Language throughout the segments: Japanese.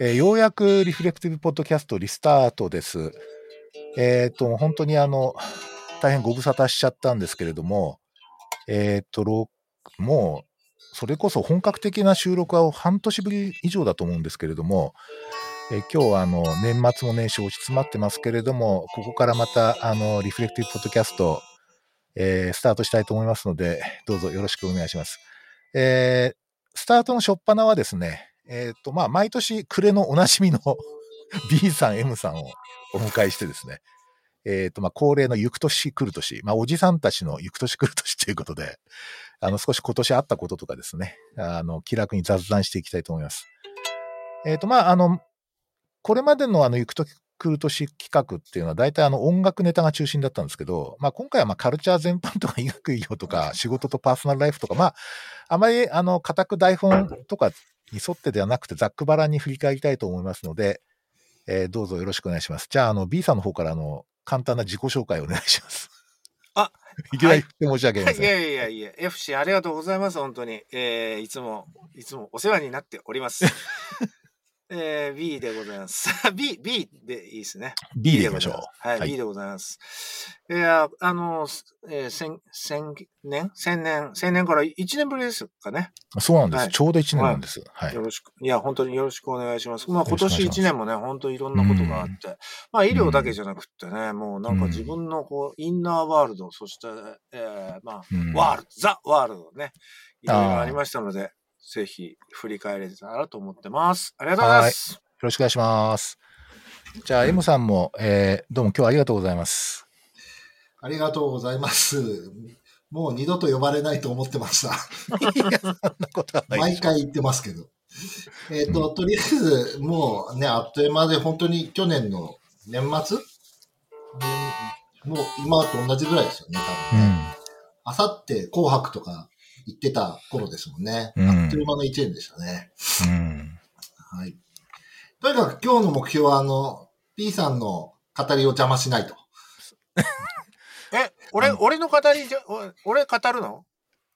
えーようやくリフレクティブポッドキャストリスタートです。えっ、と、本当にあの、大変ご無沙汰しちゃったんですけれども、えっ、と、ろもう、それこそ本格的な収録は半年ぶり以上だと思うんですけれども、えー今日はあの、年末も年始落ち詰まってますけれども、ここからまた、あの、リフレクティブポッドキャスト、えースタートしたいと思いますので、どうぞよろしくお願いします。えースタートの初っ端はですね、えーっ、と、まあ、毎年、暮れのおなじみの B さん、M さんをお迎えしてですね、えーっ、と、まあ、恒例の行く年来る年、まあ、おじさんたちの行く年来る年ということで、あの、少し今年あったこととかですね、あの、気楽に雑談していきたいと思います。えーっ、と、まあ、あの、これまでのあの、行く時来る年企画っていうのは、大体あの、音楽ネタが中心だったんですけど、まあ、今回はまあ、カルチャー全般とか、医学医療とか、仕事とパーソナルライフとか、まあ、あまり、あの、固く台本とかに沿ってではなくて、ざっくばらんに振り返りたいと思いますので、えーどうぞよろしくお願いします。じゃあ、あの、B さんの方から、あの、簡単な自己紹介をお願いします。あ いきなり振って申し訳ありません。いやいやいやいや、FC ありがとうございます、本当に。えー、いつも、いつもお世話になってお ります。えー、B でございます。B、B でいいですね。 B でいきましょうございますはい、はい B でございます。いや、あの、すえー、千、千年千年千年から一年ぶりですかね。。そうなんです。はいちょうど1年なんです。はい。よろしく、いや、本当によろしくお願いします。まあ、よろし今くお願いします年一年もね、本当いろんなことがあって、まあ、医療だけじゃなくってね、もうなんか自分のこう、インナーワールド、そして、えー、まあ、うんワールド、ザ・ワールドね、いろいあーろありましたので、ぜひ振り返れたらと思ってます。ありがとうございます。よろしくお願いします。じゃあ、M さんも、えーどうも今日はありがとうございます。ありがとうございます。 もう二度と呼ばれないと思ってました。いや、そんなことはない毎でしょ。回言ってますけど。えっ、と、とりあえず、もうね、あっという間で、本当に去年の年末、年もう今と同じぐらいですよね、多う分ね。あさって紅白とか行ってた頃ですもんね。うんあっという間の一年でしたね。ん。うん。はい。とにかく今日の目標は、あの、P さんの語りを邪魔しないと。え、俺、俺の語りじゃ、お俺語るの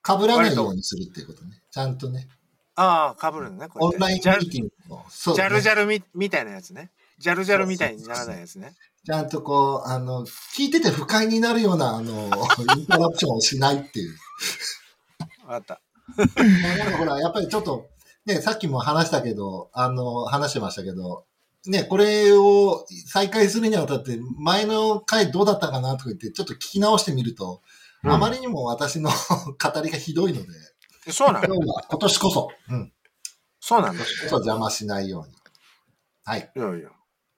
被らないようにするっていうことね。ちゃんとね。ああ、かぶるのね。こオうンやってラインミジャルーティングの。そうジねャルジャルみみたいなやつね。ジャルジャルみたいにならないやつね。ちゃんとこう、あの、聞いてて不快になるような、あ の、インタラクションをしないっていう。わかった。なんかほら、やっぱりちょっと、ね、さっきも話したけど、あの、話してましたけど、ね、これを再開するにあたって、前の回どうだったかなとか言って、ちょっと聞き直してみると、うんあまりにも私の 語りがひどいので、えそうな今の日は今年こそ、うん、そうなん今だ。年こそ邪魔しないように。はい。いやいや。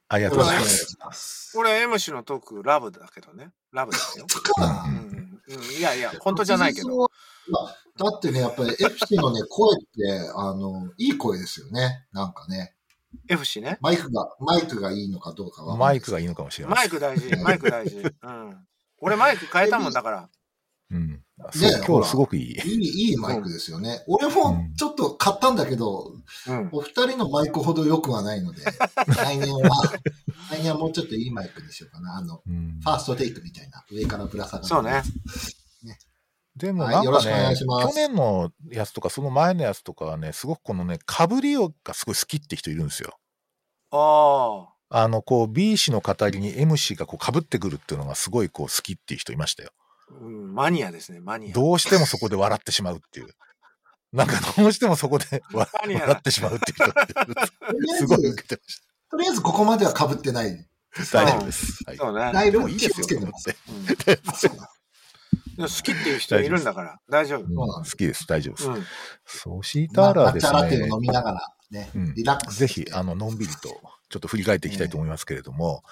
ありがよとうろございしくお願まいす。します。俺、M 氏のトーク、ラブだけどね。ラブ ですよ。そっかうんうん、うんいやいや、本当じゃないけど。まあ。だってね、やっぱりエプシのね、声って、あの、いい声ですよね。なんかね。 F 氏ね。マイクが、マイクがいいのかどうかは。マイクがいいのかもしれない。マイク大事、マイク大事。うん。俺、マイク変えたもんだから。うん。いやそういや、今ほ日らすごくいい。いい、いいマイクですよね。俺もちょっと買ったんだけど、うん。お二人のマイクほど良くはないの で、来年は、来年はもうちょっといいマイクにしようかな。あの、うんファーストテイクみたいな、上からぶら下がる。そうね。。でもはいなんよろかしくお願ね、いします去年のやつとか、その前のやつとかはね、すごくこのね、かぶりをがすごい好きって人いるんですよ。ああ。あの、こう、B 氏の語りに M 氏がこう、かぶってくるっていうのがすごいこう、好きっていう人いましたよ。うん、マニアですね、マニア。どうしてもそこで笑ってしまうっていう。なんかどうしてもそこで笑何やら笑ってしまうっていう人ってとりあえすごいず受、けてましとりあえずここまでは被ってない。た。大丈夫です。はい。そうね。だいでぶもいいですよ、気とをつけて思って。うんます。であそうなんだも好きっていう人いるんだから、大丈夫。うん好きです、大丈夫です。うん。そうしたまらあです抹茶ラテねを飲。みながら、ねうん、リラックスぜして。ひ、あの、のんびりと、ちょっと振り返っていきたいと思いますけれども、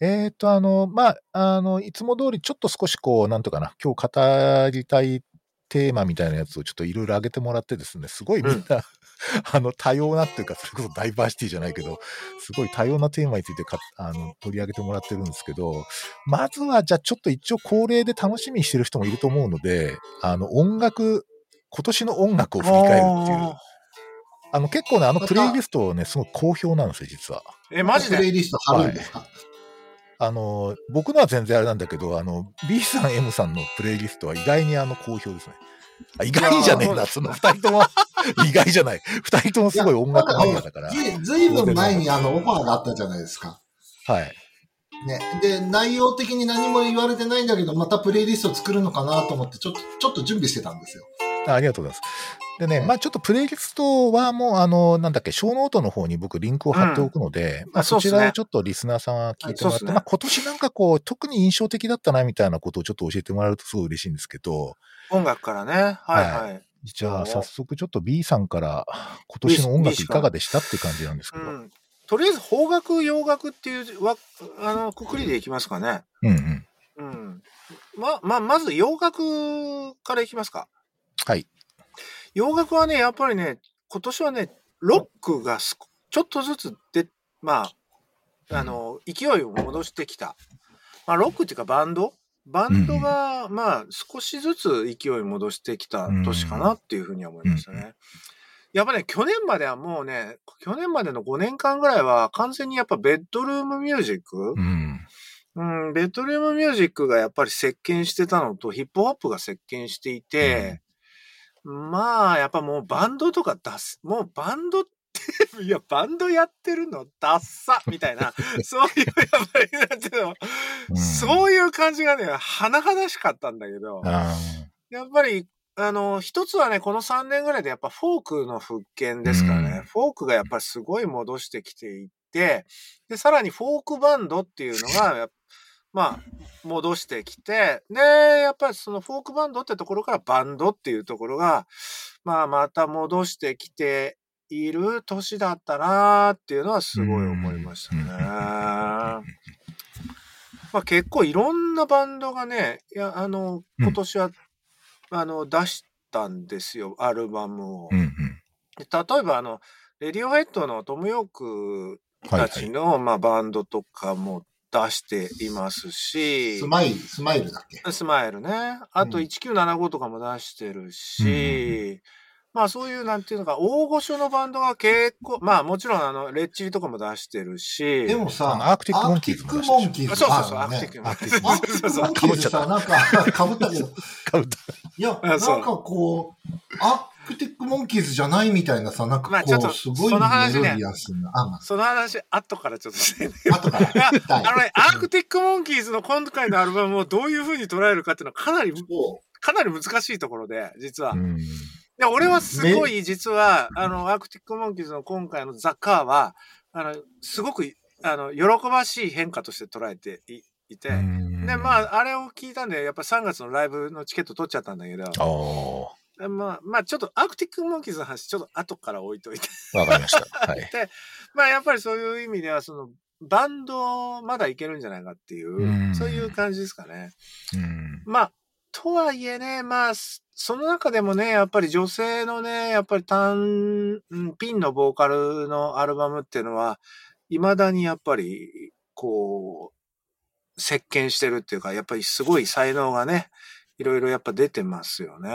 えっ、と、あの、まあ、あの、いつも通り、ちょっと少しこう、なんとかな、今日語りたいテーマみたいなやつをちょっといろいろ上げてもらってですね、すごいみんな、 あの、多様なっていうか、それこそダイバーシティじゃないけど、すごい多様なテーマについてかあの取り上げてもらってるんですけど、まずは、じゃあちょっと一応恒例で楽しみにしてる人もいると思うので、あの、音楽、今年の音楽を振り返るっていう。あの結構ね、あのまプたレイリストね、すごい好評なんですよ、実は。え、マジプレでイリスト貼るんですか、あの、僕のは全然あれなんだけど、あの、B さん、M さんのプレイリストは意外にあの好評ですね。あ意外じゃねえな、その二人とも、意外じゃない。二人ともすごい音楽マニアだから。ずずいぶん前にあのオファーがあったじゃないですか。はい。ね。で、内容的に何も言われてないんだけど、またプレイリスト作るのかなと思って、ちょっと、ちょっと準備してたんですよ。あありがとうございます。でね、まあちょっとプレイリストはもう、あの、なんだっけ、小ノートの方に僕リンクを貼っておくので、まあそうそっすちねらをちょっとリスナーさんは聞いてもらっ、はいそうってすねまあ今年なんかこう、特に印象的だったなみたいなことをちょっと教えてもらえるとすごい嬉しいんですけど、音楽からね。はいはい。じゃおあー早速ちょっと B さんから、今年の音 B 楽さんいかがでしたって感じなんですけうど。うんん。とりあえず邦楽、洋楽っていうわあのくくりでいきますかね。うん。うん。ま、ま、まず洋楽からいきますか。はい。洋楽はね、やっぱりね、今年はね、ロックがすこちょっとずつで、まあ、あの、勢いを戻してきた。まあ、ロックっていうかバンドバンドが、まあ、少しずつ勢いを戻してきた年かなっていうふうには思いましたうんね。やっぱね、去年まではもうね、去年までの5年間ぐらいは完全にやっぱベッドルームミュージック、うん。うん、ベトルームミュージックがやっぱり席巻してたのと、ヒップホップが席巻していて、まあ、やっぱもうバンドとか出す、もうバンドって、 いや、バンドやってるのダッサみた いな、そういう、やっぱり、なんていうの、うんそういう感じがね、甚だしかったんだけど、あやっぱり、あの、一つはね、この3年ぐらいでやっぱフォークの復権ですからね、うんフォークがやっぱりすごい戻してきていて、で、さらにフォークバンドっていうのが、やっまあ、戻してきて、で、やっぱりそのフォークバンドってところからバンドっていうところが、まあ、また戻してきている年だったなーっていうのはすごい思いましたね。うんまあ、結構いろんなバンドがね、いや、あの、うん今年は、あの、出したんですよ、アルバムをー。うんうん。で例えば、あの、レディオヘッドのトム・ヨークはいはたちい。の、まあ、バンドとかも出していますしス、マイル、スマイルだっけスマイルね。あとうん1975とかも出してるし、うんうんまあそういうなんていうのか、大御所のバンドは結構、まあもちろんあの、レッチリとかも出してるし、でもあのさ、アークティックモンキーズアークティックモンキーあズ。そうそう そう、あアのねクティックアのー。クティックアークティックモンキーズさ、なんか、かぶったけど、買うといや、なあんそうかこう、アークティックモンキーズじゃないみたいなさ、なんまかあこちょっう、とすごいそメの話ねロディアスな。あ、まあその話、後からちょっとしてね。後から。いやは あいのね、アークティックモンキーズの今回のアルバムをどういう風に捉えるかっていうのはかなり、 そかなり難しいところで、実はう。ん。で俺はすごい、実は、あの、アークティックモンキーズの今回のザ・カーは、あの、すごく、あの、喜ばしい変化として捉えていいて、で、あ。まあ、あれを聞いたんで、やっぱ3月のライブのチケット取っちゃったんだけど、ああ。でまあ、まあ、ちょっとアークティックモンキーズの話、ちょっと後から置いといて、 わかりました。はい。まあ、やっぱりそういう意味では、その、バンド、まだいけるんじゃないかっていう、うんそういう感じですかね。うん。まあ、とはいえね、まあ、すその中でもね、やっぱり女性のね、やっぱり単、うんピンのボーカルのアルバムっていうのは、未だにやっぱり、こう、席巻してるっていうか、やっぱりすごい才能がね、いろいろやっぱ出てますよね。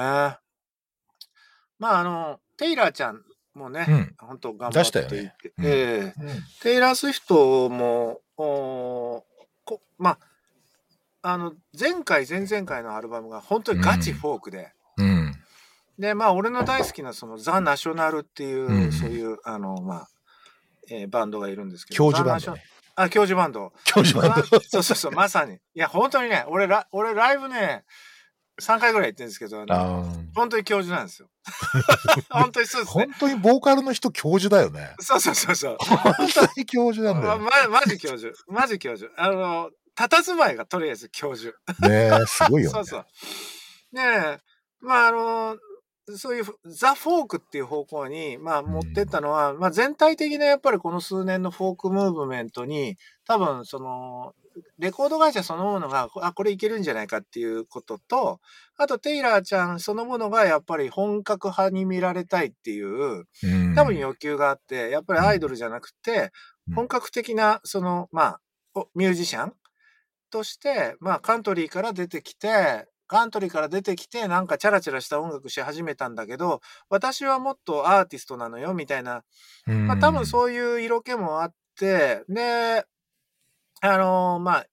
まあ、あの、テイラーちゃんもね、うん。本当頑張ってい出て、したよねうんええう。うんテイラー・スウィフトも、おーこまあ、あの、前回、前々回のアルバムが本当にガチフォークで、うん。で、まあ、俺の大好きな、その、ザ・ナショナルっていう、うんそういう、あの、まあ、えーバンドがいるんですけど。教授バンザドナシね。ョナあ、教授バンド。教授バンまあそうそうそう、まさに。いや、本当にね、俺ラ、俺ライブね、3回ぐらい行ってるんですけど、あド。のあー本当に教授なんですよ。 本当にそうですね本。当にボーカルの人教授だよね。そうそうそうそう。本当に教授なんだま、よね。ま、マジ教 授。マジ教授。あの、佇まいがとりあえず教授。ねえ、すごいよね。そうそう。ねえ、まああの、そういうザ・フォークっていう方向に、まあ持ってったのは、まあ全体的なやっぱりこの数年のフォークムーブメントに、多分その、レコード会社そのものが、あ、これいけるんじゃないかっていうことと、あとテイラーちゃんそのものがやっぱり本格派に見られたいっていう、うん多分欲求があって、やっぱりアイドルじゃなくてう、ん本格的な、その、まあ、おミュージシャンとして、まあ、カントリーから出てきて、カントリーから出てきて、なんかチャラチャラした音楽し始めたんだけど、私はもっとアーティストなのよ、みたいなまあ多分そういう色気もあって、で、あのーまあ、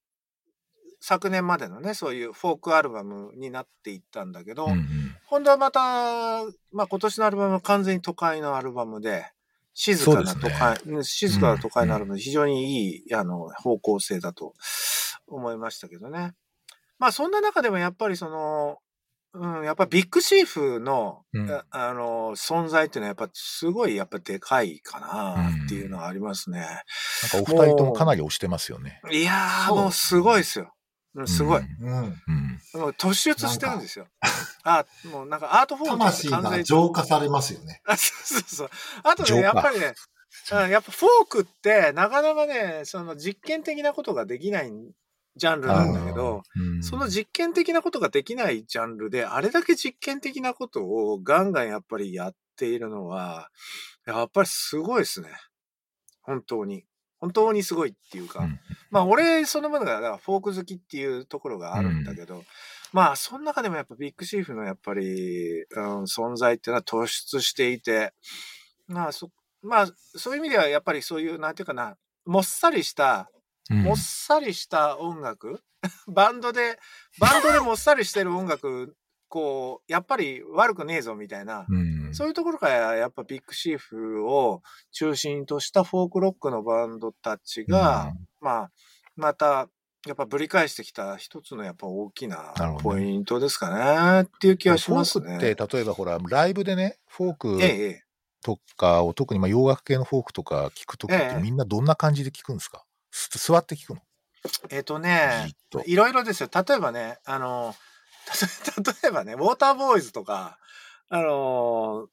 昨年までのね、そういうフォークアルバムになっていったんだけど、うんうん今度はまた、まあ今年のアルバムは完全に都会のアルバムで、静かなそう都ですね会、うん静かな都会のアルバムで非常にいい、あの方向性だと思いましたけどね。まあそんな中でもやっぱりその、うん、やっぱビッグシーフの、うんああの、存在っていうのはやっぱすごいやっぱでかいかなっていうのはありますね。なんかお二人ともかなり押してますよね。いやー、そうもうすごいですよ。うんすごい。ううん。んもう突出してるんですよ。あ、もうなんかアートフォームとして魂完全がに浄化されますよね。あ、そうそうそう。あとジョね、ーやっカーぱりね、うんやっぱフォークって、なかなかね、その実験的なことができないジャンルなんだけど、うんその実験的なことができないジャンルで、あれだけ実験的なことをガンガンやっぱりやっているのは、やっぱりすごいですね。本当に。本当にすごいっていうか。うんまあ、俺そのものが、だからフォーク好きっていうところがあるんだけど、まあ、その中でもやっぱビッグシーフのやっぱり、うん、存在っていうのは突出していて、まあ、そ、まあ、そういう意味ではやっぱりそういう、なんていうかな、もっさりした、うんもっさりした音楽 バンドで、バンドでもっさりしてる音楽、こう、やっぱり悪くねえぞみたいな、うんそういうところからやっぱビッグシーフを中心としたフォークロックのバンドたちが、まあ、また、やっぱぶり返してきた一つのやっぱ大きななるほどポねイントですかねっていう気がしますフォね。ークって例えばほらライブでねフォーええクええ、とかを特にまあ洋楽系のフォークとか聞くときっえてえみんなどんな感じで聞くんですか、す座って聞くのえっ、とじねっ、と。いろいろですよ。例えばね、あの、 たと例えばね、ウォーターボーイズとか、あの、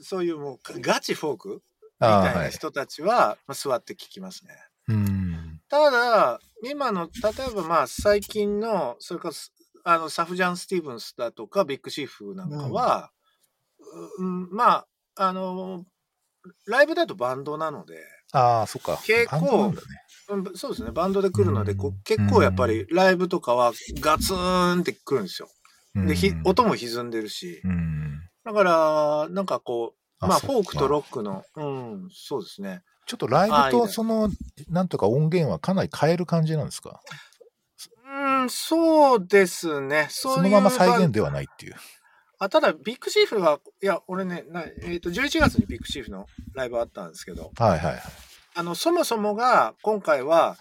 そういうもうガチフォークみあたいーはない人たちは、まあ座って聞きますね。うんただ、今の、例えばまあ最近の、それからすあのサフジャン・スティーブンスだとか、ビッグシーフなんかは、うん、まあ、あの、ライブだとバンドなので、ああそっか。傾向バンドなんだねうんそうですね、バンドで来るので、こううん結構やっぱりライブとかはガツーンって来るんですよ。うんで、ひ音も歪んでるしう。んだから、なんかこう、まあ、そフっかォークとロックの、うん、そうですね。ちょっとライブあーいいとねそのなんとか音源はかなり変える感じなんですかうん、そうですね。そういうそのまま再現で。ではないっていう。あただ、ビッグシーフは、いや、俺ね、なえっ、と、11月にビッグシーフのライブあったんですけど、はいはいはい。あの、そもそもが、今回は、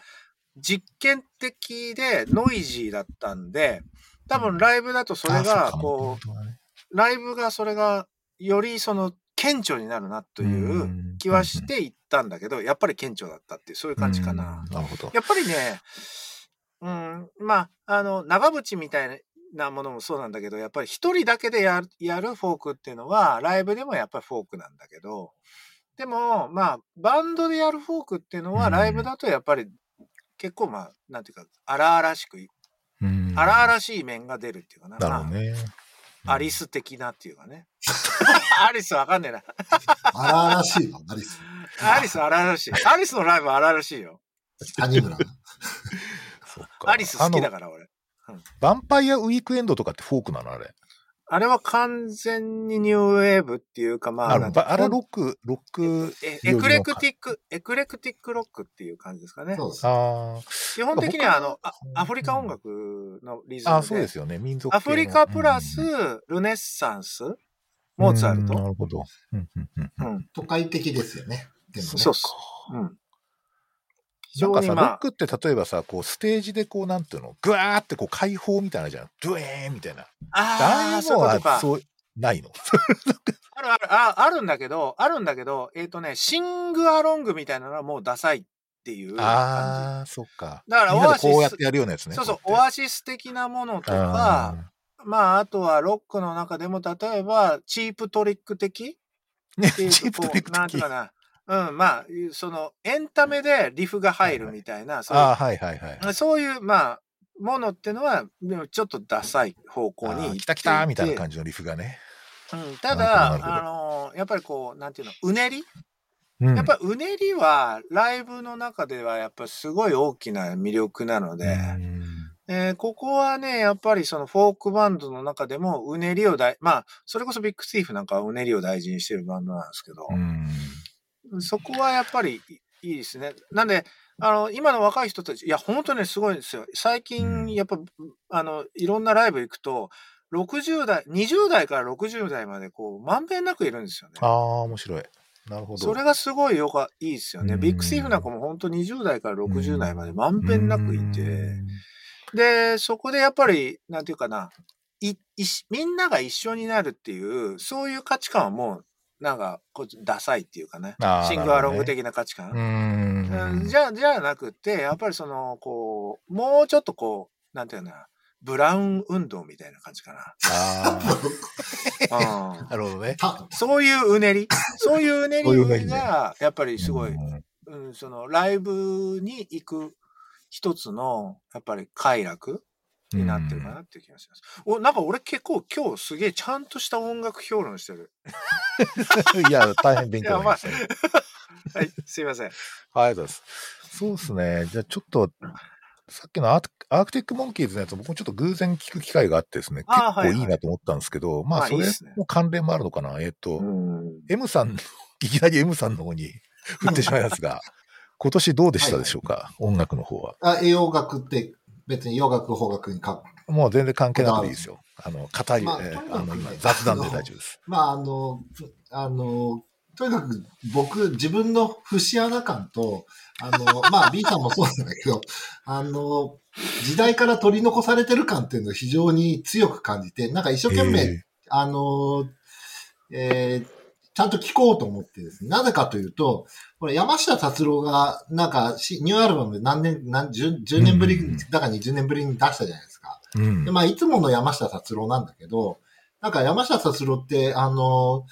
実験的でノイジーだったんで、多分ライブだとそれあが、そっかこう、本当だねライブがそれがよりその顕著になるなとういうん気はしていったんだけど、やっぱり顕著だったっていうそういう感じかな。うんなるほど。やっぱりね、うん、まあ、あの、長渕みたいなものもそうなんだけど、やっぱり一人だけでやるやるフォークっていうのは、ライブでもやっぱりフォークなんだけど、でも、まあ、バンドでやるフォークっていうのうは、んライブだとやっぱり結構まあ、なんていうか、荒々しく、うん荒々しい面が出るっていうかな。だろうね。アリス的なっていうかね。 アリスわかんねえな。荒々しいの、アリス。アリス荒々しい。アリスのライブ荒々しいよ。谷村。そっかアリス好きだあのから俺。ヴァンパイアウィークエンドとかってフォークなのあれ。あれは完全にニューウェーブっていうか、まあ、あなれんてあれロック、ロック、えエクレクティック、エクレクティックロックっていう感じですかね。そうです。あ基本的にはあの、あ他のアフリカ音楽のリズムあ、で。あそうですよね。民族系のアフリカプラスうん、ルネッサンス、モーツァルうんなト。るほど。うんうんうんううんん。都会的ですよね。でもね。そうっす。うん。なん非常かにさ、まロッあ、クって例えばさ、こうステージでこう、なんていうの、グワーってこう解放みたいなのじゃん。ドゥエーンみたいな。ああああ、いそううのいうことはか。そう、ないの。あるある、ああるんだけど、あるんだけど、えっ、とね、シングアロングみたいなのはもうダサいっていう感ああ、そっか。だからみんなオアでシスこうやってやるようなやつじ。ね。そうそう、こオアシス的なものとうやってあか、まあ、あとはロックの中でも、例えば、チープトリック的ーねってい うチープトリックこうなんて的いうか。な。うん、まあ、その、エンタメでリフが入るみたいな、そういうああ、はいはいはい。そういう、まあ、ものってのは、でもちょっとダサい方向あーに。来た来たみたいなじ。感じのリフがね。うん、たなるほどだ、なあのーやっぱりこう、なんていうの、うねりうんやっぱりうねりはライブの中ではやっぱりすごい大きな魅力なので、うんえーここはね、やっぱりそのフォークバンドの中でもうねりを大、まあ、それこそビッグスティーフなんかはうねりを大事にしてるバンドなんですけど、うんそこはやっぱりいいですね。なんで、あの、今の若い人たち、いや、本当ね、すごいんですよ。う最ん近、やっぱ、あの、いろんなライブ行くと、60代、20代から60代まで、こう、まんべんなくいるんですよね。ああ、面白い。なるほど。それがすごいよか、いいですようね。んビッグシーフなんかも本当20代から60代までまんべんなくいて、で、そこでやっぱり、なんていうかな、い、いしみんなが一緒になるっていう、そういう価値観はもう、なんか、こうダサいっていうかね。あーシングアロング。なる的な価値観ほど。ねうーん。じゃあ、じゃなくて、やっぱりその、こう、もうちょっとこう、なんていうのかな、ブラウン運動みたいな感じかあーな。うん、なるほどね。た そういううねり、そういううねそういううねりりねが、やっぱりすごい、うんうん、その、ライブに行く一つの、やっぱり快楽になってるかなっていう気がします。お、なんか俺結構今日すげえちゃんとした音楽評論してる。 いや、大変勉強になりましたね。はい、すいません。ありがとうございます。そうですね。じゃあちょっと、さっきのアークアークティックモンキーズのやつ、僕もちょっと偶然聞く機会があってですね、結あー構はいはいいいなと思ったんですけど、ままああそいれいっすねも関連もあるのかな。えっ、と、うん。 M さんの、いきなり M さんの方に振ってしまいます が、今年どうでしたでしょうか、音楽の方は。あ、栄養学って別に洋楽、邦楽にかもう全然関係なくていいですよ。あの、語り、まあえーとにかくあの、ね今、雑談で大丈夫です。まあ、あの、あの、とにかく僕、自分の節穴感と、あの、 まあ、B さんもそうなんだけど、あの、時代から取り残されてる感っていうのを非常に強く感じて、なんか一生懸命、えーあの、えーちゃんと聞こうと思ってですね。なぜかというと、これ山下達郎が、なんかし、ニューアルバムで何年、何十、10年ぶりうんうんうん、だから20年ぶりに出したじゃないですか。うんで、まあ、いつもの山下達郎なんだけど、なんか山下達郎って、あの、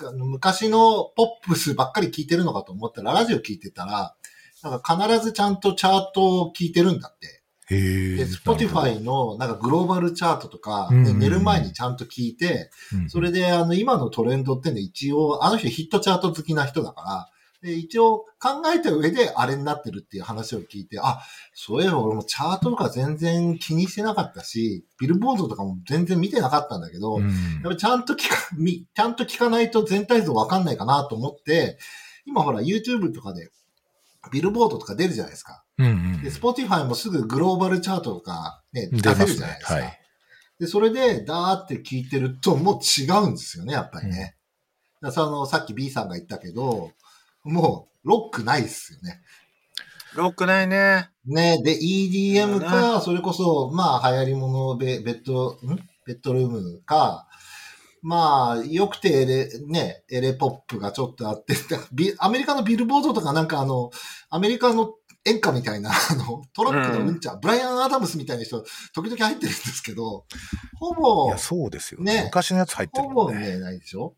あの昔のポップスばっかり聞いてるのかと思ったら、ラジオ聞いてたら、なんか必ずちゃんとチャートを聞いてるんだって。えーで、なる Spotify のなんかグローバルチャートとか、うんうんうでん寝る前にちゃんと聞いて、ほどうんそれであの今のトレンドってね、一応、あの人ヒットチャート好きな人だから、で一応考えた上であれになってるっていう話を聞いて、あ、そういえば俺もチャートとか全然気にしてなかったし、ビルボードとかも全然見てなかったんだけど、うやっんぱりちゃんと聞か、みちゃんと聞かないと全体像わかんないかなと思って、今ほら YouTube とかでビルボードとか出るじゃないですか。うんうんで、Spotify もすぐグローバルチャートとかね、出出せまるすじゃないねで。すか。はい。で、それで、だーって聞いてると、もう違うんですよね、やっぱりね。だからその、さっき B さんが言ったけど、もう、ロックないっすよね。ロックないね。ね、で、EDM そうだか、それこそ、まあ、流行り物ベ、ベッド、んベッドルームか、まあ、よくてエレ、ね、エレポップがちょっとあって、 ビアメリカのビルボードとかなんかあの、アメリカの演歌みたいな、あの、トラックのうんちゃん、ブライアン・アダムスみたいな人、時々入ってるんですけど、ほいぼや、、そうですよね。ね昔のやつ入ってるほもぼんね。ね、ないでしょ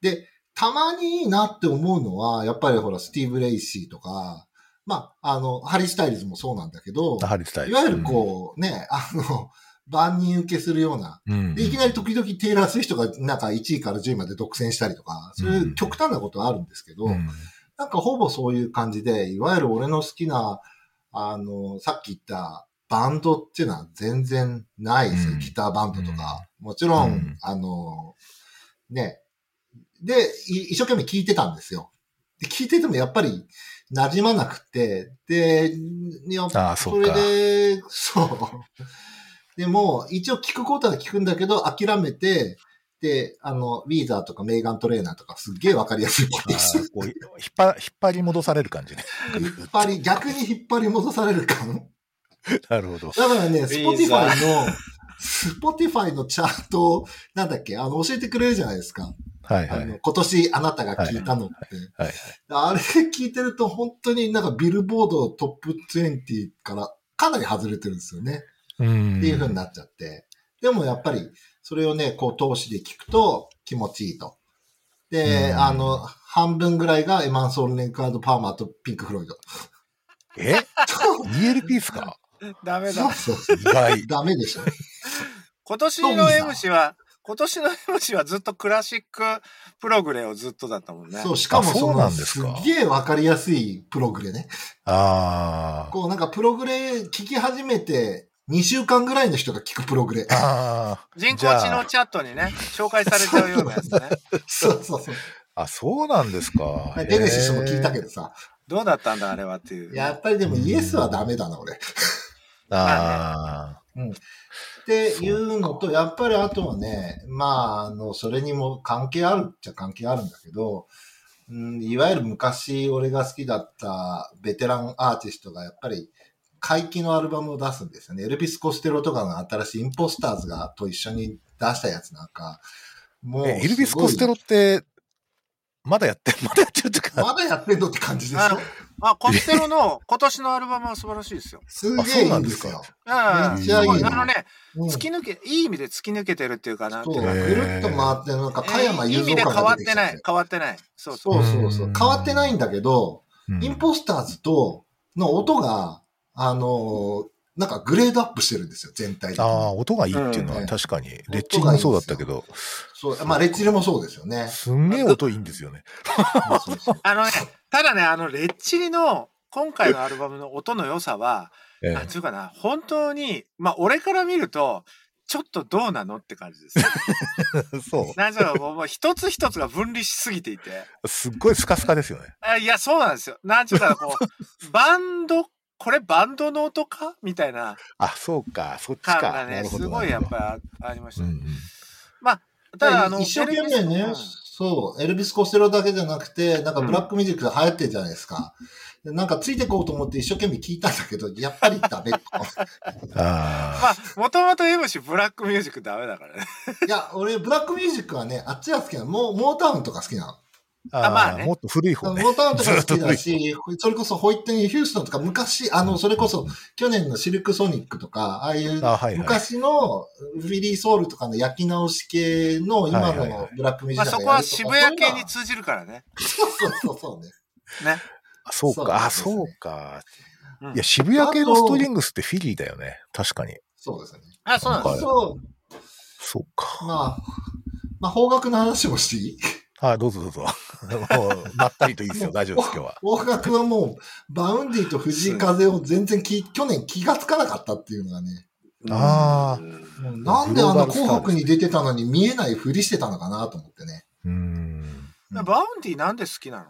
で、たまにいいなって思うのは、やっぱりほら、スティーブ・レイシーとか、まあ、あの、ハリー・スタイルズもそうなんだけど、ハリスタイいルわゆるこう、ね、あの、万人受けするような、うん、うんでいきなり時々テイラー・スウィフトがなんか1位から10位まで独占したりとか、そうういんう極端なことはあるんですけど、うんなんかほぼそういう感じで、いわゆる俺の好きな、あの、さっき言ったバンドっていうのは全然ないですよ。うんギターバンドとか。もちろん、うんあの、ね。で、い一生懸命聞いてたんですよ。で、聞いててもやっぱり馴染まなくて、で、やっああ、そそうれか。で、そう。でも、一応聞くことは聞くんだけど、諦めて、で、あの、ウィーザーとかメーガントレーナーとかすっげえわかりやすいあーこう引っ張引っ張り戻される感 じね。引っ張り、逆に引っ張り戻される感なるほど。だからね、ーザ Spotify の、Spotify のチャートを、なんだっけ、あの、教えてくれるじゃないですか。はいはあのい。今年あなたが聞いたのって。はい、あれ聞いてると、本当になんかビルボードトップ20からかなり外れてるんですよね。うん。っていう風になっちゃって。でもやっぱり、それをね、こう通しで聞くと気持ちいいと。で、うんあの、半分ぐらいがエマンソール・レンカード・パーマーとピンク・フロイド。 え ?ELP っすかダメそうだ。そう。意外。ダメでしょ。今年トのミーだ MC は、今年の MC はずっとクラシックプログレをずっとだったもんね。そう、しかもあそそうなの、んですすかげえわかりやすいプログレね。あーこうなんかプログレ聞き始めて2週間ぐらいの人が聞くプログレ。あー。人工じゃあ知能チャットにね、紹介されちゃうようなやつね。 そうそうそう。あ、そうなんです か。レネシスも聞いたけどさ、どうだったんだ、あれはっていう。やっぱりでもイエスはダメだな、俺。っど。あていうのと、やっぱりあとはね、まあ、あの、それにも関係あるっちゃ関係あるんだけど、うん、いわゆる昔俺が好きだったベテランアーティストがやっぱり回帰のアルバムを出すんですよね。エルビス・コステロとかの新しいインポスターズがと一緒に出したやつなんか、もあ。う。え、イルビス・コステロすって、まだやって、 まだやってるっていうごか、いまだやってんのって感じでしあょのあ、コステロの今年のアルバムは素晴らしいですよ。すあげそえういいなんんでですすよか。うん。めっすちゃいいごよい。あのね、うん突き抜け、いい意味で突き抜けてるっていうかなんてそいうう、か。へぐーるっと回って、なんか、加山えーいい雄意味三で変感がわっ出ててきちゃなってい。。変わってない。そうそう。そうそうそうう。ん変わってないんだけど、うんインポスターズと、の音が、あのーなんかグレードアップしてるんですよ、全体的あに。あ、音がいいっていうのうはん確かに。レッチリもそうだったけど、そう、まあ、レッチリもそうですよね。すんげえ音いいんですよ ね。そうそうそうあのね、ただね、あの、レッチリの今回のアルバムの音の良さは、えなんていうかな、本当に、まあ、俺から見ると、ちょっとどうなのって感じです。え、そなんかもう、もう一つ一つが分離しすぎていて。う。すっごいスカスカですよね。あいや、そうなんですよ。なんていうかな、こ う、バンド、これバンドの音かみたいなあ、そうか、そっち感か。がなね、るほすど。ごいやっなるぱりありましほたど。うね。んうんただ、あの、一生懸エル命ビスね、そう、エルビス・コステロだけじゃなくて、なんかブラックミュージックが流行ってるじゃないですか。でなんかついてこうと思って一生懸命聞いたんだけど、やっぱりダメ。 あまあ、もともと MC ブラックミュージックダメだからね。いや、俺、ブラックミュージックはね、あっちが好きなの。モーモータウンとか好きなの。ーあまああねー、もっと古い方ねモ。ータウンとか好きだずっし、それこそホイットニー・ヒューストンとか、昔、あの、それこそ去年のシルク・ソニックとか、ああいうあはいはい。昔のフィリー・ソウルとかの焼き直し系の今はいはいはのいブラックミュまーあ、ジそシャンこがやはると渋か谷系そういうのには通じるからね。 そうそうそうね。ね。あそうそうか、あ、そうですねそうか。うんいや、渋谷系のストリングスってフィリーだよね。確かに。そうですね。あ、そうなんですはいそそうう、か。まあ、まあ、方角の話もしてい いはい、どうぞ どうぞ。もう、まったりといいですよ。大丈夫です、今日は。方角はもう、バウンディと藤井風を全然き、去年気がつかなかったっていうのがね、あもうなんであんな紅白に出てたのに見えないふりしてたのかなと思ってね。うーん。うんバウンディなんで好きなの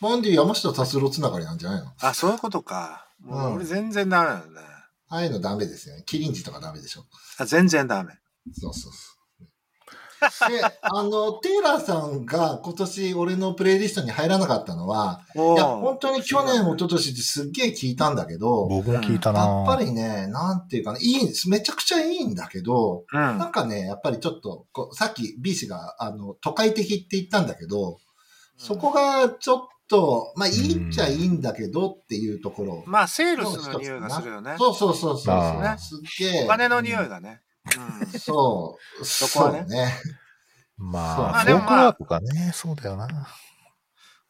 バウンディ山下達郎つながりなんじゃないのあ、そういうことか。もううん俺全然ダメなんだね。ああいうのダメですよね。キリンジとかダメでしょ。あ、全然ダメ。そうそうそう。で、あの、テイラーさんが今年俺のプレイリストに入らなかったのは、いおや、ー本当に去年、一昨年ってすっげえ聞いたんだけど、僕も聞いたなやっぱりね、なんていうかね、いいんです。めちゃくちゃいいんだけど、う。なんんかね、やっぱりちょっと、こうさっき B 氏が、あの、都会的って言ったんだけど、そこがちょっと、まあいいっちゃいいんだけどっていうところ。まあ、セールスの匂いがするよね。そうそうそうそうそう、あーすっげえ。お金の匂いがね。うんそう。そこはねそうね。まあ、そフうォークワークがね、そうだよな。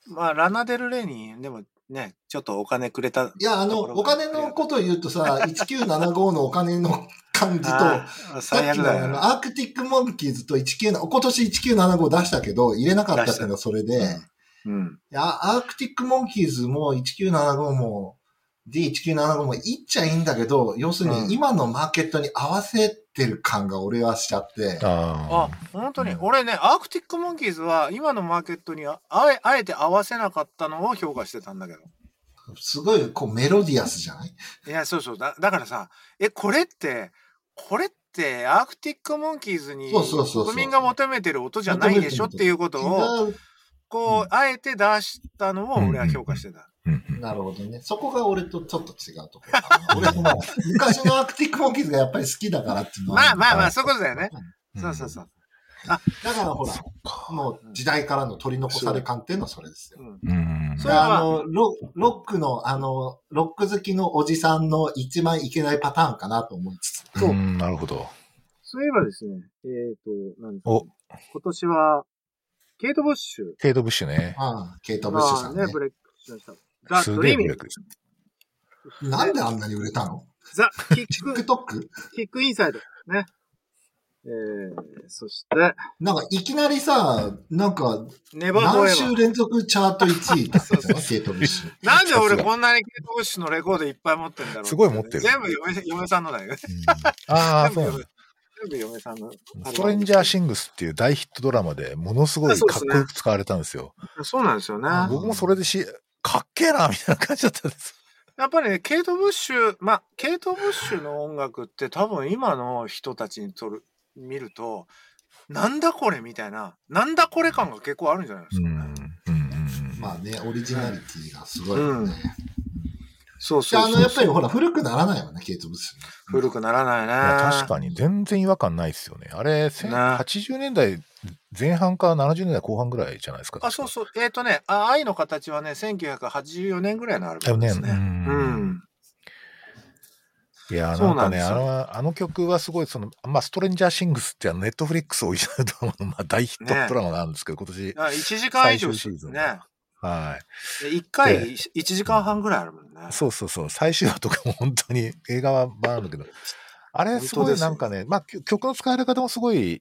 まあ、ラナデルレイに、でもね、ちょっとお金くれた。いや、あの、ところがお金のことを言うとさ、1975のお金の感じと、あーさ最っ悪きのだあよねの。アークティックモンキーズと19、今年1975出したけど、入れなかったっていうのはそれで、い出したうん。や、アークティックモンキーズも1975も D1975 もいいっちゃいいんだけど、要するうんに今のマーケットに合わせてる感が俺はしちゃって、ああ、本当にう。ん俺ね、アークティックモンキーズは今のマーケットにああえあえて合わせなかったのを評価してたんだけど。すごいこうメロディアスじゃないいや、そうそう。だだからさ、え、これって、これってアークティックモンキーズにそうそうそうそう国民が求めてる音じゃないでしょっていうことを、違うこう、あえて出したのを俺は評価してた。うんうんなるほどね。そこが俺とちょっと違うところ かな。俺も昔のアークティックモンキーズがやっぱり好きだからっていうのは。まあまあまあ、そういうことだよね。うんそうそうそう。だからほら、そっか。もう時代からの取り残され感っていうのはそれですよ。うんうん。それはあのロ、ロックの、あの、ロック好きのおじさんの一番いけないパターンかなと思いつつ。そううんなるほど。そういえばですね、えっ、と、なんですか、お今年は、ケイト・ボッシュケイト・ブッシュね。うん、ケイト・ブッシュがさんね、ねブ。レイクしました。ザ・すドげリえーミブレンイグ、クです。なんであんなに売れたのザ・キック、 ?TikTok? キックインサイド。ね。えー、そして、なんかいきなりさ、なんかネバーフォ何ーエバ週ー。連続チャート1位だったんですよね、ケイト・ブ ッシュ。なんでさす俺がこんなにケイト・ボッシュのレコードいっぱい持ってるんだろうってすごい持ってる全部嫁嫁さんのだうよ。んああ、そうなんだ。全部嫁さんの。ストレンジャーシングスっていう大ヒットドラマでものすごいかっこよく使われたんですよ。そうなんですよね。あそうですね僕もそれでし、かっけえなみたいな感じだったんです。やっぱりね、ケイト・ブッシュ、まあ、ケイト・ブッシュの音楽って多分今の人たちにとる、見ると、なんだこれみたいな、なんだこれ感が結構あるんじゃないでうすん。うかんね。うんうんまあね、オリジナリティがすごいよね。そうでそうあそうの、やっぱりほら、古くならないよね、ケイト・ブッシュね。古くならないね。いや確かに全然違和感ないですよね。あれ、せんね80年代前半か70年代後半ぐらいじゃないですか。あ、そうそう。えっ、とねあ、愛の形はね、1984年ぐらいのアルだバよムでね。う。すね。うんん。いや、そなうんなかんでね、すあよの、あの曲はすごい、その、まあ、ストレンジャーシングスってあの、ネットフリックスオリジナルドラマの、まあ、大ヒットねドラマなんですけど、今年、あ1時間以上最終シーズンね。はい。で1回1時間半ぐらいあるもんね。そうそうそう、最終話とかも本当に映画はバーンだけど、あれすご本当でいすよなんかね、まあきょ曲の使われ方もすごいい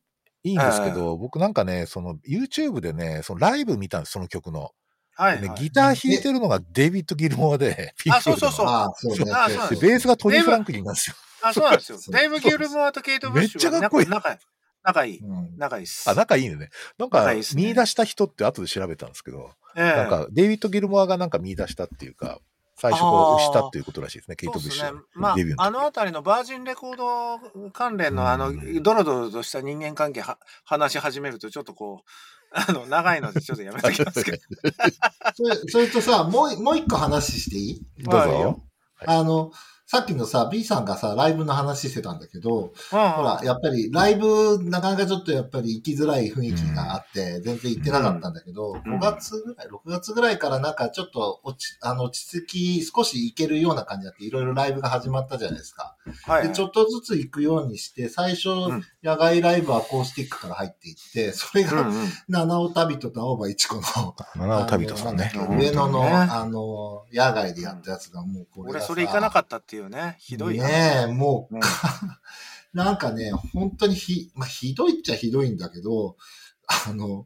いんですけど、僕なんかね、その YouTube でね、そのライブ見たんです、その曲の。はい、でねはい。ギター弾いてるのがデイビッド・ギルモアで、 ピンクフロイドのあそうああ、そうね。あそうなんでで、ベースがトニー・フランクリンなんですよ。あ、そうなんですよ。そうデイブ・ギルモアとケイト・ブッシュはめっちゃかっこいい仲仲いい。うん仲いいっす。あ、仲いいね。なん仲かいいっすね見出した人って後で調べたんですけど、ええなんかデイビッド・ギルモアがなんか見出したっていうか、最初こう押したっていうことらしいですね、ケイそト・うブッでシすねュ。。まあデビュー、の時あのあたりのバージンレコード関連のあのうん、ドロドロとした人間関係は話し始めると、ちょっとこう、 あの、長いのでちょっとやめと きますけど。それそれとさ、もう、もう一個話していいどうはいいいぞよ。あの、さっきのさ、B さんがさ、ライブの話してたんだけど、うんうんほら、やっぱりライブ、なかなかちょっとやっぱり行きづらい雰囲気があって、全然行ってなかったんだけど、うん5月ぐらい、6月ぐらいからなんかちょっと落ち、あの、落ち着き、少し行けるような感じになって、いろいろライブが始まったじゃないですか。はいで、ちょっとずつ行くようにして、最初ん、野外ライブアコースティックから入っていって、それうんが、うん七尾旅人と青葉一子の、七尾旅人さんねあ。のなんだっけ上野本の、当にねあの、野外でやったやつがもうこれが俺さ。それ行かなかったっていうね、ひどいなねえ、もう、うん なんかね、本当にひ、まあ、ひどいっちゃひどいんだけど、あの、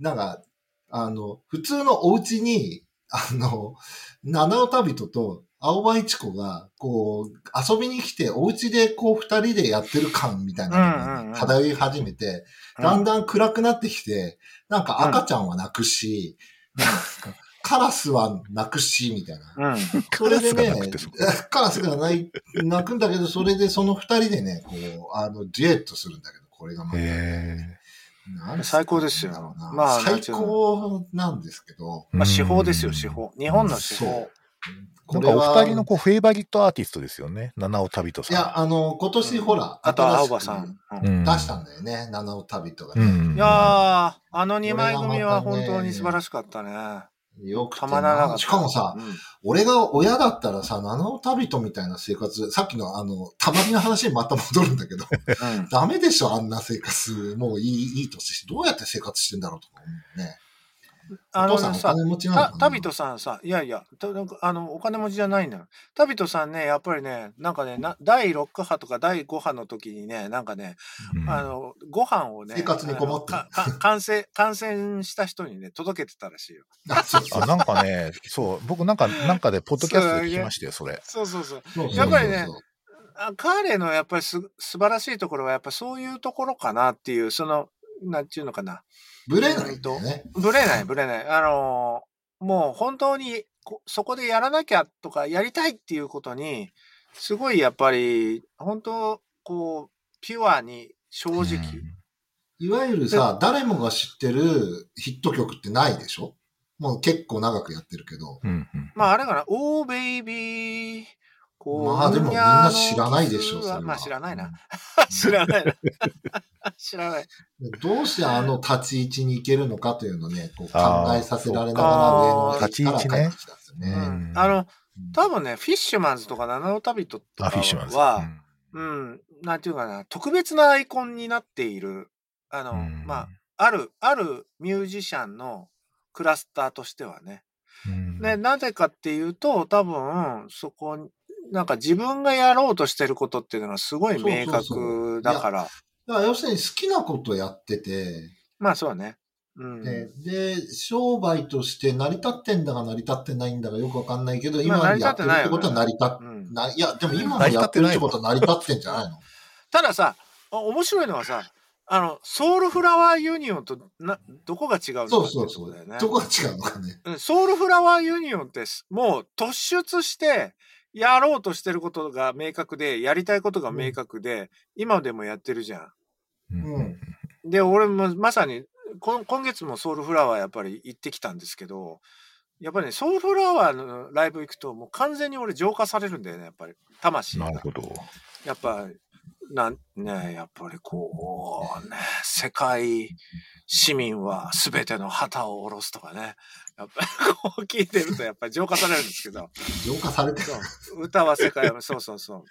なんか、あの、普通のお家に、あの、七尾旅人と青葉一子が、こう、遊びに来て、お家でこう二人でやってる感みたいなうんうんうのんが漂い始めて、うんだんだん暗くなってきて、なんか赤ちゃんは泣くし、なんかカラスは泣くし、みたいな。うん。それでカラねスがなくてそこ、カラスがない、泣くんだけど、それでその二人でね、こう、あの、デュエットするんだけど、これがまたへなん最高ですよなんだろうなまあ最高なんですけど、ーまあ、司法ですよ、うん司法。日本の司そ法う。なこんれかはお二人のこうフェイバリットアーティストですよね。七尾旅人いさん。や、あの、今年ほら、あとは青葉新しくさん。うんうん、出したんだよね、七尾旅とかうね。ん。いやー、あの2枚こ組れははまたね本当に素晴らしかったね。よくてたまらなかった。しかもさ、うん俺が親だったらさ、七尾旅人みたいな生活、さっきのあの、たまりの話にまた戻るんだけど、 うんダメでしょ、あんな生活。もういい、いい年して、どうやって生活してんだろうとか思うね。あのお父さんおさ、金持ちなのたかなタビトさんさ、いやいや、となんかあのお金持ちじゃないんだよ。タビトさんね、やっぱりね、なんかね、な第6波とか第5波の時にね、なんかね、うんあのご飯をね、生活に困ってるあのか か感染感染した人にね、届けてたらしいよ。あそうそうあなんかね、そう、僕なんか、なんかで、ポッドキャストで聞きましたよ、それ。そうそうそう。そうそうそ うやっぱりねあ彼のやっぱりす素晴らしいところは、やっぱそういうところかなっていう、その、なんちゅうのかな、ブレないんだよね。ぶれない、ぶれない。あのーもう本当にこそこでやらなきゃとか、やりたいっていうことに、すごいやっぱり、本当、こう、ピュアに正直。いわゆるさ、誰もが知ってるヒット曲ってないでしょもう結構長くやってるけど。うん。うんうんまあ、あれかな、おーベイビー、こまあでもみんな知らないでしょうにゃーのキスはそれはまあ知らないな。 知らないな。 知らない。どうしてあの立ち位置に行けるのかというのをね、こう考あーえさせられながそうらか上の位置から帰ってきたんですよううね。んんあの、多分ね、フィッシュマンズとか七尾旅人とあ、かフィッシュマンズ。は、うん、なんていうかな、特別なアイコンになっている、あの、うんま、あ、ある、あるミュージシャンのクラスターとしてはね。うんで、なぜかっていうと、多分、そこに、なんか自分がやろうとしてることっていうのがすごい明そうそうそ確うだから、だから要するに好きなことやってて、まあそうね。うん。ねで、商売として成り立ってんだか成り立ってないんだかよくわかんないけど、まあ今やってるってことは成り立っうんな、いや、でも今もやってるってことは成り立ってんじゃないのたださ、あ面白いのはさ、あの、ソウルフラワーユニオンとな、どこが違うのかそうそうそっう。てことだよねどこが違うのかね。うんソウルフラワーユニオンってすもう突出してやろうとしてることが明確で、やりたいことが明確で、今でもやってるじゃうんうんうんん。で、俺もまさに、こん今月もソウルフラワーやっぱり行ってきたんですけど、やっぱりね、ソウルフラワーのライブ行くともう完全に俺浄化されるんだよね、やっぱり。魂がなるほど。やっぱ、なんね、やっぱりこう、ね、世界市民は全ての旗を下ろすとかね、やっぱ りこう聞いてるとやっぱり浄化されるんですけど、浄化されてる。そう 歌は世界を、そうそうそう。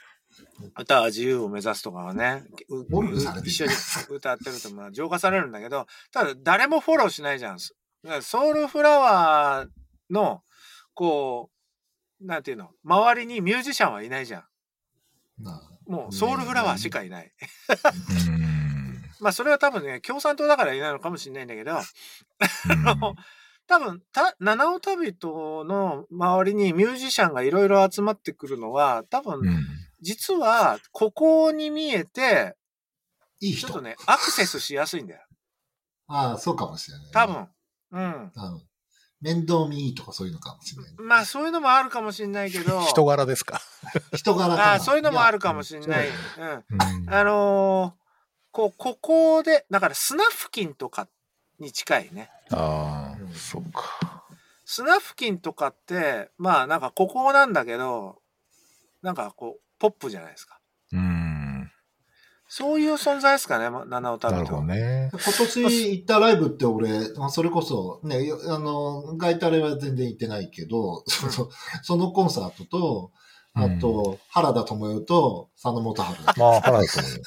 歌は自由を目指すとかは ね、うゴルフされてる一緒に歌ってるとまあ浄化されるんだけど、ただ誰もフォローしないじゃん。そだからソウルフラワーの、こう、なんていうの、周りにミュージシャンはいないじゃん。なもうソウルフラワーしかいない。うん まあそれは多分ね、共産党だからいないのかもしれないんだけど、うん多分た、七尾旅人の周りにミュージシャンがいろいろ集まってくるのは、多う分、ん実は、ここに見えて、いいちょっ人と。ね、アクセスしやすいんだよ。ああ、そうかもしれない。多分。うん。うん。面倒見いいとかそういうのかもしれない。まあそういうのもあるかもしれないけど、人柄ですか。人柄かなああそういうのもあるかもしれない。うん。うんあのーこう、ここで、だからスナフキンとかに近いね。ああ、そうか。スナフキンとかって、まあなんかここなんだけど、なんかこう、ポップじゃないですか。うん。そういう存在ですかね、ま七尾な旅る人ほどは。ね。今年行ったライブって俺、それこそ、ね、よあの、ガイタレは全然行ってないけど、その、そのコンサートと、あと、原田智代と佐野元春。まあ、原田知世。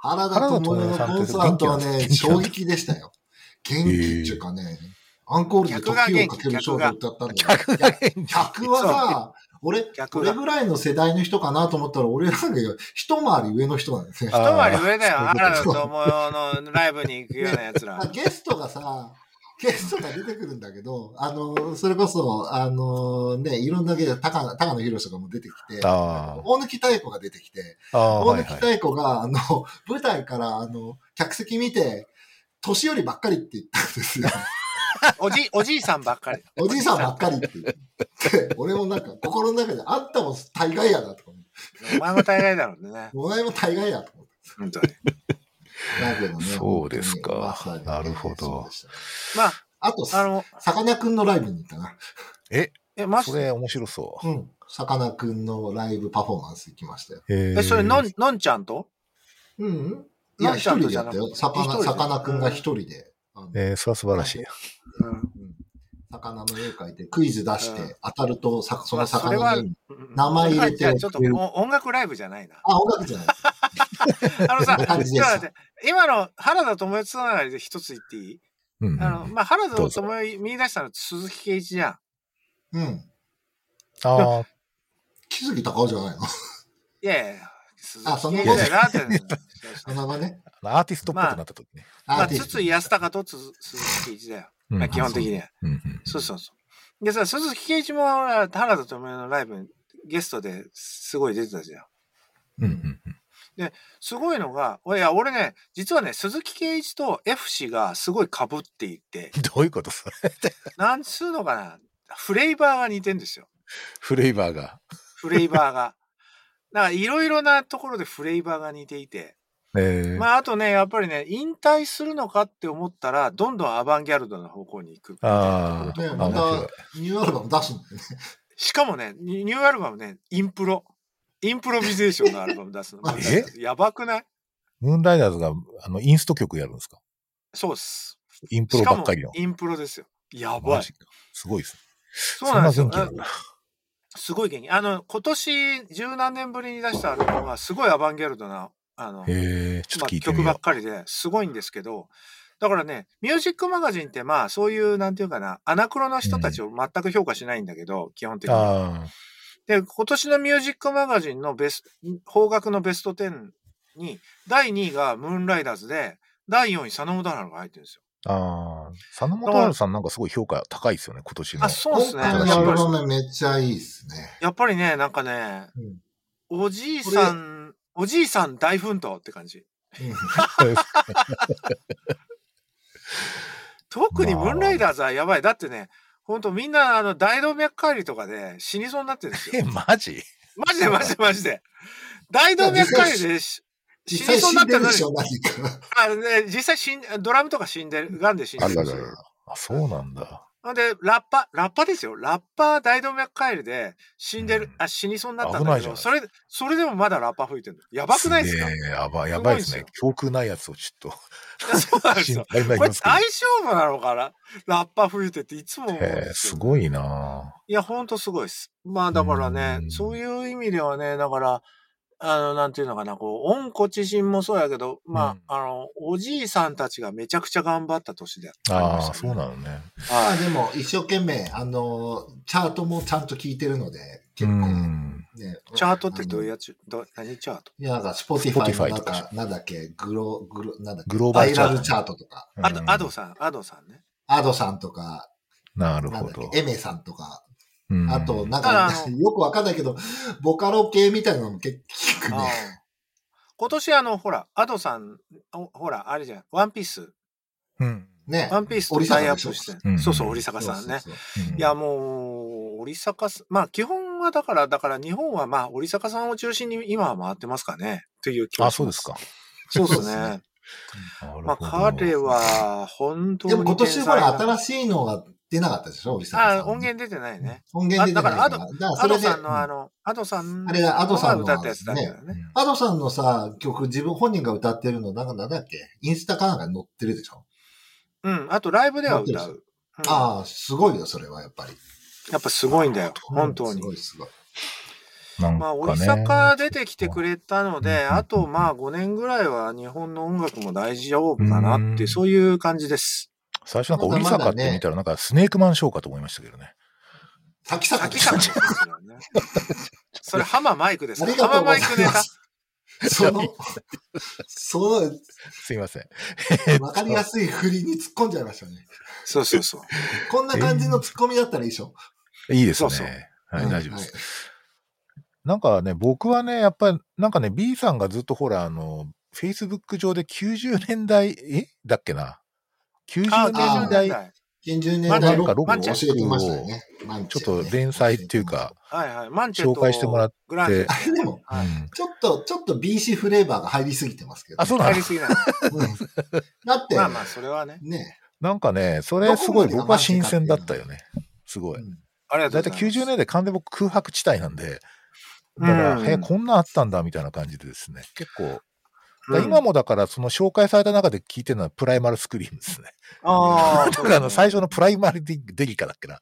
原田智代のコンサートは原ね、田知世さん衝って元気なんですか撃でしたよ。元気っていうかね、アンコールで時をかける少女歌ったん だよ。逆だね。客は さ、俺、逆どだれぐらいの世代の人かなと思ったら、俺らが一回り上の人なんですね。あ一回り上だよ、あー原田智世のライブに行くようなやつら。あゲストがさ、ゲストが出てくるんだけど、あの、それこそ、あの、ね、いろんなゲ高野、高野博士とかも出てきて、あ大貫妙子が出てきて、あ。ああ、大はい貫はい。妙子が、あの、舞台から、あの、客席見て、年寄りばっかりって言ったんで すよ。おじ、おじいさんばっかり。おじいさんばっかりって言って、俺もなんか心の中で、あんたも大概やなとか思って、お前も大概だろうね。お前も大概やと思って。本当に。だけどね。そうですか本当にまさにねなるほどそうでしたねまあ、あと、あの、さかなクンのライブに行ったな。え、マジそれ面白そうん。さかなクンのライブパフォーマンス行きましたよ。う。ええ、それ、のん、のんちゃんとうん。いや、なん一ちゃん人とでじやゃっなたくてよ。さか一な、人でさかなクンが一人で。あのえー、それは素晴らしい。うん魚の絵描いて、クイズ出しうんて、当たると、さそのまあそれ魚はの絵に。うん。名前入れてじゃあちょっとお音楽ライブじゃないな。あ、音楽じゃない。あのさ、こちょんなっ感とじです待って、今の原田智世つながりで一つ言っていいうんあの、あまあ、原田どう智ぞ世見出したの鈴木圭一じゃん。うん。あ、木杉高尾じゃないの。いやいや、鈴あそん木な圭こ一とだよなって。そのまね。アーティストっぽくなった時ね。まあ、ーティスト筒井康隆と鈴木圭一だよ。うんまあ、基本的には。うんうんそうそうそう。でさ、鈴木圭一もほら原田智世のライブにゲストですごい出てたじゃん。うんうんうんすごいのが、いや、俺ね、実はね、鈴木圭一と F 氏がすごい被って いて、どういうこと それなんつうのかな、フレーバーが似てんですよ。フレーバーが。フレーバ ーが。だから、いろいろなところでフレーバーが似ていて、ええ。まあ、あとね、やっぱりね、引退するのかって思ったら、どんどんアバンギャルドな方向に行く。あねあ、ま面た白い。。ニューアルバム出すんだよね。しかもね、ニニューアルバムね、インプロ。インプロビゼーションのアルバム出すの えやばくないムーンライダーズが、あの、インスト曲やるんですかそうっす。インプしロかばもっかりの。インプロですよ。やばマい。ジかすごいですね。そうなんですよ。そな元気なんだすごい元気。あの、今年十何年ぶりに出したアルバムは、すごいアバンギャルドな、あの、ええ、ちょっとまあ聞いて曲みばっよかりですごいんですけど、だからね、ミュージックマガジンってまあそういう、なんていうかな、アナクロの人たちを全く評価しないんだけど、基本う。的に。ああ、で、今年のミュージックマガジンのベスト、方角のベスト10に、第2位がムーンライダーズで、第4位、佐野元春が入ってるんですよ。ああ、佐野元春さんなんかすごい評価高いですよね、今年の。あ、そうです今ね。回やっのアルぱりバムめっちゃいいっすね。やっぱりね、なんかね、うんおじいさんおじいさん大奮闘って感じ。特にムーンライダーズはやばい。だってね、ほんとみんなあの大動脈解離とかで死にそうになってるんです え、よ。マジマジでマジでマジで。大動脈解離でし死実際にそう死になんってでるるのでにし、ょ、何か。あのね、実際死ん、ドラムとか死んでる、ガンで死んであるらららあ、そうなんだ。ほんで、ラッパ、ラッパですよ。ラッパ大動脈解離で死んでる、あ、死にそうになったんだ危ないけじゃど、んそれ、それでもまだラッパ吹いてるの。やばくないですかげえやばい、やばいですすごいねで。教訓ないやつをちょっいや そうなんとです心よ。配になりこれますけど大。丈夫なのかなラッパ吹いてっていつも思うんへでえ、すすよ。ごいないや、ほんとすごいです。まあだからねう、んそういう意味ではね、だから、あの、なんていうのかな、こう、恩子自身もそうやけど、まあ、あの、おじいさんたちがめちゃくちゃ頑張った年でありましあたあ、そうなのね。まあでも、一生懸命、あの、チャートもちゃんと聞いてるので、う結構、ね。ん。チャートってどういうやつ、ど何チャートいや、なんか、スポティファ Spotify イのなとんかか、なんだっけ、グロ、グロ、なんだっけ、グローババルイチャラールト。チャートとか、アドう、んアドさん、アドさ んね。アドさんとか、なるなんほだっどけ、。エメさんとか、うんあと、なんただかあ、の よくわかんないけど、ボカロ系みたいなのも結構聞くああね。今年あの、ほら、アドさん、おほら、あれじゃん、ワンピース。うん。ね。ワンピースと折タ坂イでしょアップしてうんう。んそうそう、折坂さんね。そうそうそうんいや、もう、折坂さん、まあ、基本はだから、だから日本はまあ、折坂さんを中心に今は回ってますかね、という気があ、しそうまですか。そうですそうですねね。まあ、彼は、本当うにでも今年ほら、し新しいのが出なかったでしょ、折坂さん。あ、音源出てないね。音源出てないから。あだだか、からアそれドで、さんのあアの、アドさんあれアドさんのが歌ったやつだけどね。ドさんのさ、曲、自分本人が歌ってるの、なんかなんだっけインスタかなんかに載ってるでしょ、うん、あとライブでは歌持ってう。うんああ、すごいよ、それは、やっぱり。やっぱすごいんだよ、本当すに。ごい、すごい。なんまかあ、ね折坂出てきてくれたので、うんあとまあ5年ぐらいは日本の音楽も大丈夫かなって、うんそういう感じです。最初なんか折坂って見たらなんかスネークマンショーかと思いましたけどね。滝坂滝坂ですよね。 それ、ハママイクですあかりがとハうママございイクネまタ。す。その、 そすいません。の、わかりやすい振りに突っ込んじゃいましたね。そうそうそう。こんな感じの突っ込みだったらいいでしょ。いいですね。そうそうはい、大丈夫です。す。なんかね、僕はね、やっぱり、なんかね、B さんがずっとほら、あの、Facebook 上で90年代、えだっけな。90あ年代、代。 90年代ロックをマン教チえェてましたよね。マンちチょっェねと連載っていうか、はいはい。マンチェ紹介してもらっグランてジ。あれでも、はいうんちょっと、ちょっと BC フレーバーが入りすぎてますけど。あ、そうな入のりす ぎない。だって、まあまあ、それはね。ね、なんかね、それすごいどこまでが僕は新鮮だったよね。すごうい。んありがとだういごたいざいます。 90年代完全僕空白地帯なんで、だから、うんへえこんなあったんだみたいな感じでですね、結構、だからうん今もだからその紹介された中で聞いてるのはプライマルスクリームですね。ああ。だからあの最初。初のプライマルデリカだっけな。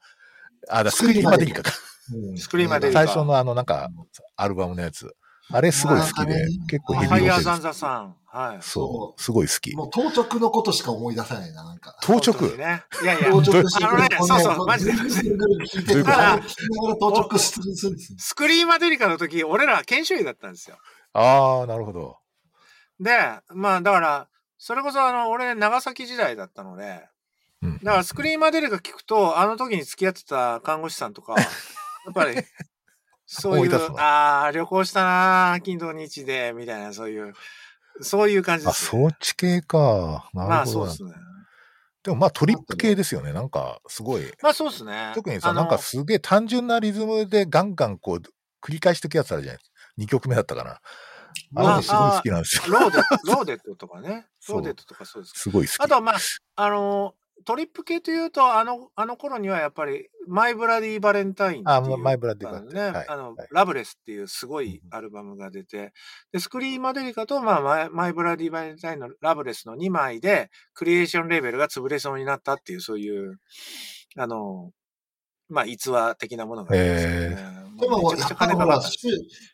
あ、だスクリーマデリカか。うんスクリーマーデリカ最初のあのなんかアルバムのやつ。あれすごい好きまああでれね、結構ヘビファーイロヤーテザーンシザさん。はい。そう、すごい好き。もう当直のことしか思い出さないな、なんか。当本当に直。ね。いやいや。当直してあのねそうそうマジでマジで聞いてるから、聞きながら当直するんですよ。スクリーマデリカの時、俺ら研修医だったんですよ。ああ、なるほど。で、まあだから、それこそあの、俺、長崎時代だったので、うんだからスクリーンマデリカ聞くと、あの時に付き合ってた看護師さん とか、やっぱり、そう思いいう出す、ああ、旅行したなー、金土日で、みたいな、そういう、そういう感じであ、す、ね。装置系か。まなあるほそうどで。すね。でもまあトリップ系ですよね。なんかすごい。まあそうですね。特にあさ、のなんかすげえ単純なリズムでガンガンこう繰り返していくやつあるじゃないですか。2曲目だったかな。あれもすごい好きなんですよ。ローデット、ローデットとかね。そロうーデットとかそうですけ どすごい好き。あとはまあ、あのートリップ系というと、あの、あの頃にはやっぱり、マイブラディ・バレンタインっていう。あまマイブラディバレンタインあのね、はいあのはい、ラブレスっていうすごいアルバムが出て、で、スクリーマデリカと、まあマイ、マイブラディ・バレンタインのラブレスの2枚で、クリエーションレーベルが潰れそうになったっていう、そういう、あのーまあ、逸話的なものがありますよね、でも、もうやめちゃくちゃっぱ金りかほかっら、た。週、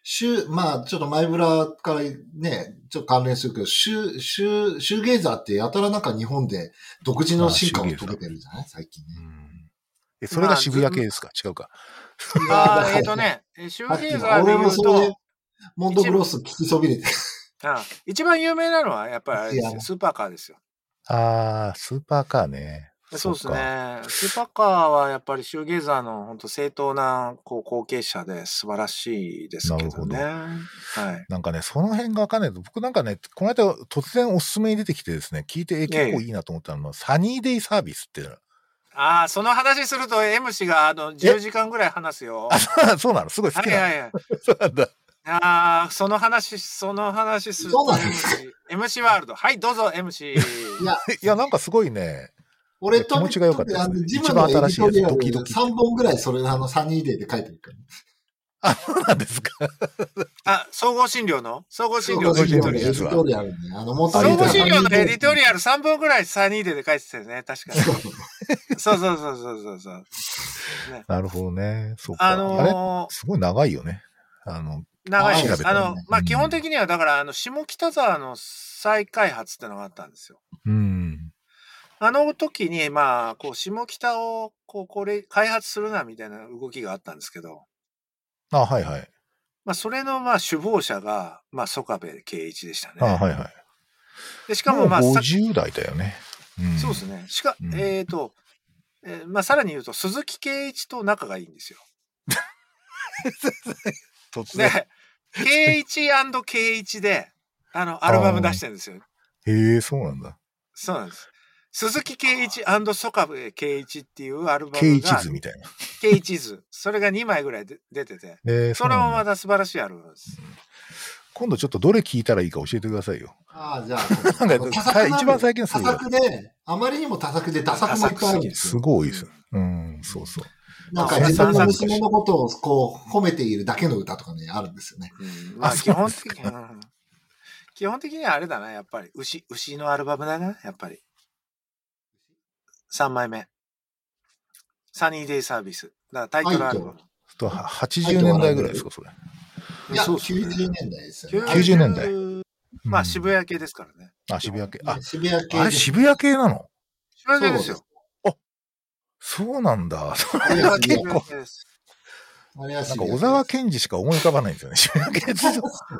週、まあ、ちょっと前ブラからね、ちょっと関連するけど、週、週、シューゲイザーってやたらなんか日本で独自の進化を遂げてるじゃない最近ね。うんえそれが渋谷系ですか、違うか。あーえっ、とね、シュさーっきゲーのザーで俺言もうそれとで、、モンドグロス聞きそびれて。あ一番有名なのはやっぱりあれですいやよスーパーカーですよ。ああ、スーパーカーね。そうですそっね。スーパーカーはやっぱりシューゲーザーの本当正当なこう後継者で素晴らしいですけどね。はい。なんかね、その辺がわかんないと、僕なんかね、この間突然おすすめに出てきてですね、聞いて、え、ええ結構いいなと思ったのは、サニーデイサービスっていうの。ああ、その話すると M 氏があの10時間ぐらい話すよ。はあそうなのす ごい好きいなの。はいはい。そうなんだ。ああ、その話、その話するそうとなんで M 氏。MC ワールド。はい、どうぞ MC。いや いや、なんかすごいね、俺と、気持ちが良かったですねあのジム一の番エデ新ィしいトやつリアルドキドキ3本ぐらいそれあのサニーデーで書いてるから。そうなんですか。あ、総合診療の総合診そう療の総エ合デ診ィ療トのリアやル。つリアルね。あの、元総あ合診療のエディトリリアル3本ぐらいサニーデで書いてたよね。確かに。そうそうそうそうそうそう。 なるほどね。そうか。ああれのー、すごい長いよね。あの、長い調でべす。たあよねの、まあ、うん基本的には、だから、あの、下北沢の再開発ってのがあったんですよ。うん。あの時に、まあ、こう、下北を、こう、これ、開発するな、みたいな動きがあったんですけど、あ、はいはい。まあ、それの、まあ、首謀者が、まあ、曽我部圭一でしたね。あ、はいはい。で、しかもも、うまあ、さ50代だよね。うんそうですね。しか、うんえっ、と、えーまあ、さらに言うと、鈴木圭一と仲がいいんですよ。突然。 で、圭一圭一で、あの、アルバム出してるんですよ。へえ、そうなんだ。そうなんです。鈴木圭一ソカブ圭一っていうアル バムがケイチズみたいな。圭一図それが2枚ぐらいで出てて、えー、そそうれなもんまだ。た素晴らしいアルバムです。今度ちょっとどれ聞いたらいいか教えてくださいよ。ああ、じゃあ。なんか、さ一番最近はす多ごい。作で、あまりにも多作で、多作もいっぱいあるんですすよ。ごいです。うん、そうそう。なんか自分の娘のことをこう、褒めているだけの歌とかね、あるんですよね。うんまああ基そうなん本です的に、うん基本的にはあれだな、やっぱり。牛、牛のアルバムだな、やっぱり。3枚目。サニーデイサービス。だからタイトルアルバム。ちょっとは80年代ぐらいですか、それ。いや、そうっすね90年代ですよね。 90年代90うんまあ渋谷系ですからね。あ、渋谷系。あ、渋谷系あれ渋谷系なの渋谷系ですよ。そうなんだ。谷あれはで す渋よ。谷系です。あれはなん渋か谷小系沢健二しか思い浮かばないんで すよね。渋谷系 ずっ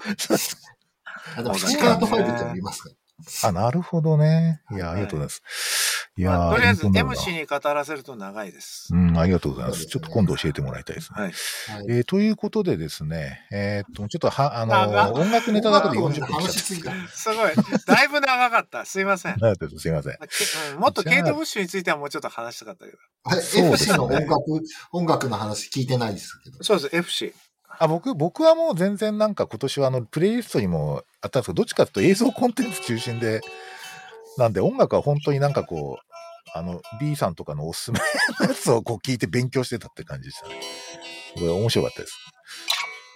とあ、でも、スカートファイブってのありますから。あ、なるほどね。いや、ありがとうございます。いやー、まあとりあえず本当 M なんだ氏に語らせると長いです。うん、ありがとうございまそうす。ですねちょっと今度教えてもらいたいですね。はい。はいえーということでですね、えーっと、ちょっとは、あ長っの、音楽ネタだけで40分来ちゃったんで話 しすすぎけどた。。すごい。だいぶ長かった。すいません。なるほどすいません。けうんもっとじゃあケイト・ブッシュについてはもうちょっと話したかったけど。はいそうです FC ねの音楽、音楽の話聞いてないですけど。そうです、FC。あ、僕、僕はもう全然なんか今年はあの、プレイリストにもあったんですけど、どっちかというと映像コンテンツ中心で、なんで音楽は本当になんかこう、あの、B さんとかのおすすめのやつをこう聞いて勉強してたって感じでしたね。これ面白かったです。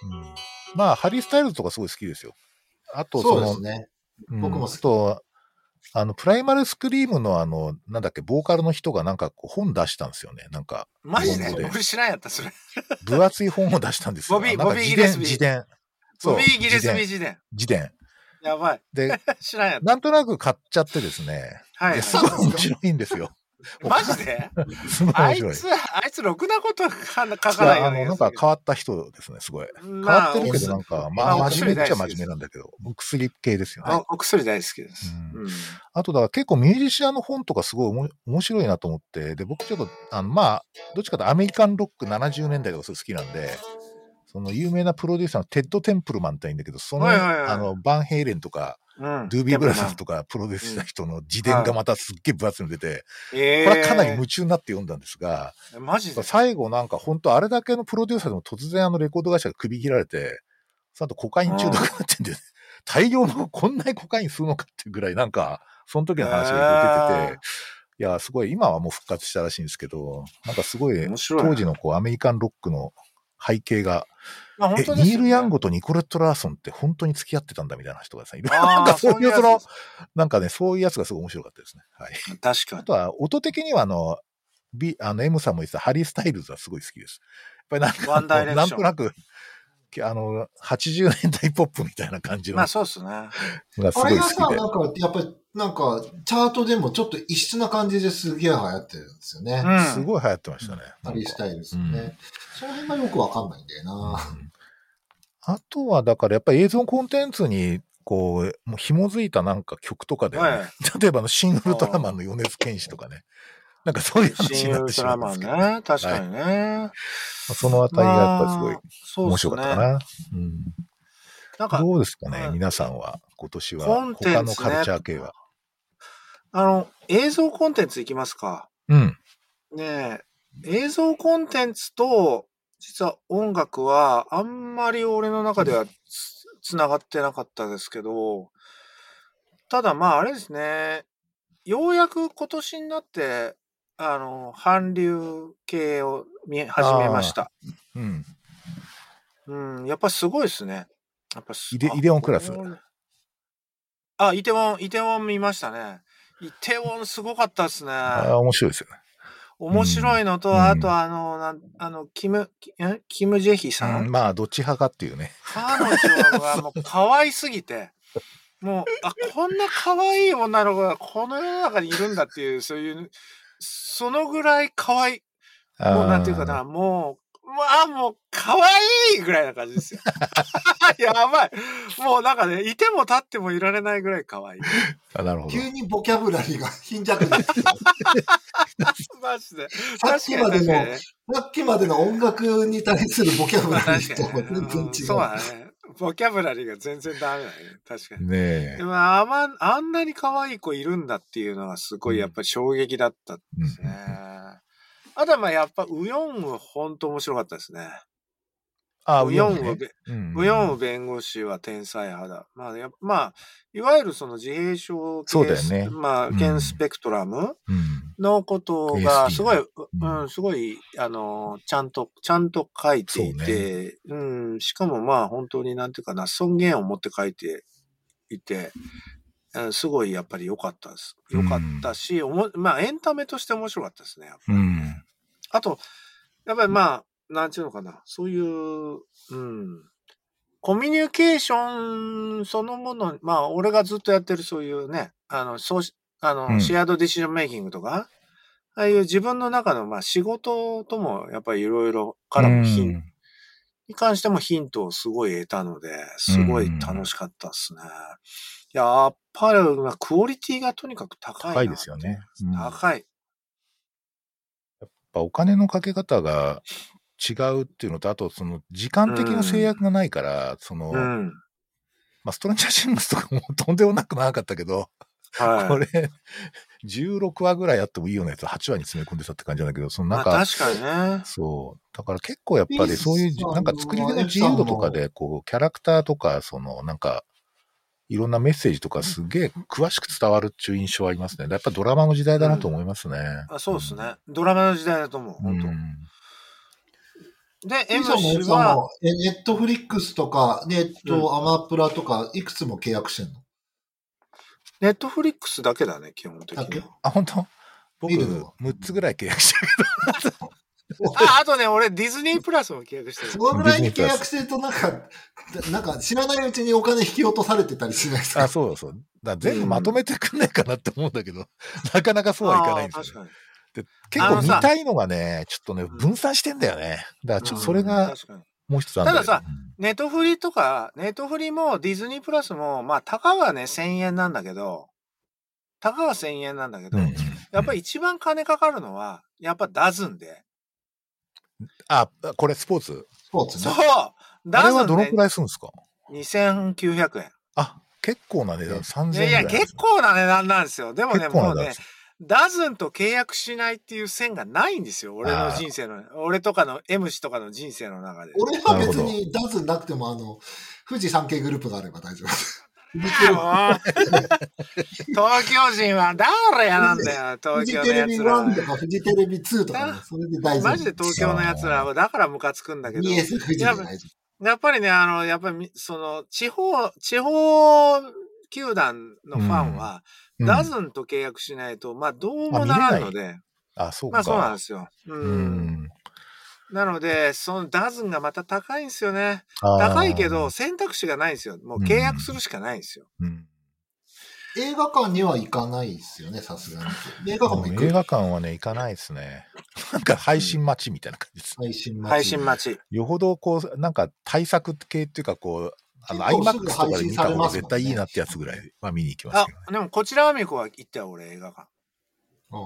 うん、まあ、ハリー・スタイルズとかすごい好きですよ。あと、そそうでのす、ね。うん僕も好きと、あの、プライマルスクリームのあの、なんだっけ、ボーカルの人がなんかこう本出したんですよね。なんか、マジそでうそう俺知らんやった、それ。分厚い本を出したんですよ。ボビーなんかボビー自ギレス伝、ビー自伝。ボそうビー・ギレス自ビー伝事典。自伝。やばい。で、知らんやった。なんとなく買っちゃってですね。はいいや。すごい面白いんですよ。マジですごいあ面い白い。つ、あいつろくなことか書かないあの、よね。なんか変わった人ですね、すごい。変まわあってるけど、なんか、ままああ、真お薬面目っちゃ大好真きです面目なんだけど、お薬系ですよね。おお薬大好きです。ううんあと、だから結構ミュージシャンの本とかすごいおも面白いなと思って、で、僕ちょっと、あの、まあ、どっちかというとアメリカンロック70年代とかすごい好きなんで、その有名なプロデューサーのテッド・テンプルマンって言うんだけど、その、はいはいはいあの、バンヘイレンとか、うんドゥービー・ブラザーズとかプロデュースした人の自伝がまたすっげえ分厚いの出て、えこれはかなりえ夢中になって読んだんですが、マジで最後なんか本当あれだけのプロデューサーでも突然あのレコード会社が首切られて、その後コカイン中毒になって んだよね。大量のこんなにコカイン吸うのかっていうぐらいなんか、その時の話が出てて、いや、すごい今はもう復活したらしいんですけど、なんかすごい面白いな当時のこうアメリカンロックの背景が、まあ本え、当ですよねニール・ヤンゴとニコレット・ラーソンって本当に付き合ってたんだみたいな人がですね、いろいろ なんあかあ、そういうそやのつ、なんかね、そういうやつがすごい面白かったですね。はい。確かあに。とは、音的には、あの、B、あの、M さんも言ってた、ハリー・スタイルズはすごい好きです。やっぱりなんかワンダイレクションなんとなく、きあの、80年代ポップみたいな感じのまあそうっすね。がすあごれいが好さ、きで。なんか、やっぱり、なんか、チャートでもちょっと異質な感じですげえ流行ってるんですよね。うんすごい流行ってましたね。ハリースタイルですようね。その辺がよくわかんないんだよなんな。かうんあとは、だからやっぱり映像コンテンツに、こう、もう紐づいたなんか曲とかでね、はい例えばあの、シン・ウルトラマンの米津玄師とかね、なんかそういう話新になっウてルしトまラうんでマすンけど、ね。確かにね。そのあたりがやっぱりすごいまあそう面っす白ねかったかな。うんなんか、どうですかね、うん皆さんは、今年コはン、テ他ンツのねカルチャー系は。あの、映像コンテンツいきますか。うん。ねえ、映像コンテンツと、実は音楽は、あんまり俺の中ではつつながってなかったですけど、ただまああれですね、ようやく今年になって、あの、韓流系を見始めました。うん。うん、やっぱすごいですね。やっぱすイデイデオンクラス。あ、イテウォン、イテウォン見ましたね。イテウォンすごかったですね。ああ、面白いですよね。面白いのと、うんあとあの、なんあの、キム、キんキム・ジェヒさうんん。まあ、どっち派かっていうね。彼女がもう可愛すぎて、もう、あ、こんな可愛い女の子がこの世の中にいるんだっていう、そういう、そのぐらい可愛い、あもーうなんていうかな、もう、まあもう、可愛いぐらいな感じ ですよ。やばい。もうなんかね、いても立ってもいられないぐらい可愛い。 あなるほど。急にボキャブラリーが貧弱です。マジで。さっ確きかにまで確のかにね。さっきまでの音楽に対するボキャブまラあリ確ーかとにね、全然違うう。んそうだね。ボキャブラリーが全然ダメだね。確かに。ねえで。もあま、あんなに可愛い子いるんだっていうのがすごいやっぱり衝撃だったんうんですね。あとはまあやっぱウヨンウほんと面白かったですね。あウヨンウ、ねうんウヨンウ弁護士は天才派だ。まあやっぱ、まあ、いわゆるその自閉症系そうだよねまあ、うんゲンスペクトラム、うんのことが、 PSP すごい、うんうん、すごい、あの、ちゃんと、ちゃんと書いていて、うん、しかもまあ本当になんていうかな、尊厳を持って書いていて、うんすごいやっぱり良かったです。良かったし、おもまあエンタメとして面白かったですね。うん。あと、やっぱりまあ、なんていうのかな、そういう、うん、コミュニケーションそのもの、まあ、俺がずっとやってるそういうね、あの、そうし、あの、うんシェアードディシジョンメイキングとか、ああいう自分の中の、まあ、仕事とも、やっぱりいろいろからもヒン、うんに関してもヒントをすごい得たので、すごい楽しかったですね。やっぱり、まあクオリティがとにかく高いな。高いですよね。やっ高い。ぱお金のかけ方が違うっていうのと、あと、その、時間的な制約がないから、その、うん。まあ、ストレンジャーシングスとかもとんでもなくなかったけど、はい。これ、16話ぐらいあってもいいようなやつ、8話に詰め込んでたって感じなんだけど、そのまなあ、んか、確かにね。そう。だから結構やっぱりそういうピースさん、のなんか作り手の自由度とかで、こう、キャラクターとか、その、なんか、いろんなメッセージとかすげえ詳しく伝わるっていう印象はありますね。やっぱドラマの時代だなと思いますね。あそうですね。ドラマの時代だと思う、う本ん。当。で、エ M ムさん氏もあはの、えネットフリックスとか、ネットアマプラとか、いくつも契約してんのネットフリックスだけだね、基本的だっけに。あ、本当僕、見るのは6つぐらい契約してる。あ、あとね、俺、ディズニープラスも契約してそる。のぐらいに契約してると、なんか、なんか知らないうちにお金引き落とされてたりしないですあ、かそうそう。だから全部まとめてくんないかなって思うんだけど、 なかなかそうはいかないんあでーす確よ、かに。で結構見たいのがね、ちょっとね、ん分散してんだよね。だからちょっとそれうんが確かにもう一つあるんだけどたださ、ネットフリとか、ネットフリもディズニープラスも、まあ、たかがね、1000円なんだけど、たかが1000円なんだけど、うんやっぱり一番金かかるのは、やっぱダズンで。あ、これスポーツスポーツそねう。あダれはズどンのでくらいするんですか2900円。あ、結構な値段、3000い円やぐらいい。や、結構な値段なんですよ。でもね、結構な値もう段ねです、ダズンと契約しないっていう線がないんですよ。俺の人生の、俺とかの M 氏とかの人生の中で。俺は別なるほにダズなくても、あの、富士山系グループがあれば大丈夫です。ああもう東京人は誰やなんだよ、東富士京のテレやビつらは1。とか富士テレビ2とかね、それで大丈夫。マジで東京のやつらは、だからムカつくんだけど。 BS 富士で大丈夫。やっぱりね、あの、やっぱりみ、その、地方、地方球団のファンは、うんダズンと契約しないと、まあ、どうもならんので、あ、そうか。まあ、そうなんですよ。ううんん。なので、そのダズンがまた高いんですよね。あー高いけど、、選択肢がないんですよ。もう契約するしかないんですよ。うん映画館には行かないですよね、さすがに。映画館も行映く。画館はね、行かないですね。 なんか配信待ちみたいな感じです。配信待ち配信待ち。よほどこう、なんか対策系っていうか、こう、あの、結構すぐ iMAX とかで見た方が絶対いいなってやつぐらいは見に行きますあけどね。、でも、こちらアミコは行ったよ、俺、映画館。うん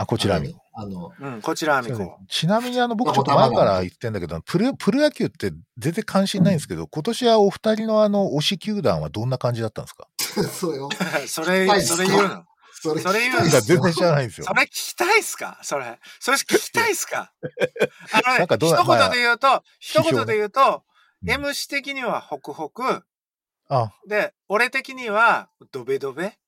あ、こちらに。あの、うん、こちらアミそうねコ。ちなみにあの僕ちょっと前から言ってんだけど、プロプロ野球って全然関心ないんですけど、今年はお二人のあの推し球団はどんな感じだったんですかそうよ。 そはれ、いそれ言うの。それそれ言う聞んできたいっすすよ全然知らないんですよそ。れ聞きたいっすかそれ。それ聞きたいっすかあのなねんか、どう一ま言あで言うと、一批評言ねで言うと、うん M 氏的にはホクホク、あ、で、俺的にはドベド ベ。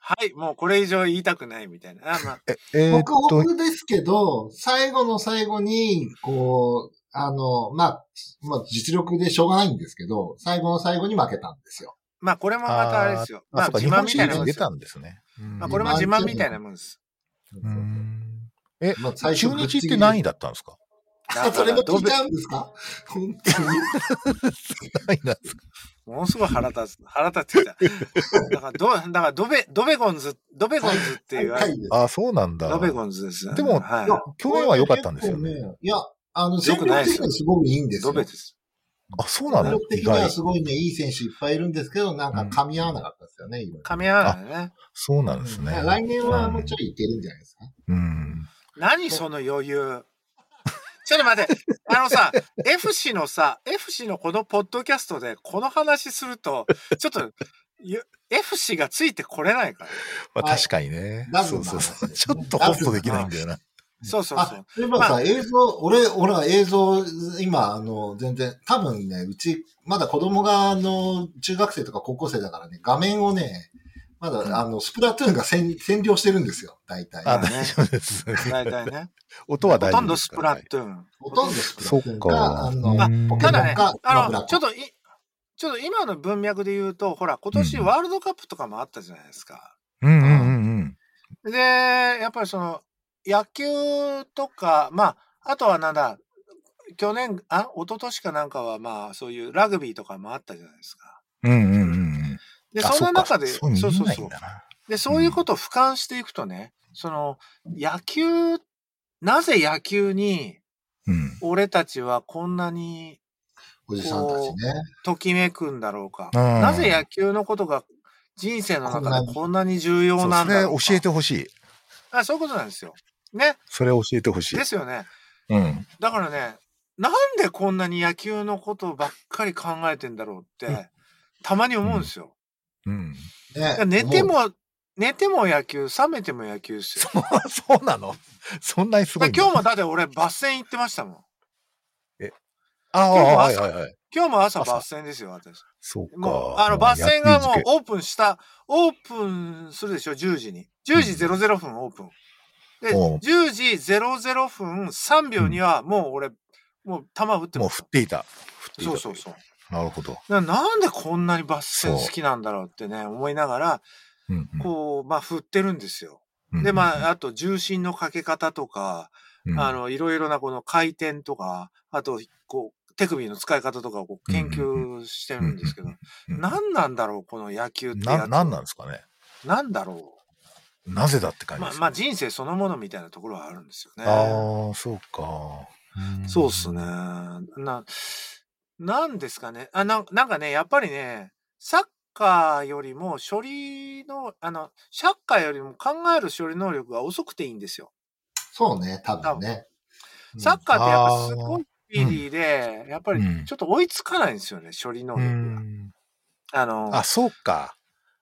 はい、もうこれ以上言いたくないみたいな。あまあ、え、えーっ僕、と、僕ですけど、最後の最後に、こう、あの、まあ、まあ、実力でしょうがないんですけど、最後の最後に負けたんですよ。まあこれもまたあれですよ。あ、まあそうか、自日慢本みシたリーいなズもん出ですたよ。んですね。まあこれも自慢みたいなもんです。うーんえ、まあ、最中初ぶ日ちっぎてり何位だったんですか あ、それもド聞いベちゃうんですか本何位なんですかものすごい腹立つ、 腹立ってきた。だから、ど、だから、ドベ、ドベゴンズ、ドベゴンズって当いにう、高 いです。あ、そうなんだ。ドベゴンズですよね。でもはいや去年は良かったんですよね。結構いや、あの、良戦くない力で的すよにはすごくいいんでい。すよ。ドベで戦す。あ、そうなの力意的には外。すごいね、いい選手いっぱいいるんですけど、なんか噛み合わなかったですよね、いろいろ噛み合わないね。そうなんですね。来年はもうちょいいけるんじゃないですか。うん。何その余裕。ちょっと待って、あのさ、F 氏のさ、F 氏のこのポッドキャストでこの話すると、ちょっと、ゆ F 氏がついてこれないから。まあはい確かにね。ラズそうマそうそう。ですちねょっとホッとできないんだよな。そうそうそあう。、そういえばまさ、映像、俺、俺は映像、今、あの、全然、多分ね、うち、まだ子供が、あの、中学生とか高校生だからね、画面をね、まだ、うんあの、スプラトゥーンが占占領してるんですよ、大体。あ、まあね大丈夫です。 大体ね。音はほ大丈と夫んでどすスかプら。ラトゥーン。ほとんどスプラそトっゥーンか。あうの、んポケたモンだねか、、マあブラの、かちょっとい、ちょっと今の文脈で言うと、ほら、今年うんワールドカップとかもあったじゃないですか。うんうんうんうん。で、やっぱりその、野球とか、まあ、あとはなんだ、去年、あ、一昨年かなんかは、まあ、そういうラグビーとかもあったじゃないですか。うんうんうんうで、ん。その中で、そうかそう見えないんだな。で、そういうことを俯瞰していくとね、その、野球、なぜ野球に、うん。俺たちはこんなにおじさんたちね。ときめくんだろうか。うんなぜ野球のことが人生の中でこんなに重要そうなんそだれろうか。教えてほしい。あそういうことなんですよ。ね。それ教えてほしいで。すよね。うん。だからね、なんでこんなに野球のことばっかり考えてんだろうって、うんたまに思うんですよ。うん。 ねだから寝て思うも、寝ても野球、冷めても野球ですよ。そうなのそんなにすごいだんだから今日もだって俺、バッセン行ってましたもん。ああ、今日もはい朝はいはい。今日も朝、朝バッセンですよ、私。そうもう、か。あの、バッセンがもうやっつけオープンした、オープンするでしょ、10時に。10時00分オープン。で、おう10時00分3秒にはもう俺、もう球打ってもうま振すっていた。振っていた。そうそうそう。なるほど。ななんでこんなにバッセン好きなんだろうってね、思いながら、うんこう、まあ振ってるんですよ。うんで、うんまあ、あと重心のかけ方とか、うんあの、いろいろなこの回転とか、あと、こう、手首の使い方とかをこう研究してるんですけど、うん何なんだろう、この野球ってやつな、なんなんですかね。なんだろなぜだって感う。じまであ、すまかあ、人生そのものみたいなところはあるんですよね。ああ、そうか。んそうっすね。。な、なんですかね。あ、なんなんかね、やっぱりね、サッカーよりも処理の、あの、サッカーよりも考える処理能力が遅くていいんですよ。そうね、多分ね。サッカーってやっぱすごあいスピーディーで、やっぱりうんちょっと追いつかないんですよね、処理能う力が。んあの、あ、そうか。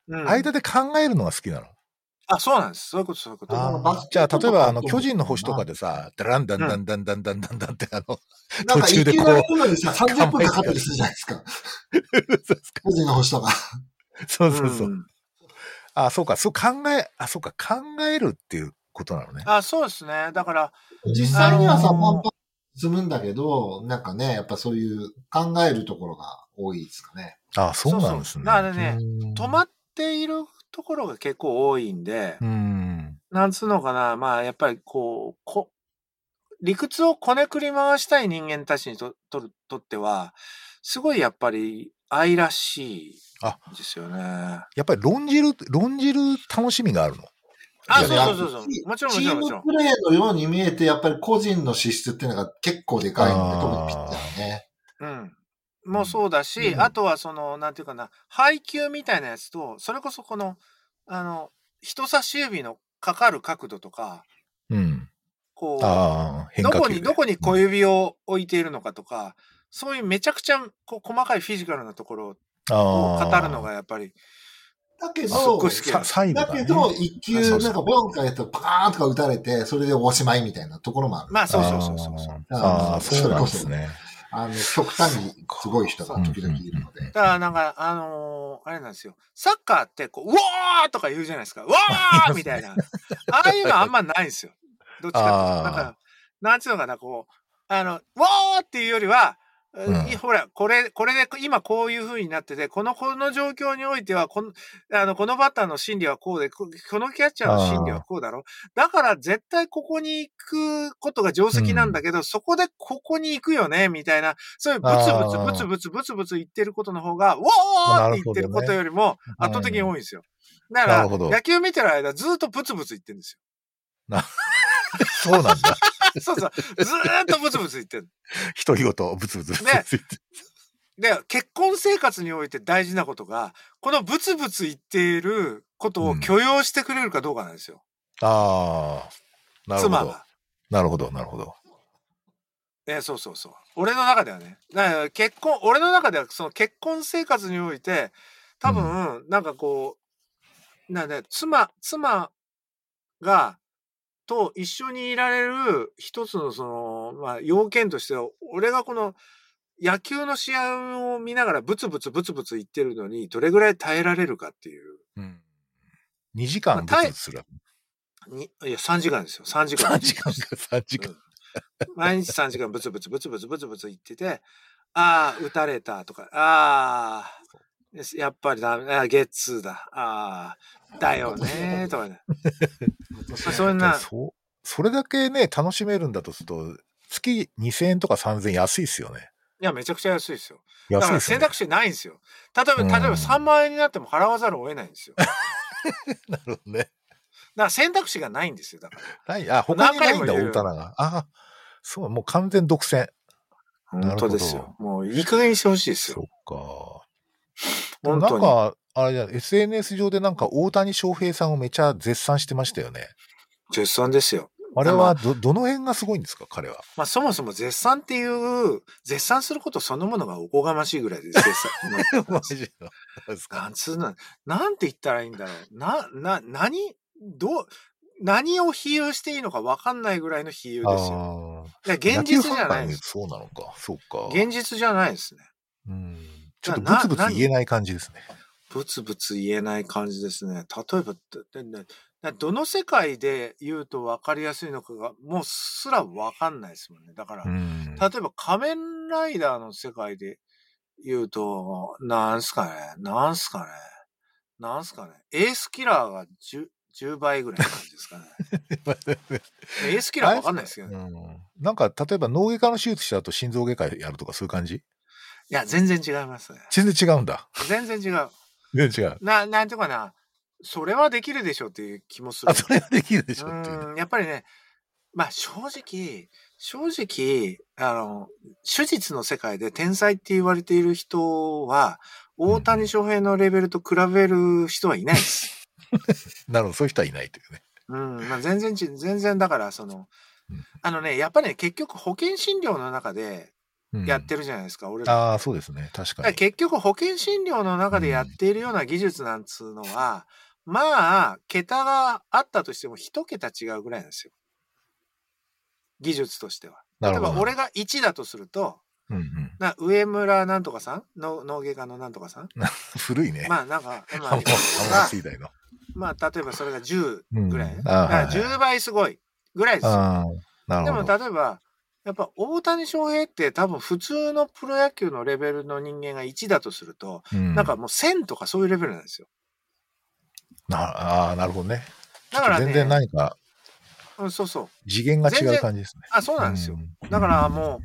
うん間で考えるのが好きなの。あ、そうなんです。そういうこと、そういうこと。あーああじゃあ、例えば、あの、巨人の星とかでさ、ダランダンダンダンダンダンダンダンって、あの、なんか、途中いできこうなり今でさ、30分かかったりするじゃないですか。個人の星とか。そうそうそうう。んあ、そうか、そう考え、あ、そうか、考えるっていうことなのね。あ、そうですね。だから、実際にはあさ、パのンーパン進むんだけど、なんかね、やっぱそういう考えるところが多いですかね。あ、そうなんですね。そうそうだからねうん止まっているところが結構多いんで、うん。なんつうのかな、まあやっぱりこう、こ理屈をこねくり回したい人間たちにととるとっては、すごいやっぱり愛らしいあですよね。あ、やっぱり論じる、論じる楽しみがあるの。そいうやそうそうそう。もちろんもちチろーんもちろムん。プレーのように見えて、やっぱり個人の資質っていうのが結構でかいので、あー特にピッチャーね。うん。もうそうだし、うんあとはその、なんていうかな、配球みたいなやつと、それこそこの、あの、人差し指のかかる角度とか、うん。こう、ああ、変ど化こ球に、で。どこに小指を置いているのかとか、そういうめちゃくちゃこう細かいフィジカルなところをああ語るのがやっぱり、だけすっどごい、好きさ最後だだ、けね。ど、一あそ球、うそうなんかボンかやったらパーンとか打たれて、それでおしまいみたいなところもある。まあそうそうそうそうそう。ああああ、そうなんですね。あの、極端にすごい人が時々いるので。だからなんか、あのーあれなんですよ。サッカーって、こう、うおーとか言うじゃないですか。うわーみた いな。ああいうのあんまないんですよ。どっちかっていうと。なんあか、なんつうのかな、こう、あの、うおーっていうよりは、うんいほら、これ、これで、今こういう風になってて、この、この状況においては、この、あの、このバッターの心理はこうで、ここのキャッチャーの心理はこうだろう。だから絶対ここに行くことが定石なんだけど、そこでここに行くよね、みたいな、そういうブツブツあーブツブツブツブツ言ってることの方が、おーって言ってることよりもなるほどね 圧倒的に多いんですよ。なだかるほら、ど野球見てる間ずっとブツブツ言ってるんですよ。そうなんだ。 あ そうそう。ずーっとブツブツ言ってる。独り言、ブツブツブツブツ言って。で、結婚生活において大事なことが、このブツブツ言っていることを許容してくれるかどうかなんですよ。ああ、なるほ妻どが。。なるほど、なるほど。えーそうそうそう。俺の中ではね。だから結婚、俺の中ではその結婚生活において、多分、なんかこう、なんだよ妻、妻が、と一緒にいられる一つのその、まあ、要件としては、俺がこの野球の試合を見ながらブツブツブツブツ言ってるのに、どれぐらい耐えられるかっていう。うん。2時間ブツブツする。にいや、3時間ですよ。3時間3 。時間か、3時間。毎日3時間ブツブツブツブツブツブツ言ってて、ああ、打たれたとか、ああ、やっぱりダメ、あーゲッツーだ、ああ、だよねーとかね。そんな、そう。それだけね、楽しめるんだとすると、月2000円とか3000円安いですよね。いや、めちゃくちゃ安いですよ。だ安かいらです選ね。択肢ないんですよ。例えば、うん例えば3万円になっても払わざるを得ないんですよ。だかなるほどね。ら選択肢がないんですよ。だから。 ない、あ、他にないん何回もだ、言う大棚が。あそう、もう完全独占。なる本ほど当ですよ。もういい加減にしてほしいですよ。そっか。でも本な当んに。か、あれじゃない SNS 上でなんか大谷翔平さんをめちゃ絶賛してましたよね。絶賛ですよ。あれはど、どの辺がすごいんですか、彼 は。まあそもそも絶賛っていう、絶賛することそのものがおこがましいぐらいで絶 賛。マジでですなか。んつうの、なんて言ったらいいんだろう。な、な、何、どう、何を比喩していいのか分かんないぐらいの比喩ですよ。あいや、ー現実じゃな野球判断いでにす。そうなのか。そうか。現実じゃないですね。うん。ちょっとブなツブツな言えない感じですね。ブツブツ言えない感じですね。例えば、でででどの世界で言うと分かりやすいのかが、もうすら分かんないですもんね。だから、うん。例えば仮面ライダーの世界で言うと、なんすかね、なんすかね、なんすかね、エースキラーが 10, 10倍ぐらいの感じです かね。エースキラーわかんないですけどね。うんなんか、例えば脳外科の手術した後心臓外科やるとかそういう感じいや、全然違いますね。全然違うんだ。 全然違う。全然違う。な、なんていうかな、それはできるでしょっていう気もするあ、。それはできるでしょっていうね。うん、やっぱりね、まあ正直、正直、あの、手術の世界で天才って言われている人は、大谷翔平のレベルと比べる人はい ないです。なるほど、そういう人はいないというね。うん、まあ全然ち、全然だから、そのうん、あのね、やっぱり、ね、結局保険診療の中でやってるじゃないですか、俺うんら。ああ、そうですね。確かだからに。結局保険診療の中でやっているような技術なんつうのは、まあ、桁があったとしても一桁違うぐらいなんですよ。技術としては。な例るほえばど。俺が1だとすると、うんうん、な上村なんとかさんの農芸家のなんとかさん古いね。まあな んか、まあハモ、ハモ水大の。まあ例えばそれが10うんぐらい。だああかはらいはい10倍すごいぐらいですよ。ああ、なでるほもど。例えば、やっぱ大谷翔平って多分普通のプロ野球のレベルの人間が1だとすると、うんなんかもう1000とかそういうレベルなんですよ。なああ、なるほどね。だからね、全然何かうん、そうそう。次元が違う感じですね。あ、そうなんですよ。うんだからも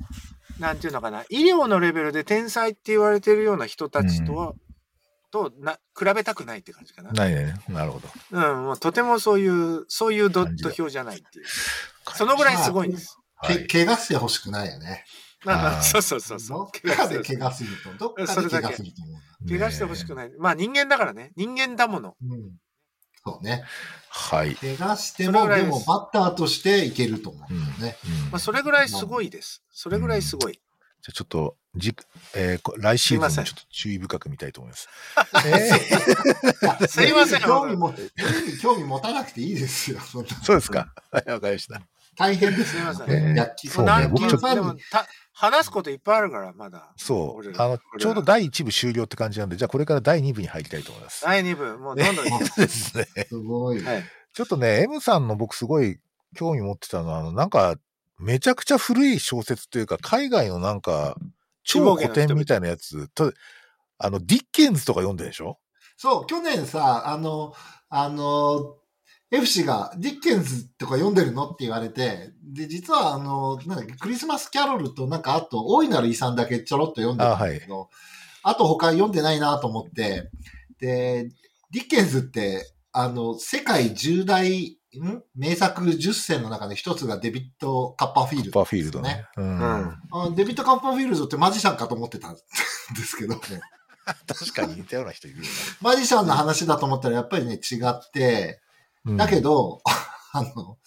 う、なんていうのかな、医療のレベルで天才って言われてるような人たちとは、とな比べたくないって感じかな。ないね。なるほど。うん、もうとてもそういう、そういうど感じだ土俵じゃないっていう。そのぐらいすごいんです。はけい、怪我してほしくないよね。まあなんあかーそうそうそうどそっう。怪か我です怪る我すると、どっそかれでだけ怪我すると思怪我してほしくい。ない。まあ人間だからね。人間だもの。う。うん。そうね。はい。うん怪我してそれも、ぐらいでですもバッターとしていけると思うんだよね。まあ、それぐらいすごいです。それぐらいすごい。じゃあちょっと、じえーこ来シーズンもすいませんちょっと注意深く見たいと思い ます。えーすいません興味も、興味持たなくていいですよ。そんなそうですか。はい、 わかりました。大変ですすいよませ。んねえー野球そうね何僕ちょっ球とファでンもにた話すこといっぱいあるから、まだ。そう俺。らあの、ちょうど第1部終了って感じなんで、じゃあこれから第2部に入りたいと思い ます。第2部、もうどんどん行きます。そうですね。すごい。はい。ちょっとね、M さんの僕すごい興味持ってたのは、あの、なんか、めちゃくちゃ古い小説というか、海外のなんか、超古典みたいなやつ、とあの、ディッケンズとか読んでるでしょそう、去年さ、あの、あの、F 氏がディッケンズとか読んでるのって言われて、で、実はあの、なんだっけ、クリスマスキャロルとなんかあと、大いなる遺産だけちょろっと読んでるんだけど、あ,、と他読んでないなと思って、で、ディッケンズって、あの、世界10大、ん名作10選の中で一つがデビット・カッパーフィールパド、ーフィールドね。うん。うんあ。デビット・カッパーフィールドってマジシャンかと思ってたんですけどね。確かに似たような人いるよマジシャンの話だと思ったらやっぱりね、違って、な。だけど、ど、 あの、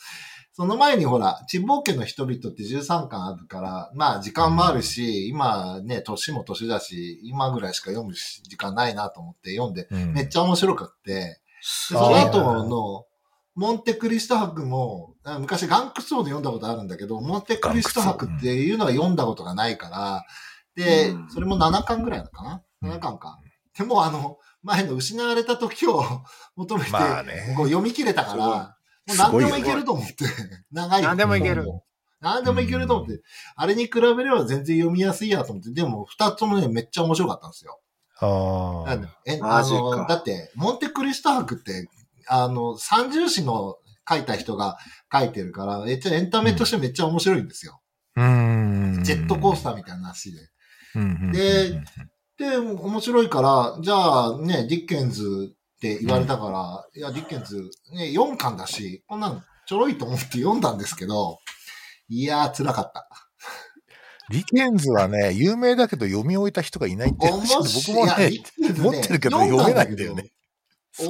その前にほら、ちんぼうけの人々って13巻あるから、まあ時間もあるし、今ね、年も年だし、今ぐらいしか読むし時間ないなと思って読んで、うんめっちゃ面白かって、すでそごのいあー後の、モンテクリスト博も、あ昔ガンクス王で読んだことあるんだけど、モンテクリスト博っていうのは読んだことがないから、でうん、それも7巻ぐらいのかなうん ?7 巻か。でもあの、前の失われた時を 求めて、まあねこう読み切れたから、もうす何ごいでよもいけると思って、 長い。何でもいける。何でもいけると思って、あれに比べれば全然読みやすいやと思って、でも2つともね、めっちゃ面白かったんですよ。あああの。え、マあジかの、だって、モンテクリスト博って、あの、三重詩の書いた人が書いてるから、めっちゃエンタメとしてめっちゃ面白いんですよ。うん。ジェットコースター。ーみたいな話で。うん、でで、面白いから、じゃあね、ディッケンズって言われたから、いや、ディッケンズ、ね、4巻だし、こんなのちょろいと思って読んだんですけど、いやー、辛かった。ディッケンズはね、有名だけど読み終えた人がいないって面話僕白い。もいやねデ、ィッケンズね持ってるけど読めないんだよね。読んだんだけど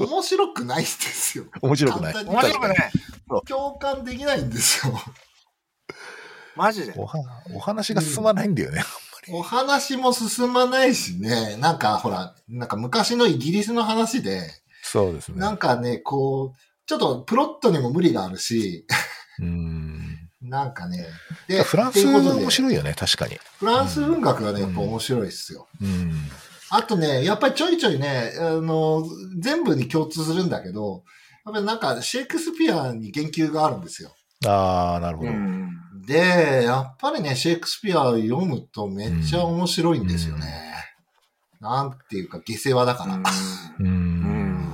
面白くないんですよ。 面白くない。簡単に面白くない。共感できないんですよ。マジで。おはお話が進まないんだよね。お話も進まないしね、なんかほら、なんか昔のイギリスの話で、そうですなんかね、こう、ちょっとプロットにも無理があるし、 うん。なんかね、で、フランってスいうことで面白いよね、確かに。フランス文学はね、やっぱ面白いっすよ。うん。あとね、やっぱりちょいちょいね、あの、全部に共通するんだけど、やっぱりなんかシェイクスピアに言及があるんですよ。ああ、なるほうど。ん。で、やっぱりね、シェイクスピアを読むとめっちゃ面白いんですよね。なんていうか、下世話だから。う。うんん。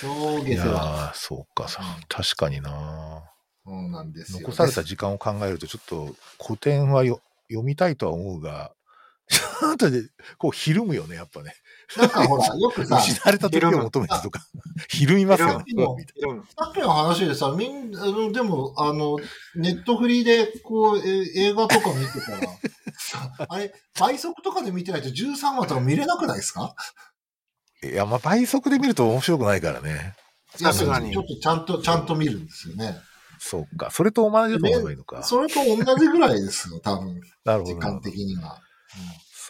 超い下や世話。ーそうかさ、確かにな。そうなんですよ、残された時間を考えると、ちょっと古典はよ読みたいとは思うが、 ちょっとねこう、ひるむよね、やっぱね。なんかほら、よく さ、失われた時を求めてとか、 ひるみますよね。ひるむうんさっきの話でさ、みん、あのでも、あの、ネットフリーで、こう、え映画とか見てたら、さ あれ、倍速とかで見てないと13話とか見れなくないですかいや、まあ、倍速で見ると面白くないからね。さすがにちょっとちゃんと、ちゃんと見るんですよね。そうか。それと同じだと思えばいいのか。それと同じぐらいですよ、多分、なるほ時どなる間ほど。的には。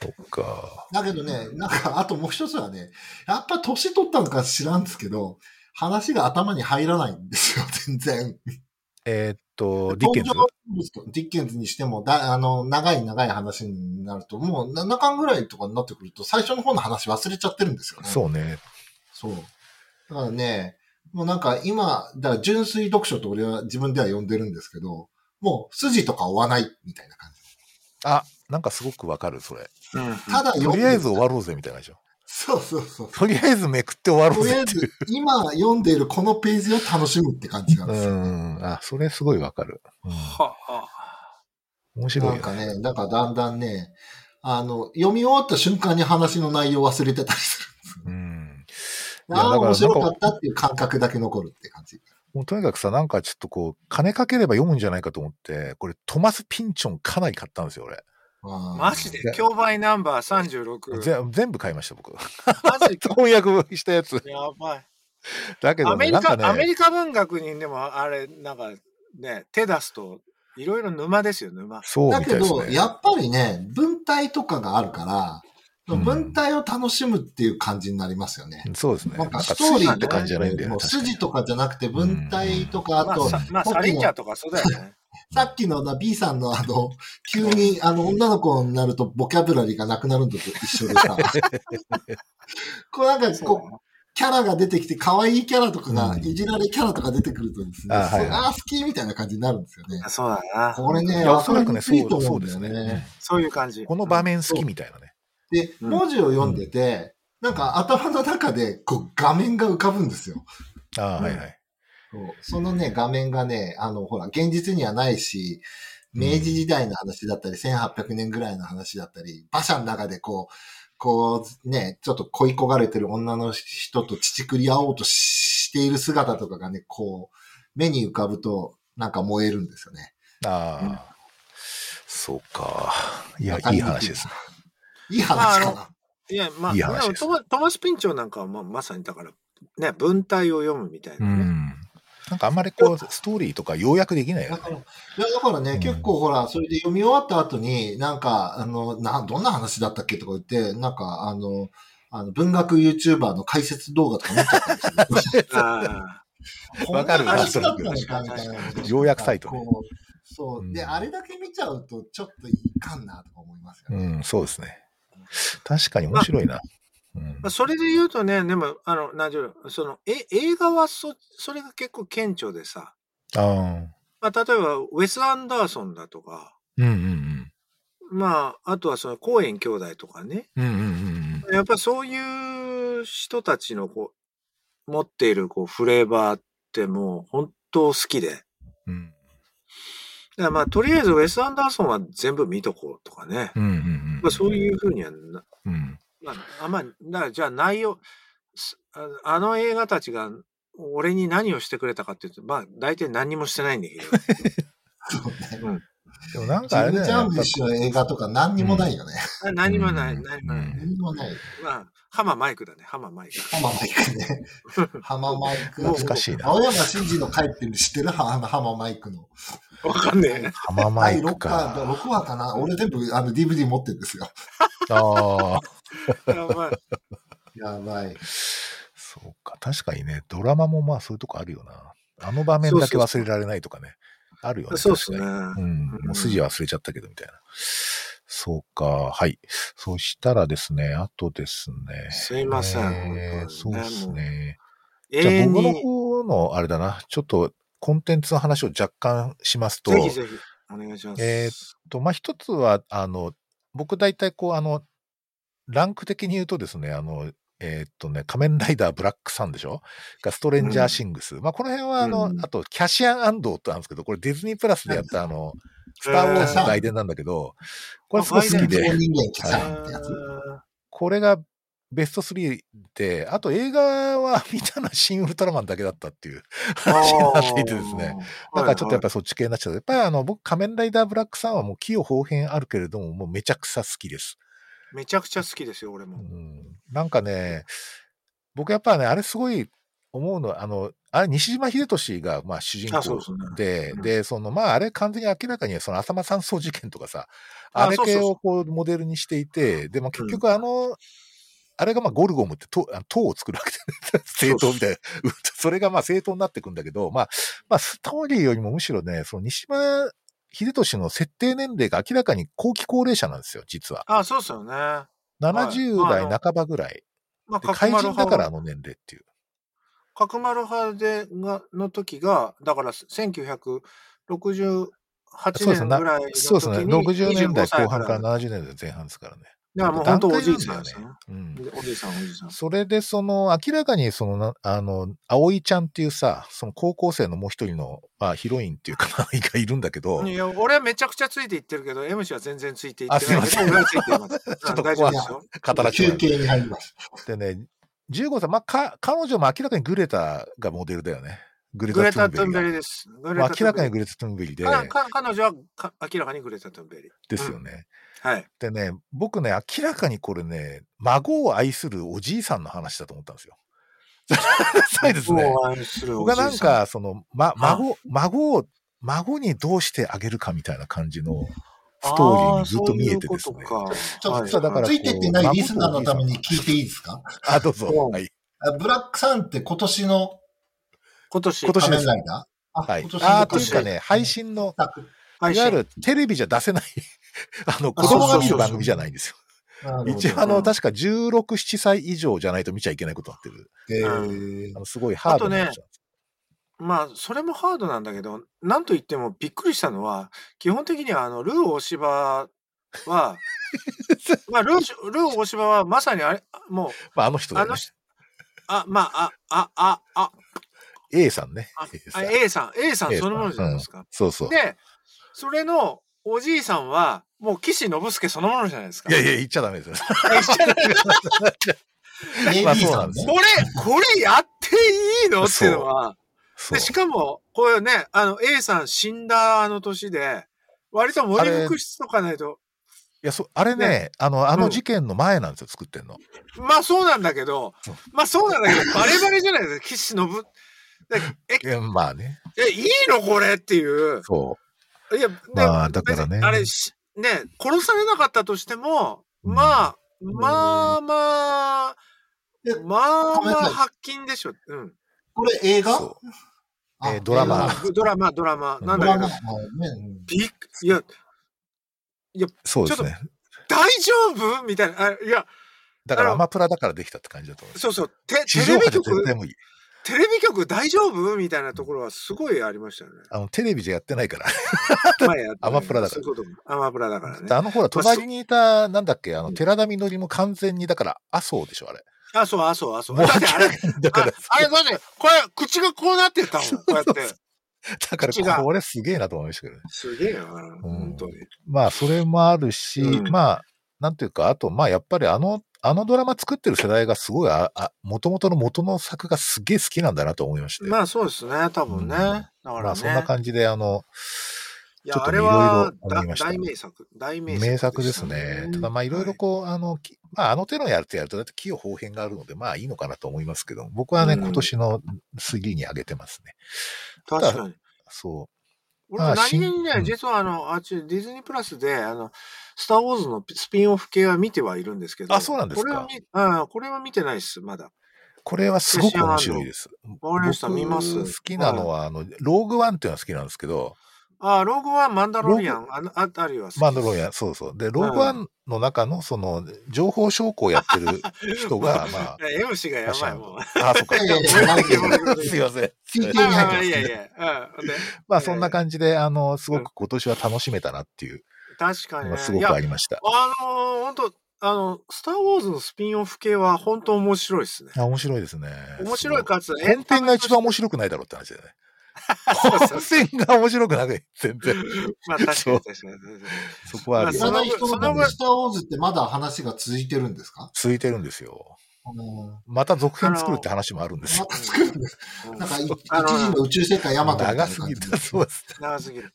そうか。だけどね、なんか、あともう一つはね、やっぱ年取ったのか知らんですけど、話が頭に入らないんですよ、全然。えーっと、ディッケンズ登場人物とディッケンズにしてもだ、あの、長い長い話になると、もう7巻ぐらいとかになってくると、最初の方の話忘れちゃってるんですよね。う。そうね。そう。だからね、もうなんか今、だから純粋読書と俺は自分では呼んでるんですけど、もう筋とか追わないみたいな感じ。あ、なんかすごくわかる、それ。ただと読んりであえるず終わろうぜみたいなでしょ。そうそうそう。とりあえずめくって終わろとうりあぜえってずいう。、今読んでいるこのページを楽しむって感じなんうですよ。ん。あ、それすごいわかる。うんはあ面白いなよんかね。ね、なんかだんだんね、あの、読み終わった瞬間に話の内容忘れてたりする。うん。いやだかああ、らなん面か白かったっていう感覚だけ残るって感じ。もうとにかくさ、なんかちょっとこう、金かければ読むんじゃないかと思って、これトマス・ピンチョンかなり買ったんですよ、俺。あーマジで競売ナンバー36。ぜ全部買いました、僕。 マジか。翻訳したやつ。 やばい。だけどアメね、リなんカ、かね、アメリカ文学にでもあれ、なんかね、手出すと、いろいろ沼ですよ、沼。そうだみたけいですど、ね。やっぱりね、文体とかがあるから、うん文体を楽しむっていう感じになりますよね。そうですね。ななんんかかストストーーリリーーってと感かじじじゃゃなないいんだよんだよねね。もう確かに筋とかじゃなくて、文体とか、あまあ、と、さまあ、僕サもリンジャーとかそうだよ ね。さっきのな B さんのあの、急にあの女の子になるとボキャブラリーがなくなるのと一緒 でさ、こうなんかこう、キャラが出てきて、可愛いキャラとかがう、んいじられキャラとか出てくるとですね、あはいはいそあー好きみたいな感じになるんですよね。そうだな。これいね、やおそらくね、わかりにそくいとう思そんうだですよね。そういう感じ。この場面好きみたいなね。で、うん文字を読んでて、なんか頭の中でこう画面が浮かぶんですよ。ああ、うんはいはい。そうそのね、画面がね、あの、ほら、現実にはないし、明治時代の話だったり、1800年ぐらいの話だったり、馬車の中でこう、こう、ね、ちょっと恋焦がれてる女の人と乳くり合おうとしている姿とかがね、こう、目に浮かぶと、なんか燃えるんですよね。ああ、うんそうか。いや、わかいりいにくい話ですね。いい話かな。まいや、まあ、いいで話もですトマトマス・ピンチョなんかは、まあ、まさにだから、ね、文体を読むみたいうなね。。ん。なんかあんまりこう、ストーリーとか要約できないよだね。から、いやだからね、うん結構ほら、それで読み終わった後に、なんか、あの、な、どんな話だったっけとか言って、なんか、あの、あの文学 YouTuber の解説動画とか見ちゃったんですよあ わかるこんな話だったのかみたいな確か。に要約サイトねこうそう。で、うんあれだけ見ちゃうと、ちょっといかんなとか思いますよね。うん、そうですね。確かに面白いな。うんまあ、それで言うとね、でも、あの、なんていうのその、え、映画はそ、それが結構顕著でさ、ああ、まあ、例えば、ウェス・アンダーソンだとか、うんうんまあ、あとはその、コーエン兄弟とかね、うん。うんうんうんやっぱりそういう人たちの、こう、持っている、こう、フレーバーってもう、本当好きで、うん。うんだからまあ、とりあえず、ウェス・アンダーソンは全部見とこうとかね、うんうんまあ、そういうふうにはな、うん。うんまあ、あんまあ、だからじゃあ内容、すああの映画たちが俺に何をしてくれたかっていうと、まあ大体何にもしてないんだけど。そうね。でもなんジかあェれーだム・よジねやっぱャンプ氏の映画とか何にもないよね。あ何にもな うい、ん何にもない。うん何にもない。まあ、ハママイクだね、ハママイ ク。ハママイクね。ハママイク。懐かしいな。青山真司の帰ってる知ってるあの、ハママイクの。わかんね浜マ第イ6ク話、か。 6話かな俺全部あの DVD 持ってるんですよ。ああ、え。ま あ、やばい。そうか。確かにね、ドラマもまあそういうとこあるよな。あの場面だけ忘れられないとかね。あ るよね。そうですね。確かに。うん。うんもう筋忘れちゃったけど、みたいな。そうか。はい。そしたらですね、あとですね。すいませんえーそう本当にねですね。永じゃあ遠僕のに。方のあれだな、ちょっとコンテンツの話を若干しますと、ぜひぜひ、お願いします。えーっと、まあ、一つは、あの、僕大体こう、あの、ランク的に言うとですね、あの、えーっとね、仮面ライダーブラックさんでしょが、ストレンジャーシングス。まあ、この辺は、あの、うんあと、キャシアンアンドーってあるんですけど、これディズニープラスでやった、あの、スター・ウォーズの外伝なんだけど、これすごい好き人で、間来あちゃ うってやつ。これがベスト3で、あと映画は見たのは新ウルトラマンだけだったっていう話にな っていてですね。なんかちょっとやっぱりそっち系になっちゃう。やっぱりあの、僕、仮面ライダーブラックさんはもう器用方変あるけれども、もうめちゃくちゃ好きです。り。めちゃくちゃ好きですよ、俺うも。ん。なんかね、僕やっぱね、あれすごい思うのは、あの、あれ西島秀俊がまあ主人あ、そう公でで、すね。うんで、その、まああれ完全に明らかにその浅間山荘事件とかさ、ああれそうそう系そうをこうモデルにしていて、で、まあ結局あの、あれがまあゴルゴムって塔あの塔を作るわけで、ね、 うそう政党みたいな。それがまあ政党になってくんだけど、まあ、まあストーリーよりもむしろね、その西島秀俊の設定年齢が明らかに後期高齢者なんですよ、実は。あ、そうですよね。ま70はい代半ばぐらい。あ、で角怪丸人だ派かはらあの年齢っていう。角丸派でがの時が、だから1968そうです年ねぐらいの時にそうですね。60年代25歳後半からだ70年代前半ですからね。からもう本当おじいさんですね。うん。おじいさん、おじいさん。それで、その、明らかに、そのな、あの、葵ちゃんっていうさ、その高校生のもう一人の、まあ、ヒロインっていうか、 まあがいるんだけど、いや俺はめちゃくちゃついていってるけど、MC は全然ついていってあすいまないけせど、ん俺はついて います。ょっとうん大丈夫ですよ。働き休者憩に入ります。でね、15歳、まあ、か、彼女も明らかにグレタがモデルだよね。グレグレタ・タ・トゥトゥンンベベリリが。です。グレまあタ・ト明らゥンベかリにグレタ・トゥンベリで、かか彼女はか明らかにグレタ・トゥンベリ。ですよね。はい。でね、僕ね、明らかにこれね、孫を愛するおじいさんの話だと思ったんですよ。 そうですね。もう愛するお僕じはいさん。なんか、その、ま、孫、孫を、孫にどうしてあげるかみたいな感じのストーリーにずっと見えてですね。あーそういうことかちょっはいと、だからついてってないリスナーのために聞いていいですかあどうぞ。うんはい。あブラックサンって今年の今年、今年仮で面すライダーはい。今年あのあ、というかね、配信の、作配いわゆ信るテレビじゃ出せない、 あの、子供が見る番組じゃないんですよ。なので一応、あの、確か16、7歳以上じゃないと見ちゃいけないことになってる。えあーの、すごいハードなやつなんですまあ、それもハードなんだけど、なんといってもびっくりしたのは、基本的には、あの、ルー大芝 は、まあ、ルー、ルー大芝はまさにあれ、もまあ、あの人う、だあねの。人、あ、まあ、あ、あ、あ、 A さんねあ。 A さあ、んあ A さん、A さん A さんそのものじゃないですか。そうそう。で、それのおじいさんは、もう岸信介そのものじゃない ですか。いやいや、言っちゃダメですよ。まあ AB そうなさんんですねこ。れ、これやっていいのっていうのは、そうで、しかも、こういうね、あの、A さん死んだあの年で、割と森福室とかないと、いや、そう、あれね、ねあの、あうのん事件の前なんですよ、作ってんの。まあそうなんだけどそう、まあそうなんだけど、バレバレじゃないですか、岸信。いやまあね。え、いいのこれっていう。そいや、でまあだからね別にあれし、ね、殺されなかったとしても、うんまあ、まあまあえ、まあごめんまなあさい発禁でしょ。うん。これ映う。画そうあえードラマ映ドラマ、ドラマ。な画んドだラけマ。ど、はいねうんびっいや、そうですね。大丈夫みたいな。あいや、だからあのアマプラだからできたって感じだと思います。そうそう、て地テ上レ波ビじゃ絶局、対無理。テレビ局大丈夫みたいなところはすごいありましたよね。あの、テレビじゃやってない から。まあやっアマプラだからそういうこともアマプラだからね。あの、ほら、隣にいた、なんだっけ、あの、寺田みのりも完全に、だから、麻生でしょ、あれ。あ、そう、あ、そう、あ、そう。もだうってあ れ、だあから、あれ、だって、これ、口がこうなってたもん、こうやって。だか口ら、がこれすげえなと思いましたけどね。すげえな、本当に。まあ、それもあるし、うんまあ、なんていうか、あと、まあ、やっぱりあの、あのドラマ作ってる世代がすごい、あ、あ元々の元の作がすげえ好きなんだなと思いまして。ままあ、そうですね、多分ね。うんだかあ、らそんなね。感じで、あの、ちょいや、っあとれねはいろいろ思いまだした大名作、大名作。名作ですね。ただまあいろいろこう、あの、きまああの手のやるとやると、だって企業方変があるので、まあいいのかなと思いますけど、僕はね、うん今年の杉に上げてますね。はい。確かに。そ俺あもあ何新気にねう、ん実はあの、あっち、ディズニープラスで、あの、スター・ウォーズのスピンオフ系は見てはいるんですけど。あそうなんですかこれは見、うん、これは見てないです、まだ。う。これはすごく面白いです。わかりました見ます僕好きなのは、あの、ローグワンっていうのは好きなんですけど、あ、ローグはマンダロリアン、あのあたりは好きですマンドロイア、そうそう。で、ローグワンの中の、その、情報証拠をやってる 人が、まあ、え MC がやばいもん。あ、そっか。いやいやいや すいません。聞いてまあいないまかあらいやいや、うん。で、まあ、そんな感じで、あの、すごく今年は楽しめたなっていう確かのにね。が すごいくや、ありました。あのー、本当あの、スター・ウォーズのスピンオフ系は本当面白いですね。あ面白いですね。面白いかつ、エ本ンタ編メが一番と面白くないだろうって話だよね。して本編が面白くなくて、全然。まあ確かに確かに。そこはある知よらまあない人そののた分めにスター・ウォーズってまだ話が続いてるんですか続いてるんですよ。あのまた続編作るって話もあるんですまよ。た作るんですうんなんか、い一あの時の宇宙世界ヤマトみたいな長感じすぎた。そうです。長すぎる。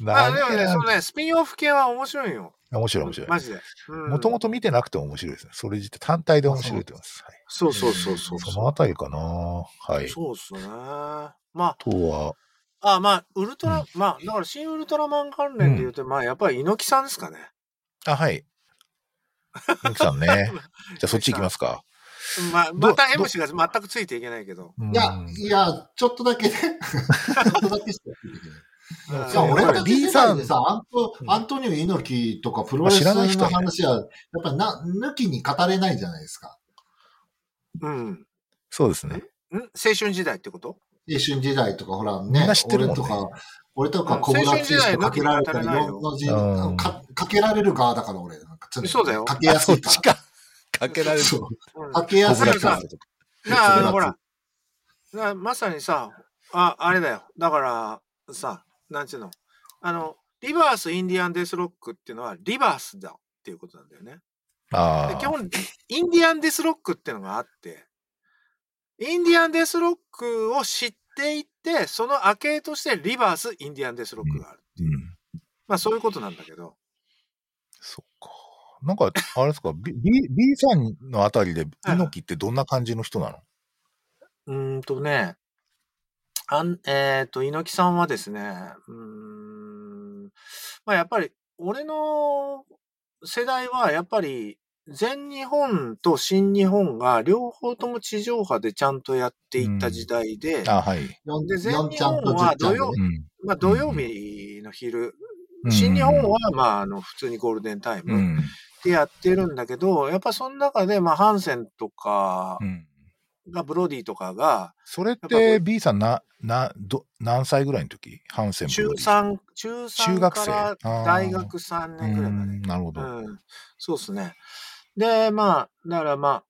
まあでも長いね、なそのね、スピンオフ系は面白いよ。面白い面白い。マジで。ももともと見てなくても面白いですね。それ自体単体で面白いと思います。はいそうそうそうそう。そのあたりかな。はい。そうっすね。まあ、あとは、あまあ、ウルトうラ、んまあ、だから、新ウルトラマン関連で言うと、まあ、やっぱり猪木さんですかね。あ、はい。ゆきさん ね。じゃあそっち行きますか。まあ、またど MC が全くついていけないけど。うんいや、いや、ちょっとだ けね。ちょっとだけしか聞いてくれないうんいや、俺たち B 世さ代んで、さ、アントアントニオ猪木とかプロレスまあ知らない人のはいない話は、やっぱりな、抜きに語れないじゃないですか。うん。んそうですね。青春時代ってこと青春時代とか、ほらみんねな知ってるも俺んねとか、俺とか小青春時倉剛代とかけられた抜り、きに語れないよ四の字うんか、かけられる側だから俺、なんか常にそうだよかけあ、やすそっいかちか。かけらら。れる。そううん。かけやすい小か倉らさ。なあ、あの、小ほ倉ら。なまさにさ、あ、あれだよ。だから、さ、なんちゅうの。あの、リバース・インディアン・デス・ロックっていうのは、リバースだっていうことなんだよね。あで基あ。本、インディアンデスロックっていうのがあって、インディアンデスロックを知っていて、その明けとしてリバースインディアンデスロックがある。うん。まあそういうことなんだけど。そっか。なんか、あれですか、B, B, B さんのあたりではい猪木ってどんな感じの人なのうーんとね、あん、えっ、と、猪木さんはですね、うーん、まあやっぱり、俺の世代はやっぱり、全日本と新日本が両方とも地上波でちゃんとやっていった時代で、あ、はい。 4で全日ちゃん本とは10ちゃん土曜でうね。んまあ土曜日の昼、うん新日本はまああの普通にゴールデンタイうムん。でやってるんだけど、やっぱその中でまあハンセンとかうん。がブロディとかがそれっやっぱこれて B さんな、な、ど、何歳ぐらいの時ハンセンブ中ロディ3、中中3学か生らあー大学3年ぐらいまでう。んなるほど。うん、そうですね。で、まあ、だからまあ、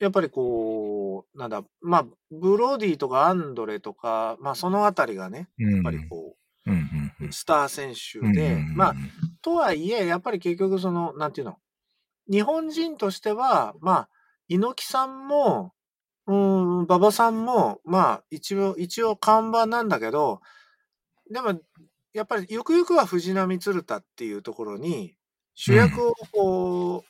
やっぱりこう、なんだ、まあ、ブロディとかアンドレとか、まあ、そのあたりがね、ややっぱりこうんうんう、スター選手うんで、うんまあ、とはいえ、やっぱり結局その、なんていうの、日本人としては、まあ、猪木さんも、うーん、馬場さんも、まあ、一応、一応看板なんだけど、でも、やっぱりゆくゆくは藤波鶴太っていうところに、主役をこう、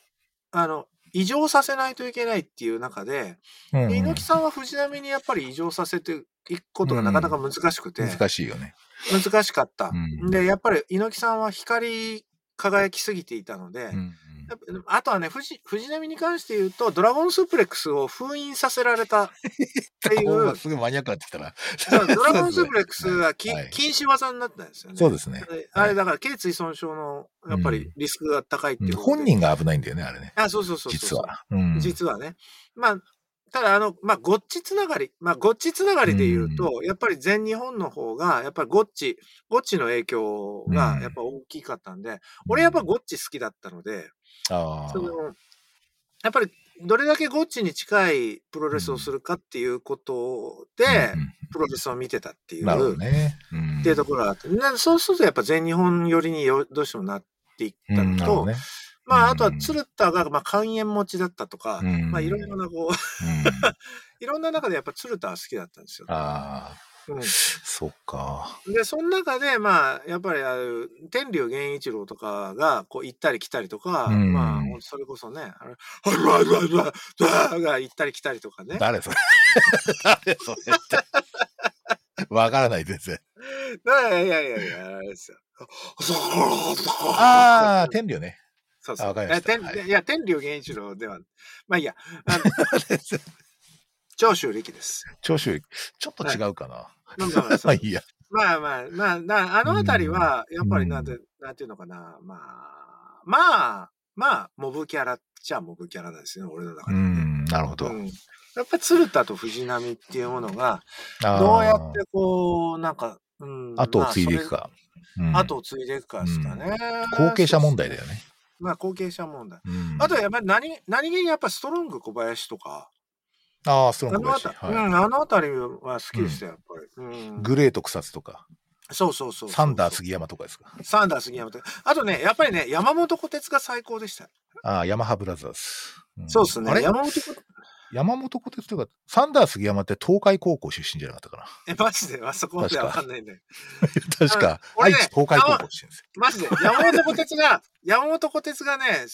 あの、異常させないといけないっていう中で、うんうんで猪木さんは藤波にやっぱり異常させていくことがなかなか難しくて、難しいよね。難しかった。うんで、やっぱり猪木さんは光り輝きすぎていたので、うんやっぱあとはね、藤藤波に関して言うと、ドラゴンスープレックスを封印させら れたっていほんまう、すぐマニアックになってきたら。そうドラゴンスープレックスはき、はい禁止技になったんですよね。そうですね。であれだから、頸椎損傷の、やっぱりリスクが高いってうんいうことで、本人が危ないんだよね、あれね。あ、そうそうそうそう。実は。うん実はね。まあ、ただ、あの、まあ、ゴッチつながり、まあ、ゴッチつながりで言うと、やっぱり全日本の方が、やっぱりゴッチ、ゴッチの影響うがんやっぱ大きかったんで、俺やっぱゴッチ好きだったので、あそーの、やっぱりどれだけゴッチに近いプロレスをするかっていうことでうん、プロレスを見てたっていう、なるほどね。うんっていうところがあって、なそうするとやっぱ全日本寄りによどうしてもなっていったうんのなると、ほどねまあ、あとはうん鶴田が、まあ、肝炎持ちだったとか、うんまあ、いろいろな、こう、うんいろんな中でやっぱ鶴田は好きだったんですよ。ああ、 うそっか。ん、で、その中で、まあ、やっぱり、ああいう天竜源一郎とかが、こう、行ったり来たりとか、うんまあ、それこそね、あれ、はい、はい、はい、はい、はい、が行ったり来たりとかね。誰それ誰それって。わからない、全然。いやいやいやいや、あれですよ。ああ、天竜ね。そうそう。あわかりましたいや、は天いいや天竜源一郎では、まあいいや、あの長州力です。長州、ちょっと違うかな。まあまあそまあう いいや。まあまあ、まあ、なあのあたりは、やっぱりなんて、うなんていうのかな、まあ、まあ、まあ、モブキャラっちゃモブキャラなんですよね、俺の中うで。ん、なるほど。うんやっぱり鶴田と藤波っていうものが、あーどうやってこう、なんか、うん、後を継いでいくまあ。か。うんそれ後を継いでいくかですかね。後継者問題だよね。ね。まあ、後継者問題。うんあと、やっぱり何、何気にやっぱストロング小林とか、ああ、ストあロングのあ、だしたはうん、あのあたりは好きでしたよ、やっぱり。うんい。グレート草津とか、そうそうそうそう。サンダー杉山とかですか。サンダー杉山と。あとね、やっぱりね、山本小鉄が最高でした。ああ、ヤマハブラザーズ。んそうですねあ。れ山本小鉄。山本小鉄というか、サンダー杉山って東海高校出身じゃなかったかな。え、マジで、あそこまで確かわかんないんだよ。 確か、うん愛俺ね知東海高校出身ですよ。マジで、山本小鉄が、 山本小鉄がね、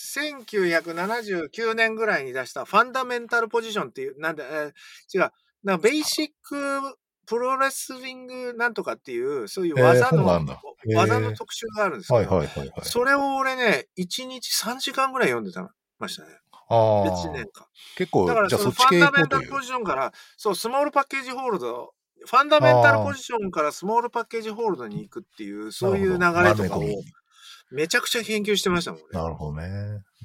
1979年ぐらいに出したファンダメンタルポジションっていう、なんで、えー違う、なんかベーシックプロレスリングなんとかっていう、そういう技えー本の、があるんだへー技の特集があるんですけど、はいはいはいはい。それを俺ね、1日3時間ぐらい読んでたましたね。あ1あ年、間。結構、だからじゃあそそのっフちァ系ン行ダこメンうタとルいうポ。ジションから、そう、スモールパッケージホールド、ファンダメンタルポジションからスモールパッケージホールドに行くっていう、そういう流なるれほどとかを丸め込みめちゃくちゃ研究してましたもんね。なるほどね。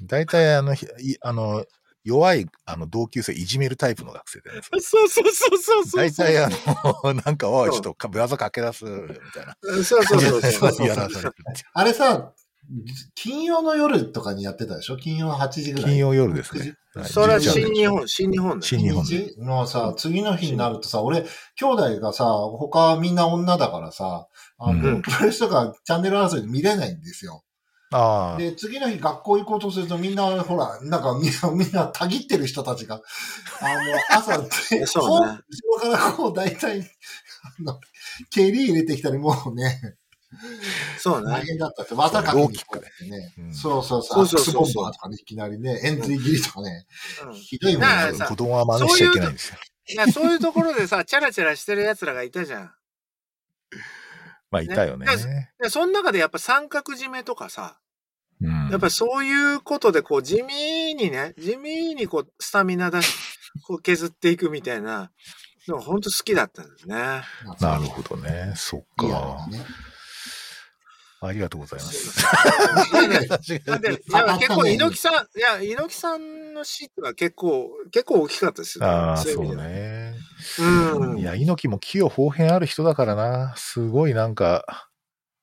大体、あの、ひいあの、弱い、あの、同級生いじめるタイプの学生だよね。そうそうそうそうそう。大体、あの、 なんか、おい、そちょうっとか、ブラザー駆け出す、みたいな。そうそうそうそ うそう。やらされてるっていあれさ、金曜の夜とかにやってたでしょ金曜8時ぐうらい。金曜夜ですね。はい それ11は時新 日本、新日本だ新日よ。本で。日のさ、次の日になるとさ、俺、兄弟がさ、他みんな女だからさ、あの、うん プロレスとかチャンネル争いで見れないんですよ。ああ。で、次の日学校行こうとするとみんな、ほら、なんかみんな、みんな、たぎってる人たちが、あの、 朝って、 そうねこう後ろからこう、大体、あの、蹴り入れてきたり、もうね、そう大ね。変だったって、技かけに行ったってね。うんそうそうそう。そアうッそクうスそボうンバーとかね、いきなりね、円錐切りとかね、ひどいもんなだあさ子供は真似しちゃいけないんですよ。いや、そういうところでさ、チャラチャラしてる奴らがいたじゃん。まあ、いたよね。で、その中でやっぱ三角締めとかさ、うんやっぱりそういうことでこう地味にね、地味にこうスタミナ出し、こう削っていくみたいな、のが本当好きだったんですね。なるほどね。そっいいやか。ね。ありがとうございます。だって、い あやあったね結構猪木さん、いや、猪木さんの死は結構、結構大きかったですよ、ああ、そいう意味ね。では。うん。いや、猪木も器用方変ある人だからな。すごいなんか、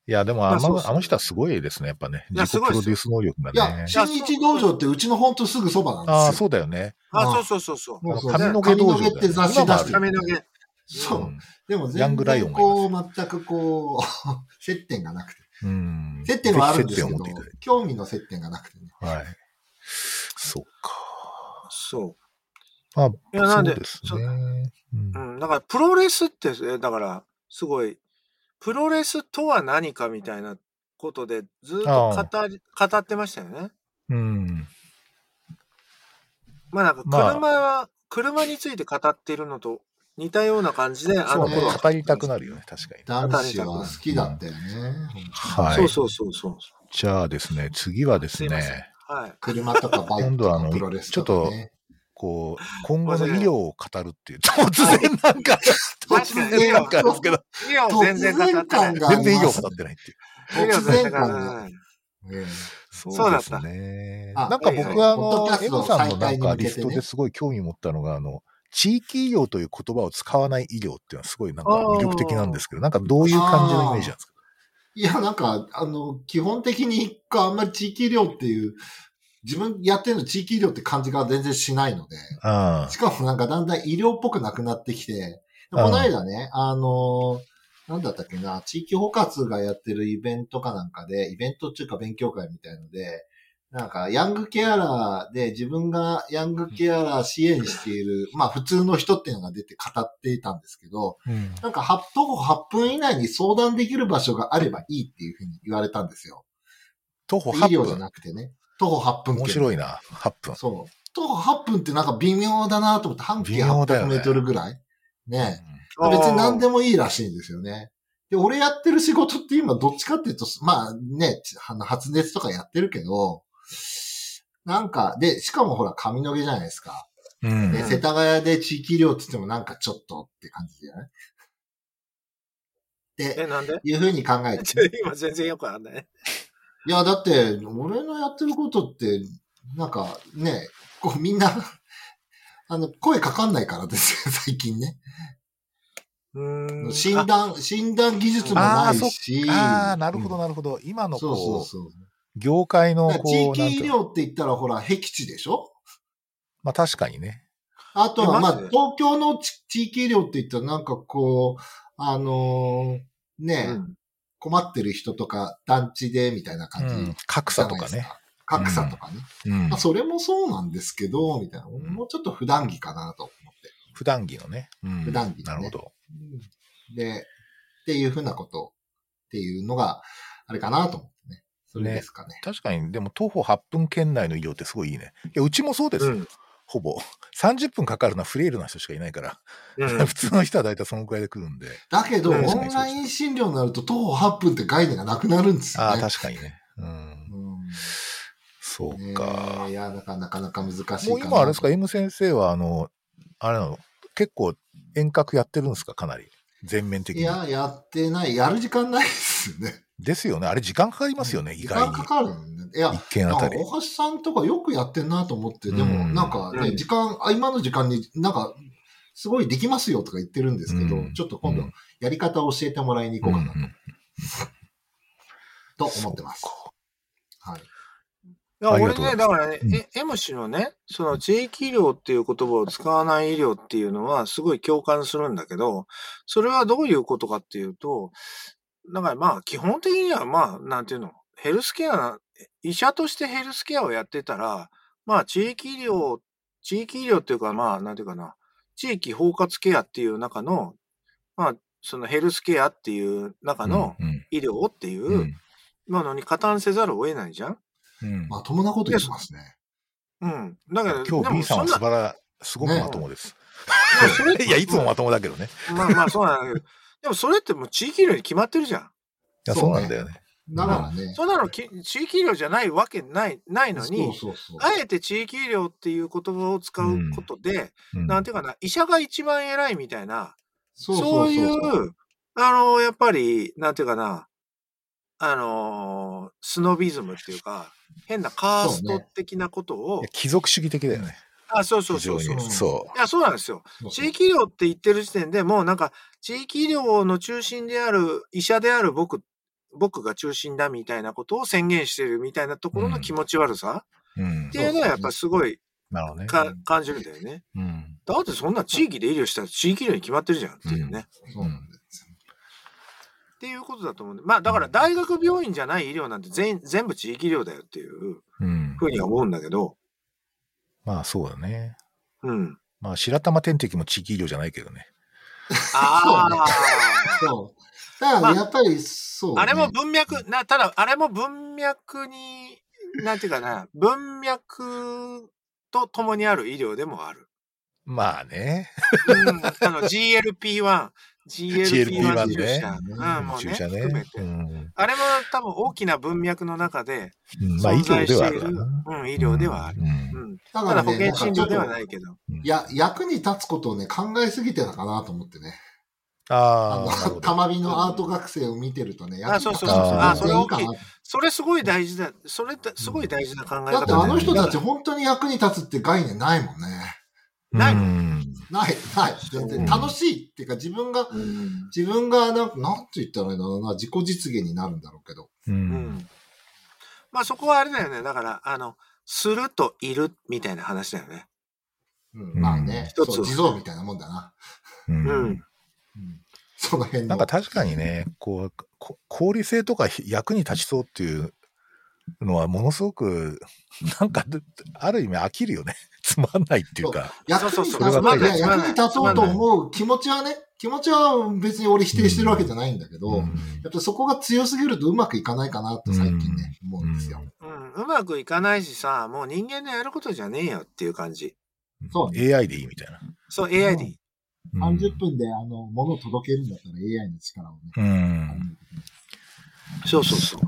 いや、でもあの、まあそうっすあ、ねの人はすごいですね。やっぱね。いや自己プロデュース能力がいやね、。新日道場ってうちの本当すぐそばあなんあ、ですよ。そうだよね。あ、そうそうそうそう。あのそう髪の毛道場。髪の毛って雑誌出してる髪の毛。そううんでもヤン全グライオ然ンがいこう、全くこう、 接点がなくて。うん。接点はあるんです接け点どを持っていただい、興味の接点がなくてね。て。はい。そっか。そまあ、いやなんでそうですね。うんう。うん。だから、プロレスって、えだから、すごい、プロレスとは何かみたいなことで、ずっと語り、語ってましたよね。うん。まあなんか、まあ車は、車について語ってるのと似たような感じで、あそのうね頃、語りたくなるよね、確かに。男子は好きだったよね。はい。そうそうそうそう。じゃあですね、次はですすいませんね、はい。車とかバイク今度とはあかのプロレスとかね。こう、今後の医療を語る っていう、突然なんか、確突かに然なんかですけど、いや、全然語ってない。突然感が全然医療を語ってないっていう。いや突全然然語って感が。ない。ええそうだったそうですね。あなんかは僕いは、あポッドキの、エャストのゴさんのな再ん開に向かけてリねストですごい興味持ったのが、あの、地域医療という言葉を使わない医療っていうのはすごいなんか魅力的なんですけど、なんかどういう感じのイメージなんですかいや、なんか、あの、基本的に、こうあんまり地域医療っていう、自分やってるの地域医療って感じが全然しないので、あしかもなんかだんだん医療っぽくなくなってきて、うんこの間ね、あの、なんだったっけな、地域包括がやってるイベントかなんかで、イベントっていうか勉強会みたいので、なんか、ヤングケアラーで自分がヤングケアラー支援している、まあ普通の人っていうのが出て語っていたんですけど、あ。うんなんか、は徒歩8分以内に相談できる場所があればいいっていうふうに言われたんですよ。徒歩医8療じゃ分。なくてね。徒歩8分面い。白いな、8分。そう。徒歩8分ってなんか微妙だなと思って、半径微妙だよ800ねメートルぐらいねあー別に何でもいいらしいんですよね。で、俺やってる仕事って今どっちかっていうと、まあね、あの発熱とかやってるけど、なんか、で、しかもほら髪の毛じゃないですか。うん。で、うん世田谷で地域医療って言ってもなんかちょっとって感じじゃないえ、で、なんで いうふうに考えて、ちょ今全然よくわかんない。いや、だって、俺のやってることって、なんかね、こうみんな、 あの、声かかんないからですよ、最近ね。うーん。診あ断、診断技術もないし。ああ、なるほど、ななるほど。今のそうそうこう、そう。業界のだからこう、地なんて域医いうの療って言ったら、ほら、僻地でしょまあ確かにね。あとは、えまマあ、ジで東京のち地域医療って言ったら、なんかこう、あのーね、うん困ってる人とか、団地で、みたいなう感じじゃないんで。格すか、差とかね。。格差とかね。うんまあ、。それもそうなんですけど、みたいな。もうちょっと普段着かなと思って。普段着のね。うん普段着のねなるほど。で、っていうふうなことっていうのが、あれかなと思ってね。それですかね。確かに、でも徒歩8分圏内の医療ってすごいいいね。いや、うちもそうですよ。うんほぼ。30分かかるのはフレイルな人しかいないから、うん普通の人は大体そのくらいで来るんで。だけど、うんオンライン診療になると徒歩8分って概念がなくなるんですよああ、ね。確かにね。うん。そうか。うんねえいや、なかなかなか難しいかなともう今あれですか、M 先生は、あの、あれなの、結構遠隔やってるんですか、かなり。全面的いに。や、やってない。やる時間ないですよね。ですよね。あれ時間かかりますよね、意時外間に。かかるんだね。いや、一件なあんたかり。大橋さんとかよくやってんなと思って、でうもんなんかね、うん時間、あ、今の時間になんか、すごいできますよとか言ってるんですけど、うんちょっと今う度ん、やり方を教えてもらいに行こうかなうんうんと思ってます。はい。いやありが俺とうござね、いまだからねうん、え M 氏のね、その地域医療っていう言葉を使わない医療っていうのはすごい共感するんだけど、それはどういうことかっていうと、だからまあ基本的にはまあ、なんていうの、ヘルスケアな、医者としてヘルスケアをやってたら、まあ地域医療、地域医療っていうかまあ、なんていうかな、地域包括ケアっていう中の、まあそのヘルスケアっていう中のうん医療っていうんううんものに加担せざるを得ないじゃんうんまともなこと言ってますね。うん。だか今ら、で日も B さんは素そんな晴らすごくまともです。まあそれっ ていや、いつもまともだけどね。まあまあそうなんだけど、でもそれってもう地域医療に決まってるじゃん。いや、そそううねなんだよね。だからね。そんなのき地域医療じゃないわけないないのに、そうそうそう。あえて地域医療っていう言葉を使うことで、うんなんていうかな、医者が一番偉いみたいな、そそうい、そうあの、やっぱり、なんていうかな、あのー、スノビズムっていうか、変なカースト的なことを、いや貴族主義的だよね。あ、そうそう非そ常うそう。に。いそそうや、そうなんですよ。そう地域医療って言ってる時点でもうなんか、地域医療の中心である、医者である僕、僕が中心だみたいなことを宣言してるみたいなところの気持ち悪さう。うんっ。ていうのはやっぱすごいなるほどね。か感じるんだよね。うん。だってそんな地域で医療したら地域医療に決まってるじゃんっていうね。うんそうなんですよ。っていうことだと思うんで、まあだから大学病院じゃない医療なんて全全部地域医療だよっていううんふ。うには思うんだけど、まあ、そうだね。 うん。まあ、白玉点滴も地域医療じゃないけどね。ああ、そう。だから、やっぱり、そう、ね。あれも文脈、な、ただあれも文脈に、なんていう かな、文脈と共にある医療でも ある。まあね。うん、あの GLP1、GLP1 GLP-1 注射、ねうん、もう注ね、射ね含めて。。うんあれも多分大きな文脈の中で、うんまあ、医療ではあるわ存在な。しているうん、医療ではある。うんうんだたかだら保ね、険診療ではななんかちょっといけど。や、役に立つことをね、考えすぎてたかなと思ってね。あああ、なるの、ほたど。まびのアート学生を見てるとね、あそうそうそうあそれ大きいだそれすごい大事だ。それってすごい大事な考え方。ってあの人たち本当に役に立つって概念ないもんね。ないうんない、ない。全然楽しいっていうか自分が、うん。自分がなんか、なんて言ったらいいんだろうな、自己実現になるんだろうけど。う。うんん。まあそこはあれだよね。だから、あの、するといるみたいな話だよね。うん、まあね、うんそう、一つ地蔵みたいなもんだな。うんうん、その辺の。なんか確かにね、こう、こ効率性とか役に立ちそうっていうのはものすごく、 なんか、ある意味飽きるよね。 つまんないっていうか。役に立そうつそうそうまあいやそれは役に立とうと思う気持ちはね、気持ちは別に俺否定してるわけじゃないんだけど、うやんっぱそこが強すぎるとうまくいかないかなと最近ね、思うんですよ。うん。うまくいかないしさ、もう人間のやることじゃねえよっていう感じ。そう AI でいいみたいな。そう、AI でいい。 30分であの、物を届けるんだったら AI の力をね。うあん。のそうそうそう。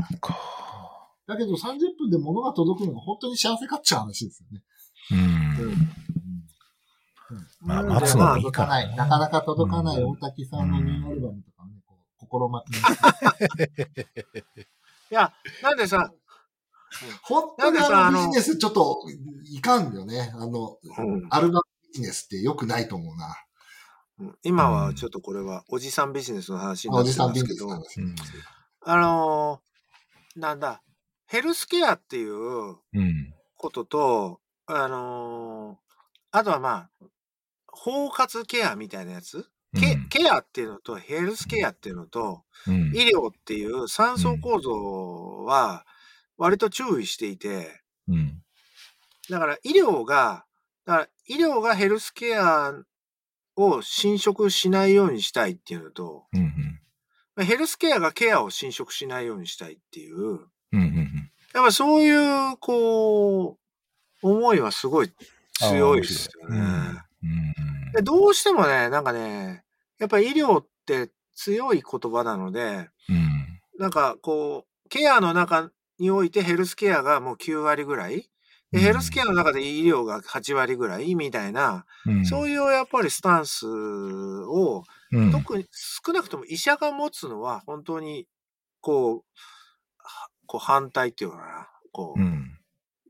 だけど30分で物が届くのが本当に幸せかっちゃう話ですよね。うん。まあうん待つのもいいか届かない。ならかな。なか届かないうん大滝さんのニューアルバムとかね、こう心待ち に。いや、なんでさ、本当になんであのさあビのジネスちょっといかんよね。あの、うんアルバムビジネスって良くないと思うな。今はちょっとこれはおじさんビジネスの話になおっじてさんまビすジけネスどの、話。うんあのーなんだ、ヘルスケアっていううん。ことと、あのーあとはまあ、包括ケアみたいなやつ、ケうんケアっていうのとヘルスケアっていうのと、うん医療っていう三層構造は割と注意していて、うんだから医療が、だから医療がヘルスケアを侵食しないようにしたいっていうのと、うんうんヘルスケアがケアを侵食しないようにしたいっていう、うんうんやっぱそういう、こう、思いはすごい強いですよねあー。うんでどうしてもね、なんかね、やっぱ医療って強い言葉なので、うんなんかこう、ケアの中においてヘルスケアがもう9割ぐらい、うでんヘルスケアの中で医療が8割ぐらいみたいな、うんそういうやっぱりスタンスを、うん特に少なくとも医者が持つのは本当に、こう、はこう反対っていうのかな、こうう、ん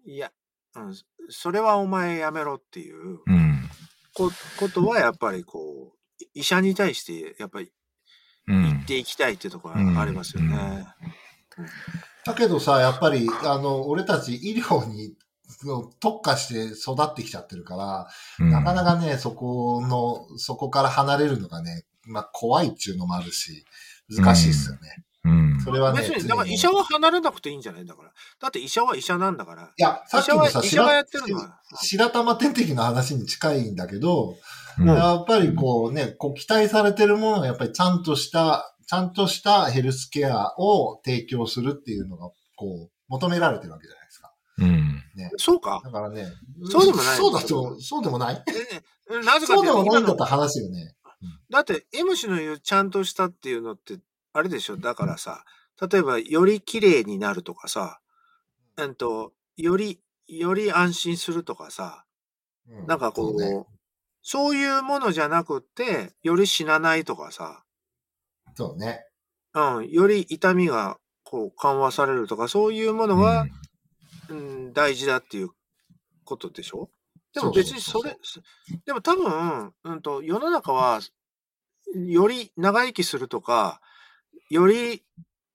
いや、うん、それはお前やめろっていううんこことはやっぱりこう、い医者に対してやっぱりうん言っていきたいっていうところはありますよね。だけどさ、やっぱり、あの、俺たち医療に、その特化して育ってきちゃってるから、うんなかなかね、そこの、そこから離れるのがね、まあ怖いっていうのもあるし、難しいっすよね。うんそれはね。別常に、だから医者は離れなくていいんじゃないんだから。だって医者は医者なんだから。いや、さっ医き者のはさ、医者がやってるの白は。白玉点滴の話に近いんだけど、うんやっぱりこうね、こう期待されてるものはやっぱりちゃんとした、ちゃんとしたヘルスケアを提供するっていうのが、こう、求められてるわけじゃないですか。うん。そうか。だからね、そうでもないそうだと、そうでもないうんなぜかそってうでもな今いんだっのた話よね。だって M 氏の言うちゃんとしたっていうのって、あれでしょだからさ、例えばより綺麗になるとかさ、うんと、より、より安心するとかさ、うなんかこう、そね。そういうものじゃなくって、より死なないとかさ、そうね。うん、より痛みがこう緩和されるとか、そういうものが、うん、大事だっていうことでしょでもそう別そうにそそうそうれ、そでも多分、うんと、世の中は、より長生きするとか、より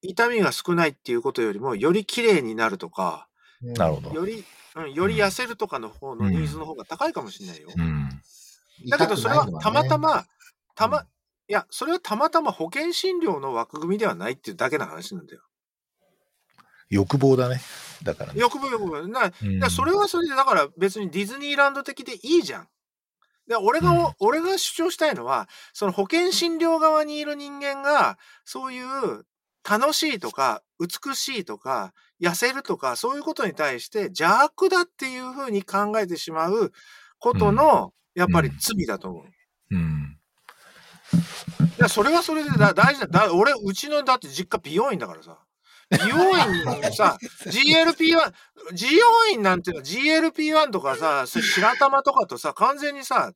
痛みが少ないっていうことよりも、より綺麗になるとか、なるほど。より、うん、より痩せるとかの方のニーズの方が高いかもしれないよ。うん。だけどそれはたまたま、たま、うんいや、それはたまたま保険診療の枠組みではないっていうだけの話なんだよ。欲望だね。だからね。欲望欲望。なうんいやそれはそれで、だから別にディズニーランド的でいいじゃん。で俺が、うん俺が主張したいのは、その保険診療側にいる人間が、そういう楽しいとか、美しいとか、痩せるとか、そういうことに対して邪悪だっていうふうに考えてしまうことの、やっぱり罪だと思う。うん。いや、それはそれでだ大事だ。だ俺、うちの、だって実家美容院だからさ。美容院の さ、GLP1、美容院なんていうの GLP1 とかさ、そ白玉とかとさ、完全にさ、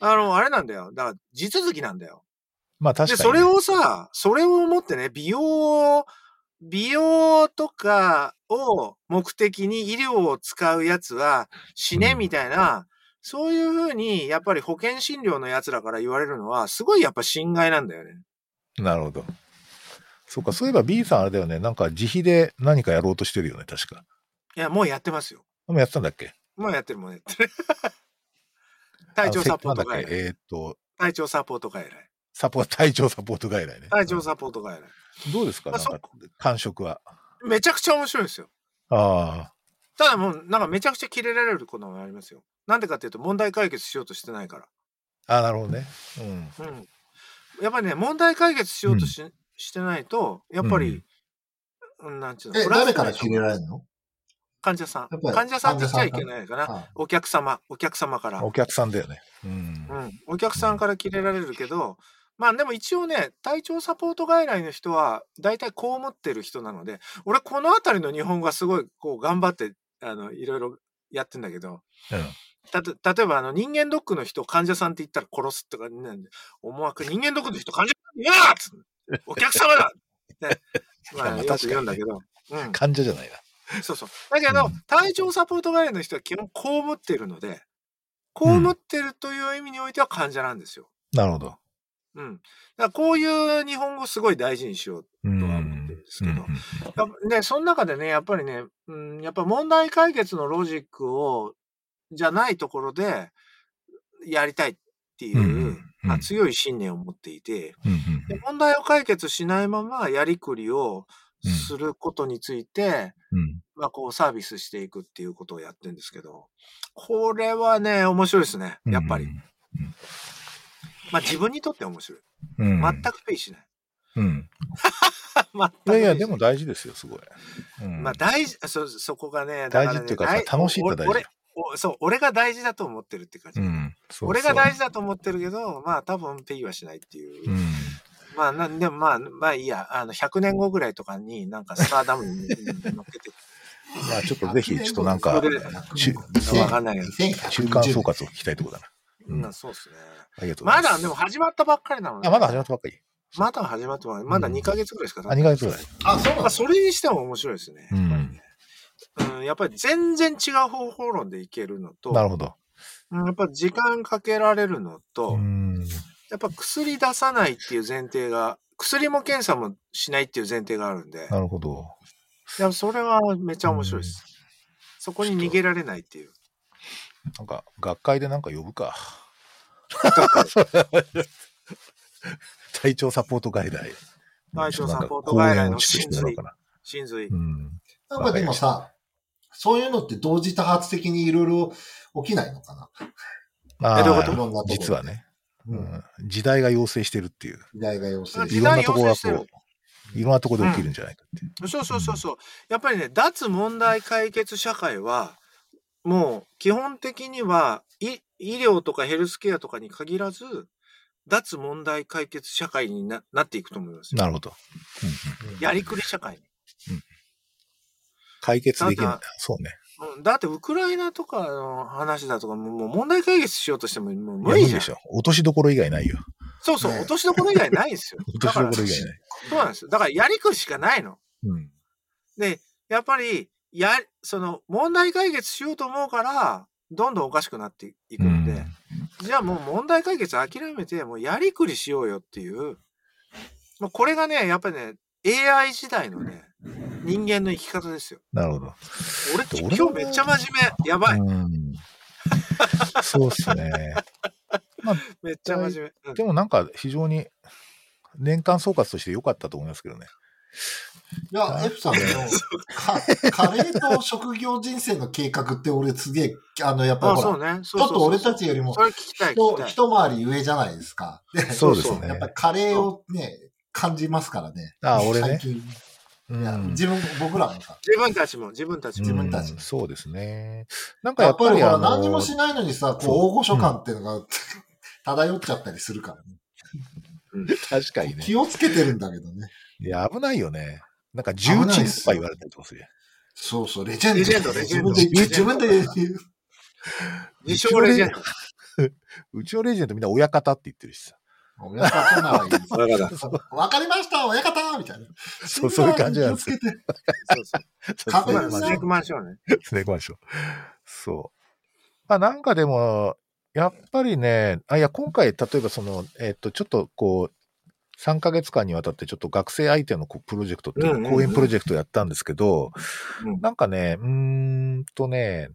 あの、あれなんだよ。だから、地続きなんだよ。まあ確かで、に。それをさ、それを持ってね、美容を、美容とかを目的に医療を使うやつは死ねうんみたいな、そういうふうに、やっぱり保険診療のやつらから言われるのは、すごいやっぱ侵害なんだよね。なるほど。そうか、そういえば B さんあれだよね。なんか自費で何かやろうとしてるよね、確か。いや、もうやってますよ。でもやってたんだっけもうやって るもんね。体調サポートあのせ外なんだっ来。けえーっと、体調サポート外来。サポ 体調サポート外来ね。体調サポート外来。どうですかまなあんか感触は。めちゃくちゃ面白いですよ。ああ、ただもう、なんかめちゃくちゃキレられることもありますよ。なんでかっていうと、問題解決しようとしてないかああなるほどね。うん。ら。うん。やっぱりね、問題解決しようとし,、してないと、やっぱり、うん、なんちゅうの、え、プラス誰から切れられるの患者さんやっぱ。り患者さんって言っちゃいけないかな。あお客様、お客様から。お客さんだよね。うんう。ん、お客さんから切れられるけど、まあでも一応ね、体調サポート外来の人は、大体こう思ってる人なので、俺この辺りの日本語はすごいこう頑張って、あの、いろいろやってんだけど、たと例えばあの人間ドックの人を患者さんって言ったら殺すとか、ね、思惑、人間ドックの人患者さんいやーっつってお客様だ って、まあまあよく言うんだけど、うん、患者じゃないな。そうそう。だけど、うん体調サポート外来の人は基本こう思ってるので、こう思ってるという意味においては患者なんですよ。なるほど。うん。だからこういう日本語すごい大事にしよう。うんとは思ってるんですけどうんうんやっぱね、その中でね、やっぱりね、うん、やっぱ問題解決のロジックを、じゃないところで、やりたいっていう、うんうんうんまあ、強い信念を持っていて、うんで問題を解決しないままやりくりをすることについて、うんうんまあ、こうサービスしていくっていうことをやってるんですけど、これはね、面白いですね。うんやっぱり。。まあ、自分にとって面白い。うん全くペイしない。うん。全くいやいや、ペイしでなも大事ですよ、すごい。うんまあ大事、そ、そこがね、大事っていうかさだらね大楽しいって大事俺俺おそう、俺が大事だと思ってるって感じ。うん。そうそう俺が大事だと思ってるけど、まあ多分ペイはしないっていう。うん。まあなんでもまあ、まあいいや、あの、100年後ぐらいとかになんかスターダムに乗っけて、まあちょっとぜひ、ちょっとなんそかれ、でちわかんないけど中間総括を聞きたいところだな。う、うんんそうですね。ありがとうござまいます。だでも始まったばっかりなので、あまだ始まったばっかり。まだ始まってもないまだ2ヶ月ぐらいしか経っあ、て2ないヶ月ぐらい。あ、そうなまあ、のそれにしても面白いですね。うやっぱりんね。うん、やっぱり全然違う方法論でいけるのと、なるほど。うんやっぱ時間かけられるのと、うん。やっぱ薬出さないっていう前提が、薬も検査もしないっていう前提があるんで、なるほど。いやそれはめっちゃ面白いです。そこに逃げられないっていう。なんか、学会でなんか呼ぶ か。体調サポート外来。体調サポート外来のちょっとなんか講演をちょっとしてもらおうかな真髄う。ん。なんかでもさ、そういうのって同時多発的にいろいろ起きないのかなあえどういうこあといろんなところで実はね。うん。うん時代が要請してるっていう、時代が要請いしろんな代ところ要が請してるこう、いろんなところで起きるんじゃないかっていう。そうそうそうそう。やっぱりね、脱問題解決社会は、もう基本的には、い医療とかヘルスケアとかに限らず、脱問題解決社会にななっていくと思いますよ。なるほど。やりくり社会。解決できるんただだ。そうね。うんだって、ウクライナとかの話だとか、もうもう問題解決しようとしても、もういや無無理理じでゃん。しょ。落としどころ以外ないよ。そうそう、ね落としどころ以外ないん ですよ。落とだしかどこら、そろ以外ない。うなんですよ。だから、やりくりしかないの。うん。で、やっぱり、や、その、問題解決しようと思うから、どんどんおかしくなっていくうんんで、じゃあもう問題解決諦めて、もうやりくりしようよっていう、まあ、これがね、やっぱりね、AI 時代のね、人間の生き方ですよ。なるほど。俺、で今俺日もめっちゃ真面目。やばい。うん、そうですね。めっちゃ真面目。う んでもなんか非常に年間総括として良かったと思いますけどね。いや、F さんの、かカレーと職業人生の計画って俺すげえ、あの、やっぱあ、ほそうら、ね。ちちょっと俺たちよりもそれ聞きたい、聞き人たい。一回り上じゃないですか。でそうですねやっぱりカレーをね、感じますからね。あ俺ね最近。ういや、ん、自分、僕らもさ。自分たちも、自分たちも。自分たちうんそうですね。なんかややっっぱぱりりほあら、の何にもしないのにさ、こう、そう大御所感っていうのが 漂っちゃったりするからね。確かにね。気をつけてるんだけどね。いや、危ないよね。なんか重鎮とか言われてるとかするよ。そうそう、レジェンド。レジェンドレジェンド自分で、自分で、自称レジェンド。うちのレジェンドみんな親方って言ってるし さ。親方ならいい。親方わかりました、親方みたいな。そうそういう感じなんですよ気をつけてそうそう。カフまェあ、のスネークマンションね。スネークマンション。そう。まあなんかでも、やっぱりね、あ、いや、今回、例えばその、えっ、と、ちょっとこう、3ヶ月間にわたってちょっと学生相手のこうプロジェクトっていうかうんうんうん講演プロジェクトやったんですけど、うんなんかね、うーんとね、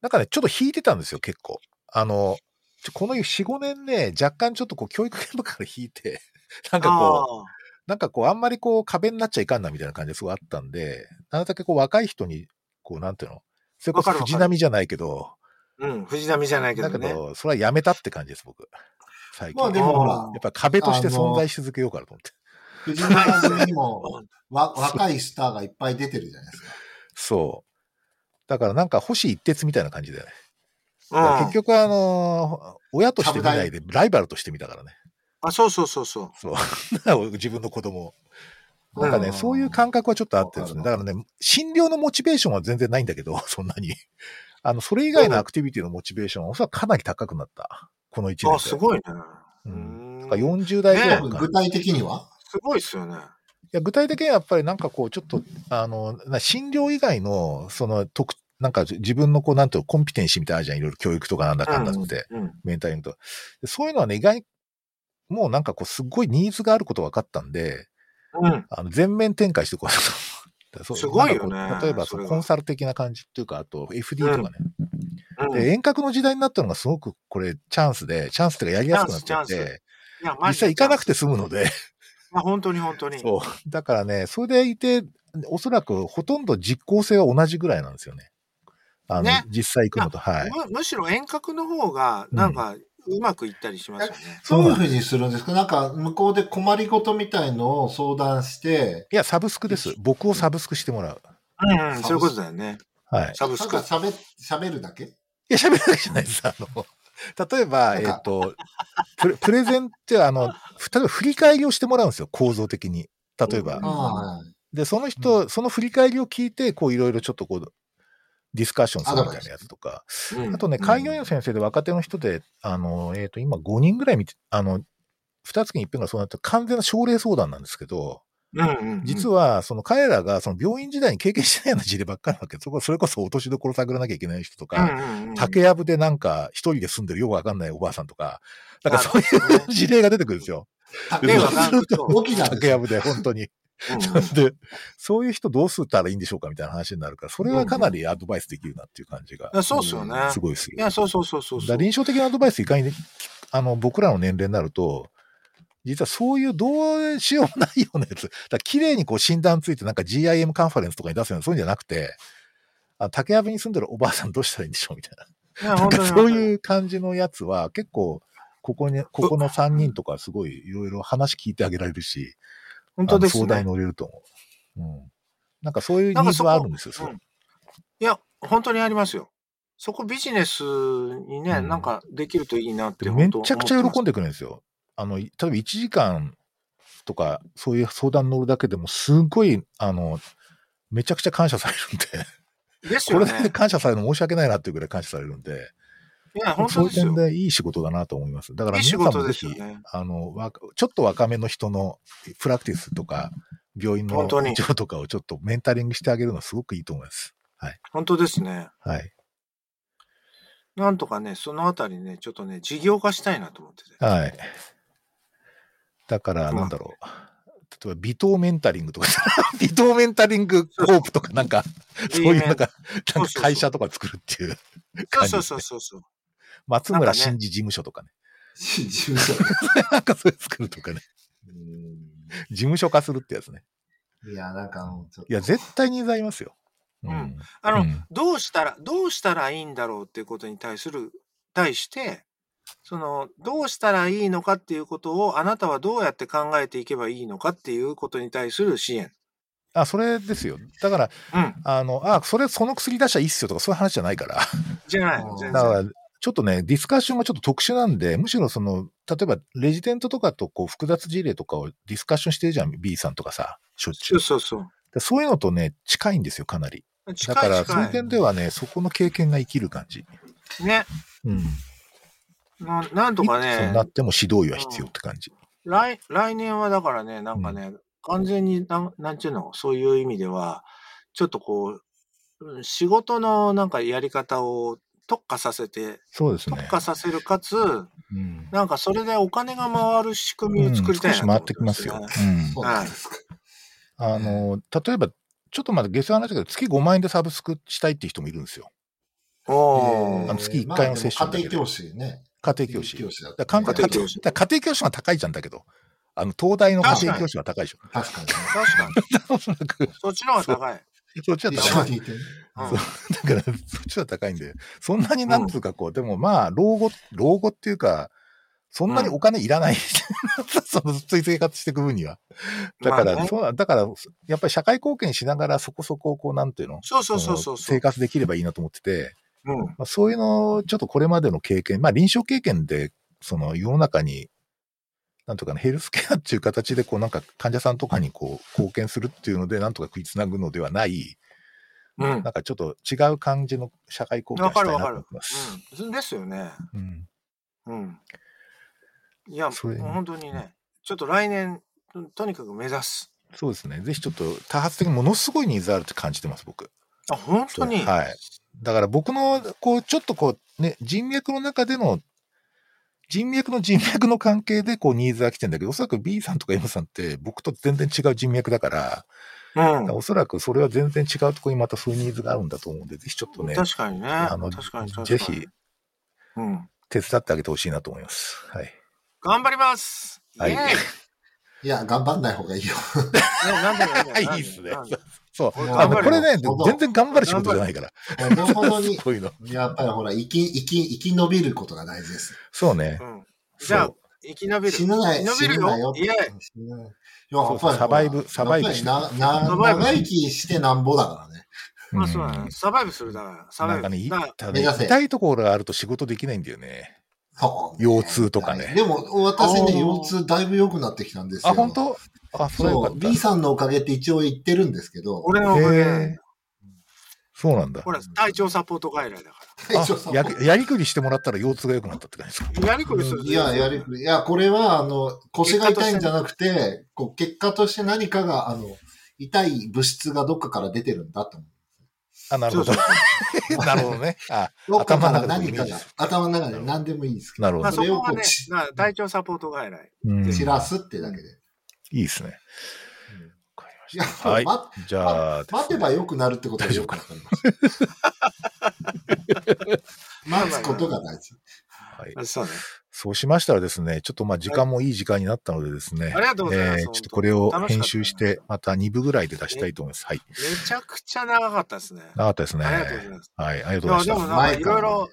なんかね、ちょっと引いてたんですよ、結構。あの、ちょこの4、5年ね、若干ちょっとこう教育現場から引いて、 なんかこう、ああ。なんかこう、あんまりこう、壁になっちゃいかんなみたいな感じがすごいあったんで、なるだけこう、若い人に、こう、なんていうの、それこそわかるわかる藤波じゃないけど、うん、藤波じゃないけどだけね。ど、それはやめたって感じです、僕。最近。まあでやもほらうん、っぱ壁として存在し続けようかなと思って。藤原君にも、わ、若いスターがいっぱい出てるじゃないですか。そう。だからなんか星一徹みたいな感じで、ね、うん、結局あのー親として見ないでライバルとして見たからね。 あ、そうそうそうそう。そう。自分の子供を。なんかね、うんそういう感覚はちょっとあってですね。わだかからね、診療のモチベーションは全然ないんだけど、 そんなに。あの、それ以外のアクティビティのモチベーションは、おそらくかなり高くなった。この1年で。あ、すごいね。う。うんんだから40代ぐらいのね感じ具体的にはすごいっすよね。いや具体的にはやっぱりなんかこう、ちょっと、あの、な診療以外の、その、特、なんか自分のこう、なんていうのコンピテンシーみたいなのあるじゃん。いろいろ教育とかなんだかんだって、うん。メンタリングと。でそういうのはね、意外に、もうなんかこう、すっごいニーズがあること分かったんで、うん。あの全面展開してこう だからそうすごいよねなんかこう例えばそそれのがコンサル的な感じっていうか、あと FD とかね、うん。で。遠隔の時代になったのがすごくこれチャンスで、チャンスっていうかやりやすくなっチャンスてチャンて、いや、マ実ジで際行かなくて済むので、まあ本当に本当に。そう。だからね、それでいて、おそらくほとんど実効性は同じぐらいなんですよね。あの、ね実際行くのと、はい。むむしろ遠隔の方が、なんか、うまくいったりしますよね。そういうふうにするんですかなんか、向こうで困りごとみたいのを相談して、いや、サブスクです。僕をサブスクしてもらう。うん、うん、そういうことだよね。はい。サブなスんかク。喋、喋るだけいや、喋るだけじゃないです。あの、例えば、なえんかっと、プレプレゼンって、あの、ふ例えば振り返りをしてもらうんですよ、構造的に。例えうばん。あで、その人、その振り返りを聞いて、こう、いろいろちょっとこう、ディスカッションするみたいなやつとか。うんあとね、うん開業医の先生で若手の人で、あの、えっ、と、今5人ぐらい見て、あの、二月に一遍がそうなって、完全な症例相談なんですけど、うんうん。実は、は、その彼らが、その病院時代に経験してないような事例ばっかりなわけです。そこそれこそ落としどころ探らなきゃいけない人とか、うんうん。竹やぶでなんか一人で住んでるよくわかんないおばあさんとか、なんかそういそうねう事例が出てくるんです よ。あ。 ねわかんないけど大きな竹やぶで本当に。うんで、そういう人どうすったらいいんでしょうかみたいな話になるから、それはかなりアドバイスできるなっていう感じがいやそうっすよね。すごいする。いや、そうそうそうそだうそからう。臨床的なアドバイスいかにね、あの、僕らの年齢になると、実はそういうどうしようもないようなやつ。だから綺麗にこう診断ついてなんか GIM カンファレンスとかに出すような、そういうんじゃなくて、あ竹やぶ に住んでるおばあさんどうしたらいいんでしょうみたいな。いやなん本当かにそういう感じのやつは結構ここに、ここの3人とかすごいいろいろ話聞いてあげられるし、本当ですあの相談ねに。乗れると思う。うん。なんかそういうニなんーかズそこはあるんですよ、それうんいや、本当にありますよ。そこビジネスにね、うんなんかできるといいなってで本め当思っちてゃまくす。ちゃ喜んでくれるんですよ。あの、い例えば1時間とか、そういう相談乗るだけでも、すごい、あの、めちゃくちゃ感謝されるんで、ですこよれねだけ。で感謝されるの申し訳ないなっていうぐらい感謝されるんで、いや、本そ当ういうですよ点。でいい仕事だなと思います。だからいい皆仕さんも事ぜですひ、よね。あの、わちょっと若めの人のプラクティスとか、病院の本当に医長とかをちょっとメンタリングしてあげるのはすごくいいと思います。本当ですね。はい。なんとかね、そのあたりね、ちょっとね、事業化したいなと思ってて。はい。だから、なんだろう。例えば、微糖メンタリングとか、 微糖メンタリングコープとか、なんか、そういう、なんか、そなんうかそう会社とか作るっていう、そうそうそうそうそう。松村新司事務所とかね。事務所。なんかそれ作るとかね。う事務所化するってやつね。んいや、なんかもうちょっと。いや、絶対にざいますよ。ううん。あの、うんどうしたら、どうしたらいいんだろうっていうことに対する、対して、その、どうしたらいいのかっていうことを、あなたはどうやって考えていけばいいのかっていうことに対する支援。あ、それですよ。だから、うん。あの、あ、それ、その薬出したらいいっすよとか、そういう話じゃないから。じゃないうん。全だ然。から、ちょっとね、ディスカッションがちょっと特殊なんで、むしろその、例えば、レジデントとかとこう複雑事例とかをディスカッションしてるじゃん、B さんとかさ、しょっちゅそうう。そうそう。でそういうのとね、近いんですよ、かなり。近だかいら、そう近いう点ではね、そこの経験が生きる感じ。い。ね。うん。ななんとかいくつねにな、っても指導医は必要って感じ。来、来年はだからね、なんかね、完全になん、なんていうの、そういう意味では、ちょっとこう、うん仕事のなんかやり方を特化させて、そうです特ね。化させるかつ、うん。なんかそれでお金が回る仕組みうをん、作りたい少なしと回思ってきますよ。うねん。そうなんですか。あの、例えば、ちょっとまだ下世話な話だけど、月5万円でサブスクしたいっていう人もいるんですよ。あおーの月一回のセッションだまあけでども家庭教師ね。家庭教師。家庭教師だだから家家庭庭教教師師。だから家庭教師が高いじゃんだけど、あの、東大の家庭教師は高いでしょ。確かにね。確かに。お そらく、そっちの方が高い。そっちは 一高緒い。にいてね。うんそうだから、そっちは高いんで、そんなになんつうかこう、でもまあ、老後、老後っていうか、そんなにお金いらない。 そのずっと生活していく分には。だから、まあねそうだから、やっぱり社会貢献しながらそこそこ、こう、なんていうのそうそうそうそうそのそう生。活できればいいなと思ってて、うん。まあ、そういうのをちょっとこれまでの経験、まあ臨床経験で、その世の中に、なんとかね、ヘルスケアっていう形で、こうなんか患者さんとかにこう貢献するっていうので、なんとか食いつなぐのではない、うん。なんかちょっと違う感じの社会貢献をわしたかいるなわと思かるってます。。うん。ですよね。うん。うん。いや、それ本当にね、ちょっと来年、ととにかく目指す。そうですね。ぜひちょっと多発的にものすごいニーズあるって感じてます、僕。あ、本当に。はい。だから僕の、こう、ちょっとこう、ね、人脈の中での、人脈の人脈の関係で、こう、ニーズが来てんだけど、おそらく B さんとか M さんって、僕と全然違う人脈だから、うん。おそらくそれは全然違うところにまたそういうニーズがあるんだと思うんで、ぜひちょっとね、確かにね。あの確かに確かぜに。ひ。うん。手伝ってあげてほしいなと思います。はい。頑張りますイェはーいイ、いや、頑張んない 方がいいよ。やなんでもんだよいいっすねなんでもそう。俺あ頑の張こるれよねほど、全然頑張る仕事じゃないから。。ほどほどにそういうの。やっぱりほら、生き、生き、生き延びることが大事です。そうね。うん。じゃあそ、生き延びる。死なない。生き死延びなるないよよ。。イェーイ死なない。いややっぱりほらサバイブサバイブしてやっぱりななサバイブ長生きしてなんぼだからね。うまあそうだねん。サバイブするだから。サバなイんかブ。ね、いだからただね目指せ痛いところがあると仕事できないんだよね。そう。腰痛とかねでも、私ね、おー腰痛だいぶ良くなってきたんですよ。あ、本当あ、それはよそかう。っ B さんのおかげって一応言ってるんですけど、俺のた。おかげへだえ。そうなんだほ。ら、体調サポート外来だか会長さあんややりくりしてもらったら腰痛が良くなったって感じですら。かやりくりする。いや、やりくり。いや、これは、あの、腰が痛いんじゃなくて、こう、結果として何かが、あの、痛い物質がどっかから出てるんだと思う。あ、なるほどそう。 なるほどね。あ、どっかか頭のら中で何イメかージがする、頭の中で何でもいいですけど。なるほまあど。そこがそれをこねうち、だから体調サポート外来。うん散らすってだけで。いいですね。わかりまいしや、た。はい。まじゃあ、待てば良くなるってことがよくわかりました。待つことが大事。はい、そうね。そうしましたらですね、ちょっとまあ時間もいい時間になったのでですね、ありがとうございますえー本当ちょっとこれを楽しかった編集して、また2部ぐらいで出したいと思います。はい。めちゃくちゃ長かったですね。なかったですね。ありがとうございます。はい、ありがいとうござや、でいまもしなんかいろい前からろ、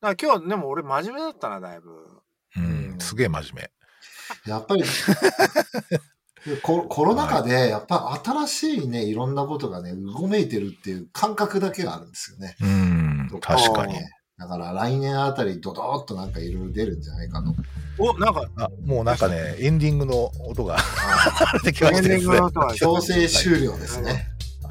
なんか今日はでも俺真面目だったな、だいぶ。た。うん。うんすげえ真面目。やっぱり、ココロナ禍で、やっぱ新しいね、いろんなことがね、うごめいてるっていう感覚だけがあるんですよね。うん、確かに。だから来年あたりドドーっとなんかいろいろ出るんじゃないかと。お、なんか、あ、もうなんかね、エンディングの音が 出てきまエしンたデでィンすグねの。音は、強制終了ですね。はい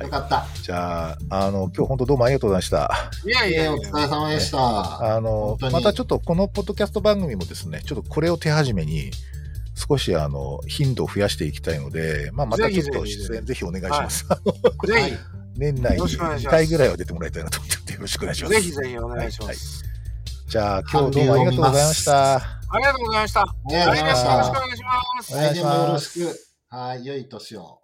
よかった。じゃあ、あの、今日本当どうもありがとうございました。いやいえやーおいや疲れ様でした。あの本当、にまたちょっとこのポッドキャスト番組もですね、ちょっとこれを手始めに、少しあの頻度を増やしていきたいので、まあ、またちょっとぜひぜひ出演ぜひお願いします。はぜい 年内よにろしくお願いし2ます回ぐらいは出てもらいたいなと思っててよろしくお願いしひ、ます。ぜひぜひお願いします。じゃあ今日どうもありがとうございました。ありがとうございました。ね来あり年がもとうごよざいましたお願いしろしくお願いします。来年まもすよろしく。はい、良い年を。